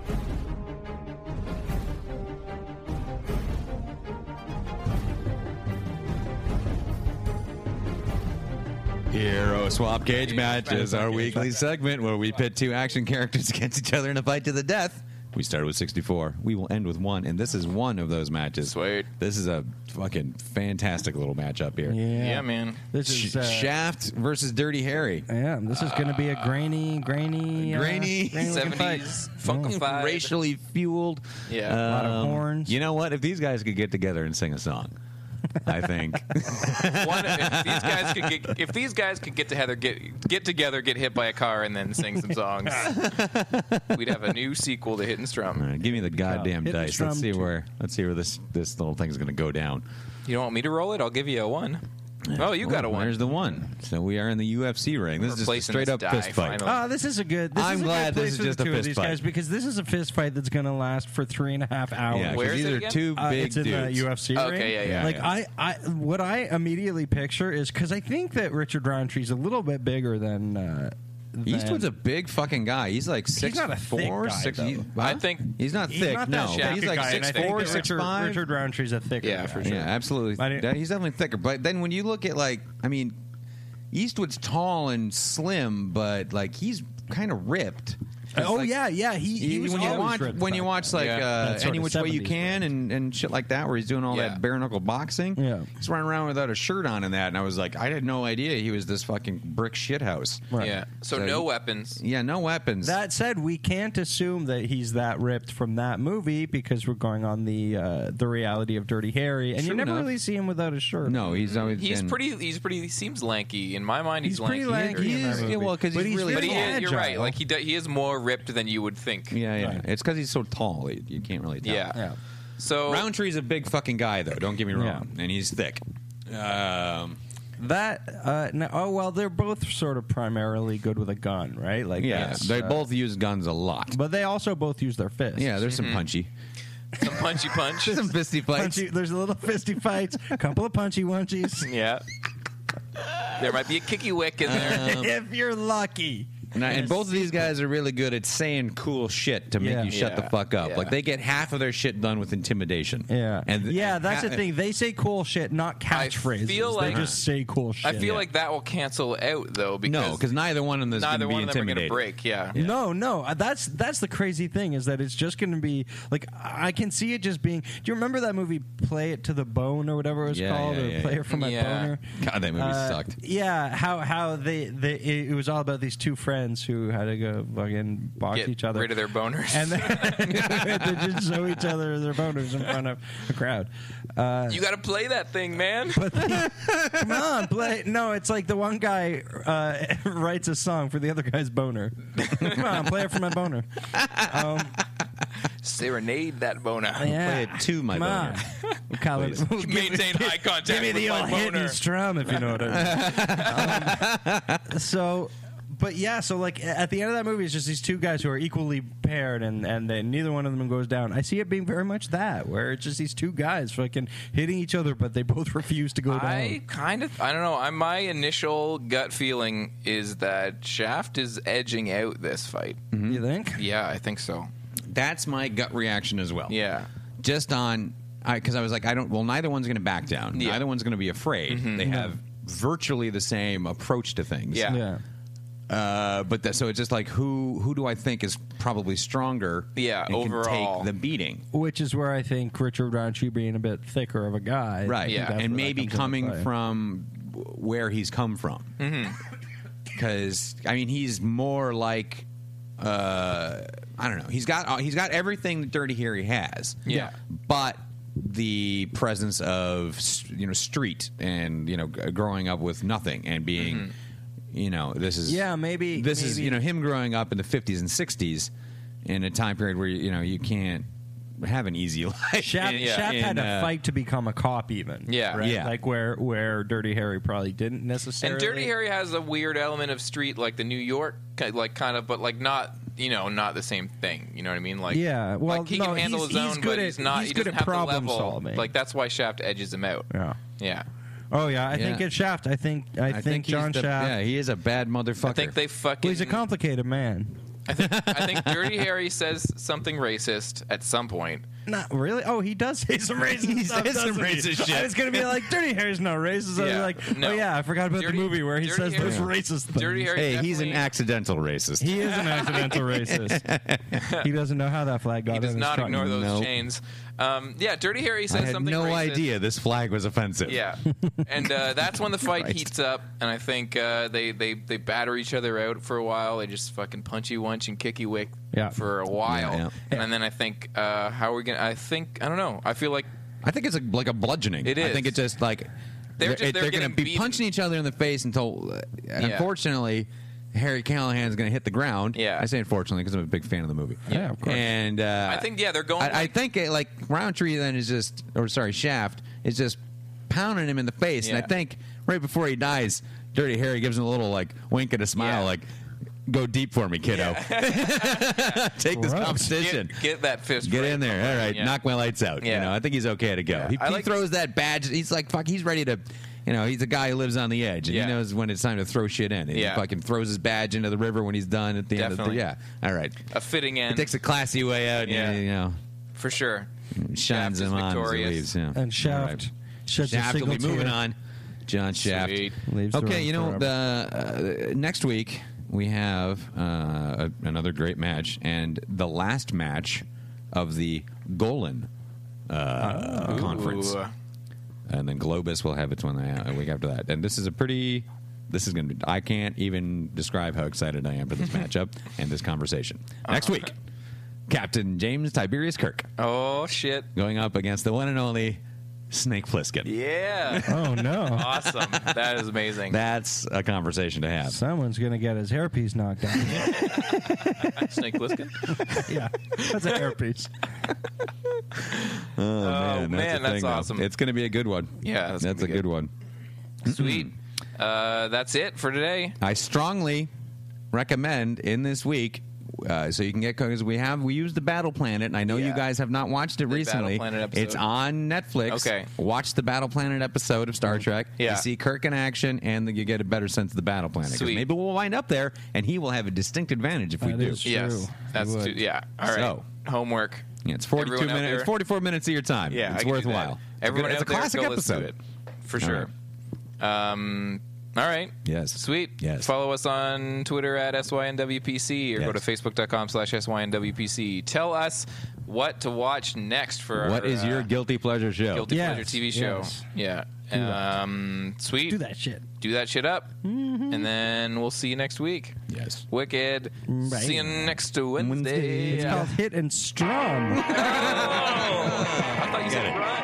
[SPEAKER 3] Hero Swap Cage Match is our
[SPEAKER 1] Cage
[SPEAKER 3] weekly segment where we pit two action characters against each other in a fight to the death. We started with 64. We will end with one, and this is one of those matches.
[SPEAKER 1] Sweet.
[SPEAKER 3] This is a fucking fantastic little matchup here.
[SPEAKER 2] Yeah.
[SPEAKER 1] Yeah, man.
[SPEAKER 2] This
[SPEAKER 3] Sh-
[SPEAKER 2] is. Uh,
[SPEAKER 3] Shaft versus Dirty Harry.
[SPEAKER 2] yeah, this is going to be a grainy, grainy, uh,
[SPEAKER 3] Grainy
[SPEAKER 2] looking fight. Mm,
[SPEAKER 1] 70s funkified.
[SPEAKER 3] Racially fueled.
[SPEAKER 1] Yeah. A
[SPEAKER 2] lot of
[SPEAKER 3] Um,
[SPEAKER 2] horns.
[SPEAKER 3] You know what? If these guys could get together and sing a song, I think.
[SPEAKER 1] One, if these guys could get if these guys could get together get get together get hit by a car and then sing some songs, we'd have a new sequel to Hit and
[SPEAKER 3] All
[SPEAKER 1] Strum.
[SPEAKER 3] right, give me the goddamn
[SPEAKER 2] Hit the
[SPEAKER 3] dice.
[SPEAKER 2] drum
[SPEAKER 3] Let's see
[SPEAKER 2] too.
[SPEAKER 3] where. Let's see where this this little thing's going to go down.
[SPEAKER 1] You don't want me to roll it? I'll give you a one. Oh, you got a
[SPEAKER 3] Well,
[SPEAKER 1] one.
[SPEAKER 3] There's the one. So we are in the UFC ring. This is just a
[SPEAKER 1] Replacing
[SPEAKER 3] straight
[SPEAKER 1] this
[SPEAKER 3] up
[SPEAKER 1] die,
[SPEAKER 3] fist fight.
[SPEAKER 1] finally.
[SPEAKER 2] Oh, this is a good. This
[SPEAKER 3] I'm
[SPEAKER 2] is a
[SPEAKER 3] glad
[SPEAKER 2] good
[SPEAKER 3] this
[SPEAKER 2] place
[SPEAKER 3] is
[SPEAKER 2] for
[SPEAKER 3] just
[SPEAKER 2] the
[SPEAKER 3] a
[SPEAKER 2] two
[SPEAKER 3] fist
[SPEAKER 2] of these
[SPEAKER 3] fight.
[SPEAKER 2] guys because this is a fist fight that's going to last for three and a half hours.
[SPEAKER 3] Yeah, 'cause
[SPEAKER 1] Where's
[SPEAKER 3] these
[SPEAKER 1] it
[SPEAKER 3] are
[SPEAKER 1] again?
[SPEAKER 3] two
[SPEAKER 2] Uh,
[SPEAKER 3] big
[SPEAKER 2] it's in
[SPEAKER 3] dudes.
[SPEAKER 2] the UFC.
[SPEAKER 1] Okay,
[SPEAKER 2] ring.
[SPEAKER 1] yeah, yeah,
[SPEAKER 2] Like
[SPEAKER 3] yeah.
[SPEAKER 2] I, I, what I immediately picture is because I think that Richard Roundtree's a little bit bigger than. Uh, than
[SPEAKER 3] Eastwood's a big fucking guy. He's like six
[SPEAKER 2] not a thick
[SPEAKER 3] four,
[SPEAKER 2] guy,
[SPEAKER 3] six.
[SPEAKER 2] though.
[SPEAKER 3] he-
[SPEAKER 1] I
[SPEAKER 3] huh?
[SPEAKER 1] think-
[SPEAKER 3] he's not
[SPEAKER 2] He's
[SPEAKER 3] thick.
[SPEAKER 2] not
[SPEAKER 3] no,
[SPEAKER 2] that short
[SPEAKER 3] he's
[SPEAKER 1] a
[SPEAKER 3] like
[SPEAKER 2] guy, and
[SPEAKER 3] six
[SPEAKER 2] I think
[SPEAKER 3] four,
[SPEAKER 2] that
[SPEAKER 3] six
[SPEAKER 2] Richard,
[SPEAKER 3] five.
[SPEAKER 2] Richard Roundtree's a thicker.
[SPEAKER 1] Yeah,
[SPEAKER 2] guy.
[SPEAKER 1] for sure.
[SPEAKER 3] Yeah, absolutely.
[SPEAKER 2] I didn't-
[SPEAKER 3] That- he's definitely thicker. But then when you look at like, I mean, Eastwood's tall and slim, but like he's kind of ripped. It's
[SPEAKER 2] Oh
[SPEAKER 3] like-
[SPEAKER 2] yeah, yeah. He, he
[SPEAKER 3] You-
[SPEAKER 2] was
[SPEAKER 3] when you
[SPEAKER 2] always
[SPEAKER 3] watch
[SPEAKER 2] ripped
[SPEAKER 3] when
[SPEAKER 2] back
[SPEAKER 3] you watch
[SPEAKER 2] then.
[SPEAKER 3] like
[SPEAKER 1] Yeah.
[SPEAKER 3] uh,
[SPEAKER 2] That sort
[SPEAKER 3] any
[SPEAKER 2] of
[SPEAKER 3] which way you
[SPEAKER 2] 70s
[SPEAKER 3] can and, and shit like that, where he's doing all
[SPEAKER 1] Yeah.
[SPEAKER 3] that bare knuckle boxing.
[SPEAKER 2] Yeah.
[SPEAKER 3] he's running around without a shirt on in that, and I was like, I had no idea he was this fucking brick shithouse.
[SPEAKER 2] Right.
[SPEAKER 1] Yeah. So,
[SPEAKER 3] So
[SPEAKER 1] no
[SPEAKER 3] you-
[SPEAKER 1] weapons.
[SPEAKER 3] Yeah, no weapons.
[SPEAKER 2] That said, we can't assume that he's that ripped from that movie because we're going on the uh, the reality of Dirty Harry, and you
[SPEAKER 3] True
[SPEAKER 2] never
[SPEAKER 3] enough.
[SPEAKER 2] really see him without a shirt.
[SPEAKER 3] no, he's always
[SPEAKER 1] He's
[SPEAKER 3] and-
[SPEAKER 1] pretty. He's pretty. He seems lanky in my mind. He's,
[SPEAKER 2] He's pretty
[SPEAKER 1] lanky.
[SPEAKER 2] lanky in
[SPEAKER 3] He
[SPEAKER 2] that
[SPEAKER 3] is-
[SPEAKER 2] movie.
[SPEAKER 3] yeah, well, 'cause
[SPEAKER 2] But
[SPEAKER 3] he's really
[SPEAKER 1] But he
[SPEAKER 2] agile.
[SPEAKER 1] is. You're right. Like he do, he is more ripped than you would think.
[SPEAKER 3] Yeah, yeah.
[SPEAKER 2] Right.
[SPEAKER 3] It's because he's so tall. You, you can't really tell.
[SPEAKER 1] Yeah.
[SPEAKER 2] yeah.
[SPEAKER 1] So
[SPEAKER 3] Roundtree's a big fucking guy, though. Don't get me wrong,
[SPEAKER 2] Yeah.
[SPEAKER 3] and he's thick. Um,
[SPEAKER 2] That uh, no, oh well, they're both sort of primarily good with a gun, right? Like
[SPEAKER 3] yeah,
[SPEAKER 2] that's,
[SPEAKER 3] they
[SPEAKER 2] uh,
[SPEAKER 3] both use guns a lot.
[SPEAKER 2] but they also both use their fists.
[SPEAKER 3] Yeah, there's some punchy,
[SPEAKER 1] some punchy punch.
[SPEAKER 3] some fisty fights.
[SPEAKER 2] Punchy, there's a little fisty fights, a couple of punchy wunchies.
[SPEAKER 1] yeah. There might be a kicky wick in there.
[SPEAKER 2] if you're lucky,
[SPEAKER 3] And, I- and both of these guys are really good at saying cool shit to make
[SPEAKER 2] Yeah.
[SPEAKER 3] you shut
[SPEAKER 1] Yeah.
[SPEAKER 3] the fuck up.
[SPEAKER 1] Yeah.
[SPEAKER 3] Like they get half of their shit done with intimidation.
[SPEAKER 2] yeah,
[SPEAKER 3] and
[SPEAKER 2] yeah,
[SPEAKER 3] and
[SPEAKER 2] that's
[SPEAKER 3] ha-
[SPEAKER 2] the thing. They say cool shit, not catchphrases.
[SPEAKER 1] feel like-
[SPEAKER 2] they just say cool shit.
[SPEAKER 1] I feel like that will cancel out though because
[SPEAKER 3] No, because neither one of them is going
[SPEAKER 1] neither
[SPEAKER 3] to be
[SPEAKER 1] one of them are going to
[SPEAKER 3] intimidated.
[SPEAKER 1] break. Yeah.
[SPEAKER 2] No, no, uh, that's that's the crazy thing is that it's just going to be like I can see it just being. Do you remember that movie Play It to the Bone or whatever it was
[SPEAKER 3] Yeah,
[SPEAKER 2] called,
[SPEAKER 3] yeah,
[SPEAKER 2] or
[SPEAKER 3] yeah,
[SPEAKER 2] Player
[SPEAKER 3] yeah.
[SPEAKER 2] for My
[SPEAKER 1] Yeah.
[SPEAKER 2] Boner?
[SPEAKER 3] God, that movie
[SPEAKER 2] Uh,
[SPEAKER 3] sucked.
[SPEAKER 2] Yeah, how how they, they it, it was all about these two friends who had to go fucking box
[SPEAKER 1] Get
[SPEAKER 2] each other,
[SPEAKER 1] rid of their boners.
[SPEAKER 2] and then they just show each other their boners in front of a crowd. Uh,
[SPEAKER 1] you got to play that thing, man.
[SPEAKER 2] but come on, play. No, it's like the one guy uh, writes a song for the other guy's boner. come on, play it for my boner. Um,
[SPEAKER 1] Serenade that boner.
[SPEAKER 2] Yeah.
[SPEAKER 3] Play it to my
[SPEAKER 2] Come on.
[SPEAKER 3] boner.
[SPEAKER 2] We'll call it- we'll give it-
[SPEAKER 1] Maintain eye contact
[SPEAKER 2] Give me
[SPEAKER 1] with
[SPEAKER 2] the
[SPEAKER 1] my
[SPEAKER 2] old hit
[SPEAKER 1] boner.
[SPEAKER 2] and strum, if you know what I mean. Um, so, but yeah, so like at the end of that movie, it's just these two guys who are equally paired, and and then neither one of them goes down. I see it being very much that, where it's just these two guys fucking hitting each other, but they both refuse to go down.
[SPEAKER 1] I kind of, I don't know. I, my initial gut feeling is that Shaft is edging out this fight.
[SPEAKER 2] You think?
[SPEAKER 1] Yeah, I think so.
[SPEAKER 3] That's my gut reaction as well.
[SPEAKER 1] Yeah.
[SPEAKER 3] Just on, because I, was like, I don't. Well, neither one's going to back down.
[SPEAKER 1] Yeah. Mm-hmm.
[SPEAKER 3] Neither one's going to be afraid. They have virtually the same approach to things.
[SPEAKER 1] Yeah.
[SPEAKER 2] Yeah.
[SPEAKER 3] Uh, but that, so it's just like who who do I think is probably stronger?
[SPEAKER 1] Yeah,
[SPEAKER 3] and can
[SPEAKER 1] overall.
[SPEAKER 3] take the beating.
[SPEAKER 2] Which is where I think Richard Roundtree being a bit thicker of a guy, I
[SPEAKER 3] right
[SPEAKER 2] think
[SPEAKER 1] yeah.
[SPEAKER 2] that's
[SPEAKER 3] and
[SPEAKER 2] where that
[SPEAKER 3] maybe
[SPEAKER 2] comes into
[SPEAKER 3] coming
[SPEAKER 2] play.
[SPEAKER 3] from where he's come from.
[SPEAKER 1] Mm-hmm.
[SPEAKER 3] Because I mean, he's more like uh, I don't know. He's got uh, he's got everything that Dirty Harry has.
[SPEAKER 1] Yeah.
[SPEAKER 3] but the presence of you know street and you know g- growing up with nothing and being
[SPEAKER 1] Mm-hmm.
[SPEAKER 3] you know this is
[SPEAKER 2] Yeah, maybe-
[SPEAKER 3] this is
[SPEAKER 2] maybe-
[SPEAKER 3] you know him growing up in the 50s and 60s in a time period where you know you can't have an easy life
[SPEAKER 2] Shap,
[SPEAKER 3] in-
[SPEAKER 2] Shap
[SPEAKER 3] in,
[SPEAKER 2] had to
[SPEAKER 3] uh,
[SPEAKER 2] fight to become a cop, even.
[SPEAKER 1] Yeah.
[SPEAKER 2] right?
[SPEAKER 3] Yeah.
[SPEAKER 2] Like where where Dirty Harry probably didn't
[SPEAKER 1] And
[SPEAKER 2] necessarily.
[SPEAKER 1] Dirty Harry has a weird element of street, like the New York, ki- like kind of, but like not, you know, not the same thing. You know what I mean? Like,
[SPEAKER 2] Yeah, well,
[SPEAKER 1] like he
[SPEAKER 2] no,
[SPEAKER 1] can handle
[SPEAKER 2] he's-
[SPEAKER 1] his own,
[SPEAKER 2] he's
[SPEAKER 1] but
[SPEAKER 2] good
[SPEAKER 1] he's
[SPEAKER 2] at-
[SPEAKER 1] not.
[SPEAKER 2] he's
[SPEAKER 1] he
[SPEAKER 2] good
[SPEAKER 1] doesn't
[SPEAKER 2] at
[SPEAKER 1] have the
[SPEAKER 2] problem
[SPEAKER 1] level.
[SPEAKER 2] solving.
[SPEAKER 1] Like that's why Shaft edges him out.
[SPEAKER 2] Yeah.
[SPEAKER 1] yeah.
[SPEAKER 2] Oh yeah, I think it's Shaft. I think I, think,
[SPEAKER 3] he's
[SPEAKER 2] John
[SPEAKER 3] the-
[SPEAKER 2] Shaft.
[SPEAKER 3] yeah he is a bad motherfucker
[SPEAKER 1] I think they fucking.
[SPEAKER 2] well, he's a complicated man.
[SPEAKER 1] I think, I think Dirty Harry says something racist at some point.
[SPEAKER 2] Not really. Oh, he does say some racist
[SPEAKER 3] He
[SPEAKER 2] stuff.
[SPEAKER 3] says some
[SPEAKER 2] doesn't he?
[SPEAKER 3] racist shit.
[SPEAKER 2] I was gonna be like, Dirty Harry's not racist. I
[SPEAKER 1] Yeah,
[SPEAKER 2] was like,
[SPEAKER 1] no.
[SPEAKER 2] oh yeah, I forgot about
[SPEAKER 1] Dirty-
[SPEAKER 2] the movie where he
[SPEAKER 1] Dirty
[SPEAKER 2] says
[SPEAKER 1] Harry-
[SPEAKER 2] those racist things.
[SPEAKER 1] Dirty Harry.
[SPEAKER 3] hey he's an
[SPEAKER 1] definitely-
[SPEAKER 3] accidental racist
[SPEAKER 2] He is an accidental racist. He doesn't know how that flag got
[SPEAKER 1] He does
[SPEAKER 2] in his
[SPEAKER 1] not
[SPEAKER 2] truck.
[SPEAKER 1] ignore those
[SPEAKER 3] Nope.
[SPEAKER 1] chains. Um, yeah, Dirty Harry
[SPEAKER 3] I
[SPEAKER 1] says
[SPEAKER 3] had
[SPEAKER 1] something.
[SPEAKER 3] no
[SPEAKER 1] racist.
[SPEAKER 3] idea this flag was offensive
[SPEAKER 1] Yeah, and uh, that's when the fight
[SPEAKER 3] Christ.
[SPEAKER 1] heats up, and I think uh, they they they batter each other out for a while. They just fucking punch you once and kick you wick
[SPEAKER 2] Yeah.
[SPEAKER 1] for a while,
[SPEAKER 3] Yeah, yeah.
[SPEAKER 1] and then I think uh, how are we gonna? I think I don't know. I feel like
[SPEAKER 3] I think it's a, like a bludgeoning.
[SPEAKER 1] It
[SPEAKER 3] I think
[SPEAKER 1] is.
[SPEAKER 3] it's just like
[SPEAKER 1] They're
[SPEAKER 3] they're,
[SPEAKER 1] just- they're
[SPEAKER 3] they're, going
[SPEAKER 1] getting
[SPEAKER 3] to be
[SPEAKER 1] beaten.
[SPEAKER 3] punching each other in the face until, uh, unfortunately, Harry Callahan's going to hit the ground.
[SPEAKER 1] Yeah.
[SPEAKER 3] I say unfortunately because I'm a big fan of the movie.
[SPEAKER 2] Yeah, of course.
[SPEAKER 3] And uh,
[SPEAKER 1] I think yeah they're going.
[SPEAKER 3] I, I
[SPEAKER 1] like-
[SPEAKER 3] think it, like Roundtree then is just, or sorry, Shaft is just pounding him in the face, and
[SPEAKER 1] Yeah.
[SPEAKER 3] I think right before he dies, Dirty Harry gives him a little like wink and a smile,
[SPEAKER 1] Yeah.
[SPEAKER 3] like. Go deep for me, kiddo. Take this
[SPEAKER 2] Gross.
[SPEAKER 3] competition.
[SPEAKER 1] get, get that fist.
[SPEAKER 3] Get
[SPEAKER 1] right
[SPEAKER 3] in there.
[SPEAKER 1] behind,
[SPEAKER 3] All right.
[SPEAKER 1] yeah.
[SPEAKER 3] Knock my lights out.
[SPEAKER 1] Yeah.
[SPEAKER 3] You know, I think he's okay to go.
[SPEAKER 1] Yeah.
[SPEAKER 3] He,
[SPEAKER 1] I
[SPEAKER 3] he
[SPEAKER 1] like-
[SPEAKER 3] throws that badge. He's like, fuck, he's ready to, you know, he's a guy who lives on the edge and
[SPEAKER 1] Yeah.
[SPEAKER 3] he knows when it's time to throw shit in. And
[SPEAKER 1] Yeah.
[SPEAKER 3] He fucking throws his badge into the river when he's done at the
[SPEAKER 1] Definitely.
[SPEAKER 3] end of the, yeah. All right.
[SPEAKER 1] a fitting
[SPEAKER 3] He
[SPEAKER 1] end
[SPEAKER 3] takes a classy way out
[SPEAKER 1] Yeah.
[SPEAKER 3] and, you know,
[SPEAKER 1] for sure.
[SPEAKER 3] shines
[SPEAKER 1] Shaft is
[SPEAKER 3] him on as he
[SPEAKER 1] victorious.
[SPEAKER 3] leaves. Yeah.
[SPEAKER 2] And Shaft sheds a
[SPEAKER 3] Shaft will be
[SPEAKER 2] single
[SPEAKER 3] moving
[SPEAKER 2] tear.
[SPEAKER 3] on. John Shaft.
[SPEAKER 1] Sweet.
[SPEAKER 2] Leaves the
[SPEAKER 3] okay,
[SPEAKER 2] room
[SPEAKER 3] you know,
[SPEAKER 2] forever.
[SPEAKER 3] the, uh, next week we have uh, a, another great match and the last match of the Golan uh, conference
[SPEAKER 1] Ah. Ooh.
[SPEAKER 3] and then Globus will have its one a week after that. And this is a pretty. This is going to. be I can't even describe how excited I am for this matchup and this conversation next week. Captain James Tiberius Kirk
[SPEAKER 1] Oh shit!
[SPEAKER 3] going up against the one and only Snake Plissken.
[SPEAKER 1] Yeah,
[SPEAKER 2] Oh no.
[SPEAKER 1] awesome. That is amazing.
[SPEAKER 3] That's a conversation to have.
[SPEAKER 2] Someone's gonna get his hairpiece knocked out.
[SPEAKER 1] Snake Liskin.
[SPEAKER 2] yeah, that's a hairpiece.
[SPEAKER 3] Oh,
[SPEAKER 1] man,
[SPEAKER 3] a
[SPEAKER 1] that's
[SPEAKER 3] thing, though.
[SPEAKER 1] awesome.
[SPEAKER 3] It's going to be a good one.
[SPEAKER 1] Yeah, that's
[SPEAKER 3] that's,
[SPEAKER 1] gonna
[SPEAKER 3] a
[SPEAKER 1] be
[SPEAKER 3] good
[SPEAKER 1] good.
[SPEAKER 3] one.
[SPEAKER 1] Sweet. Uh, that's it for today.
[SPEAKER 3] I strongly recommend in this week. Uh, so you can get because we have we use the Battle Planet, and I know
[SPEAKER 1] Yeah.
[SPEAKER 3] you guys have not watched it
[SPEAKER 1] Battle
[SPEAKER 3] recently.
[SPEAKER 1] Planet episode.
[SPEAKER 3] it's on Netflix.
[SPEAKER 1] Okay. Mm-hmm.
[SPEAKER 3] watch the Battle Planet episode of Star Trek.
[SPEAKER 1] Yeah.
[SPEAKER 3] you see Kirk in action, and you get a better sense of the Battle Planet. 'Cause
[SPEAKER 1] Sweet.
[SPEAKER 3] Maybe we'll wind up there, and he will have a distinct advantage if we
[SPEAKER 2] That
[SPEAKER 3] do.
[SPEAKER 2] is- True.
[SPEAKER 1] Yes,
[SPEAKER 2] I
[SPEAKER 1] that's
[SPEAKER 2] would.
[SPEAKER 1] too, yeah. All right,
[SPEAKER 3] So.
[SPEAKER 1] homework.
[SPEAKER 3] Yeah, it's forty-two
[SPEAKER 1] Everyone out
[SPEAKER 3] minutes.
[SPEAKER 1] there-
[SPEAKER 3] It's forty-four minutes of your time.
[SPEAKER 1] Yeah, I
[SPEAKER 3] it's
[SPEAKER 1] can do that.
[SPEAKER 3] worthwhile.
[SPEAKER 1] Everyone,
[SPEAKER 3] it's
[SPEAKER 1] out
[SPEAKER 3] a, good- it's a
[SPEAKER 1] there,
[SPEAKER 3] classic
[SPEAKER 1] go listen to
[SPEAKER 3] episode.
[SPEAKER 1] it, for sure. Um, all right.
[SPEAKER 3] Yes.
[SPEAKER 1] Sweet.
[SPEAKER 3] Yes.
[SPEAKER 1] Follow us on Twitter at SYNWPC or go to
[SPEAKER 3] Yes.
[SPEAKER 1] Facebook.com slash SYNWPC. Tell us what to watch next for
[SPEAKER 3] What
[SPEAKER 1] our,
[SPEAKER 3] is your
[SPEAKER 1] uh,
[SPEAKER 3] guilty pleasure show?
[SPEAKER 1] Guilty
[SPEAKER 2] Yes,
[SPEAKER 1] Pleasure TV show.
[SPEAKER 2] yes.
[SPEAKER 1] Yeah. Um, sweet.
[SPEAKER 2] Do that shit.
[SPEAKER 1] Do that shit up. And then we'll see you next week.
[SPEAKER 3] Yes.
[SPEAKER 1] Wicked.
[SPEAKER 2] Right.
[SPEAKER 1] See you next Wednesday.
[SPEAKER 2] It's called hit and strum.
[SPEAKER 1] I thought you said run.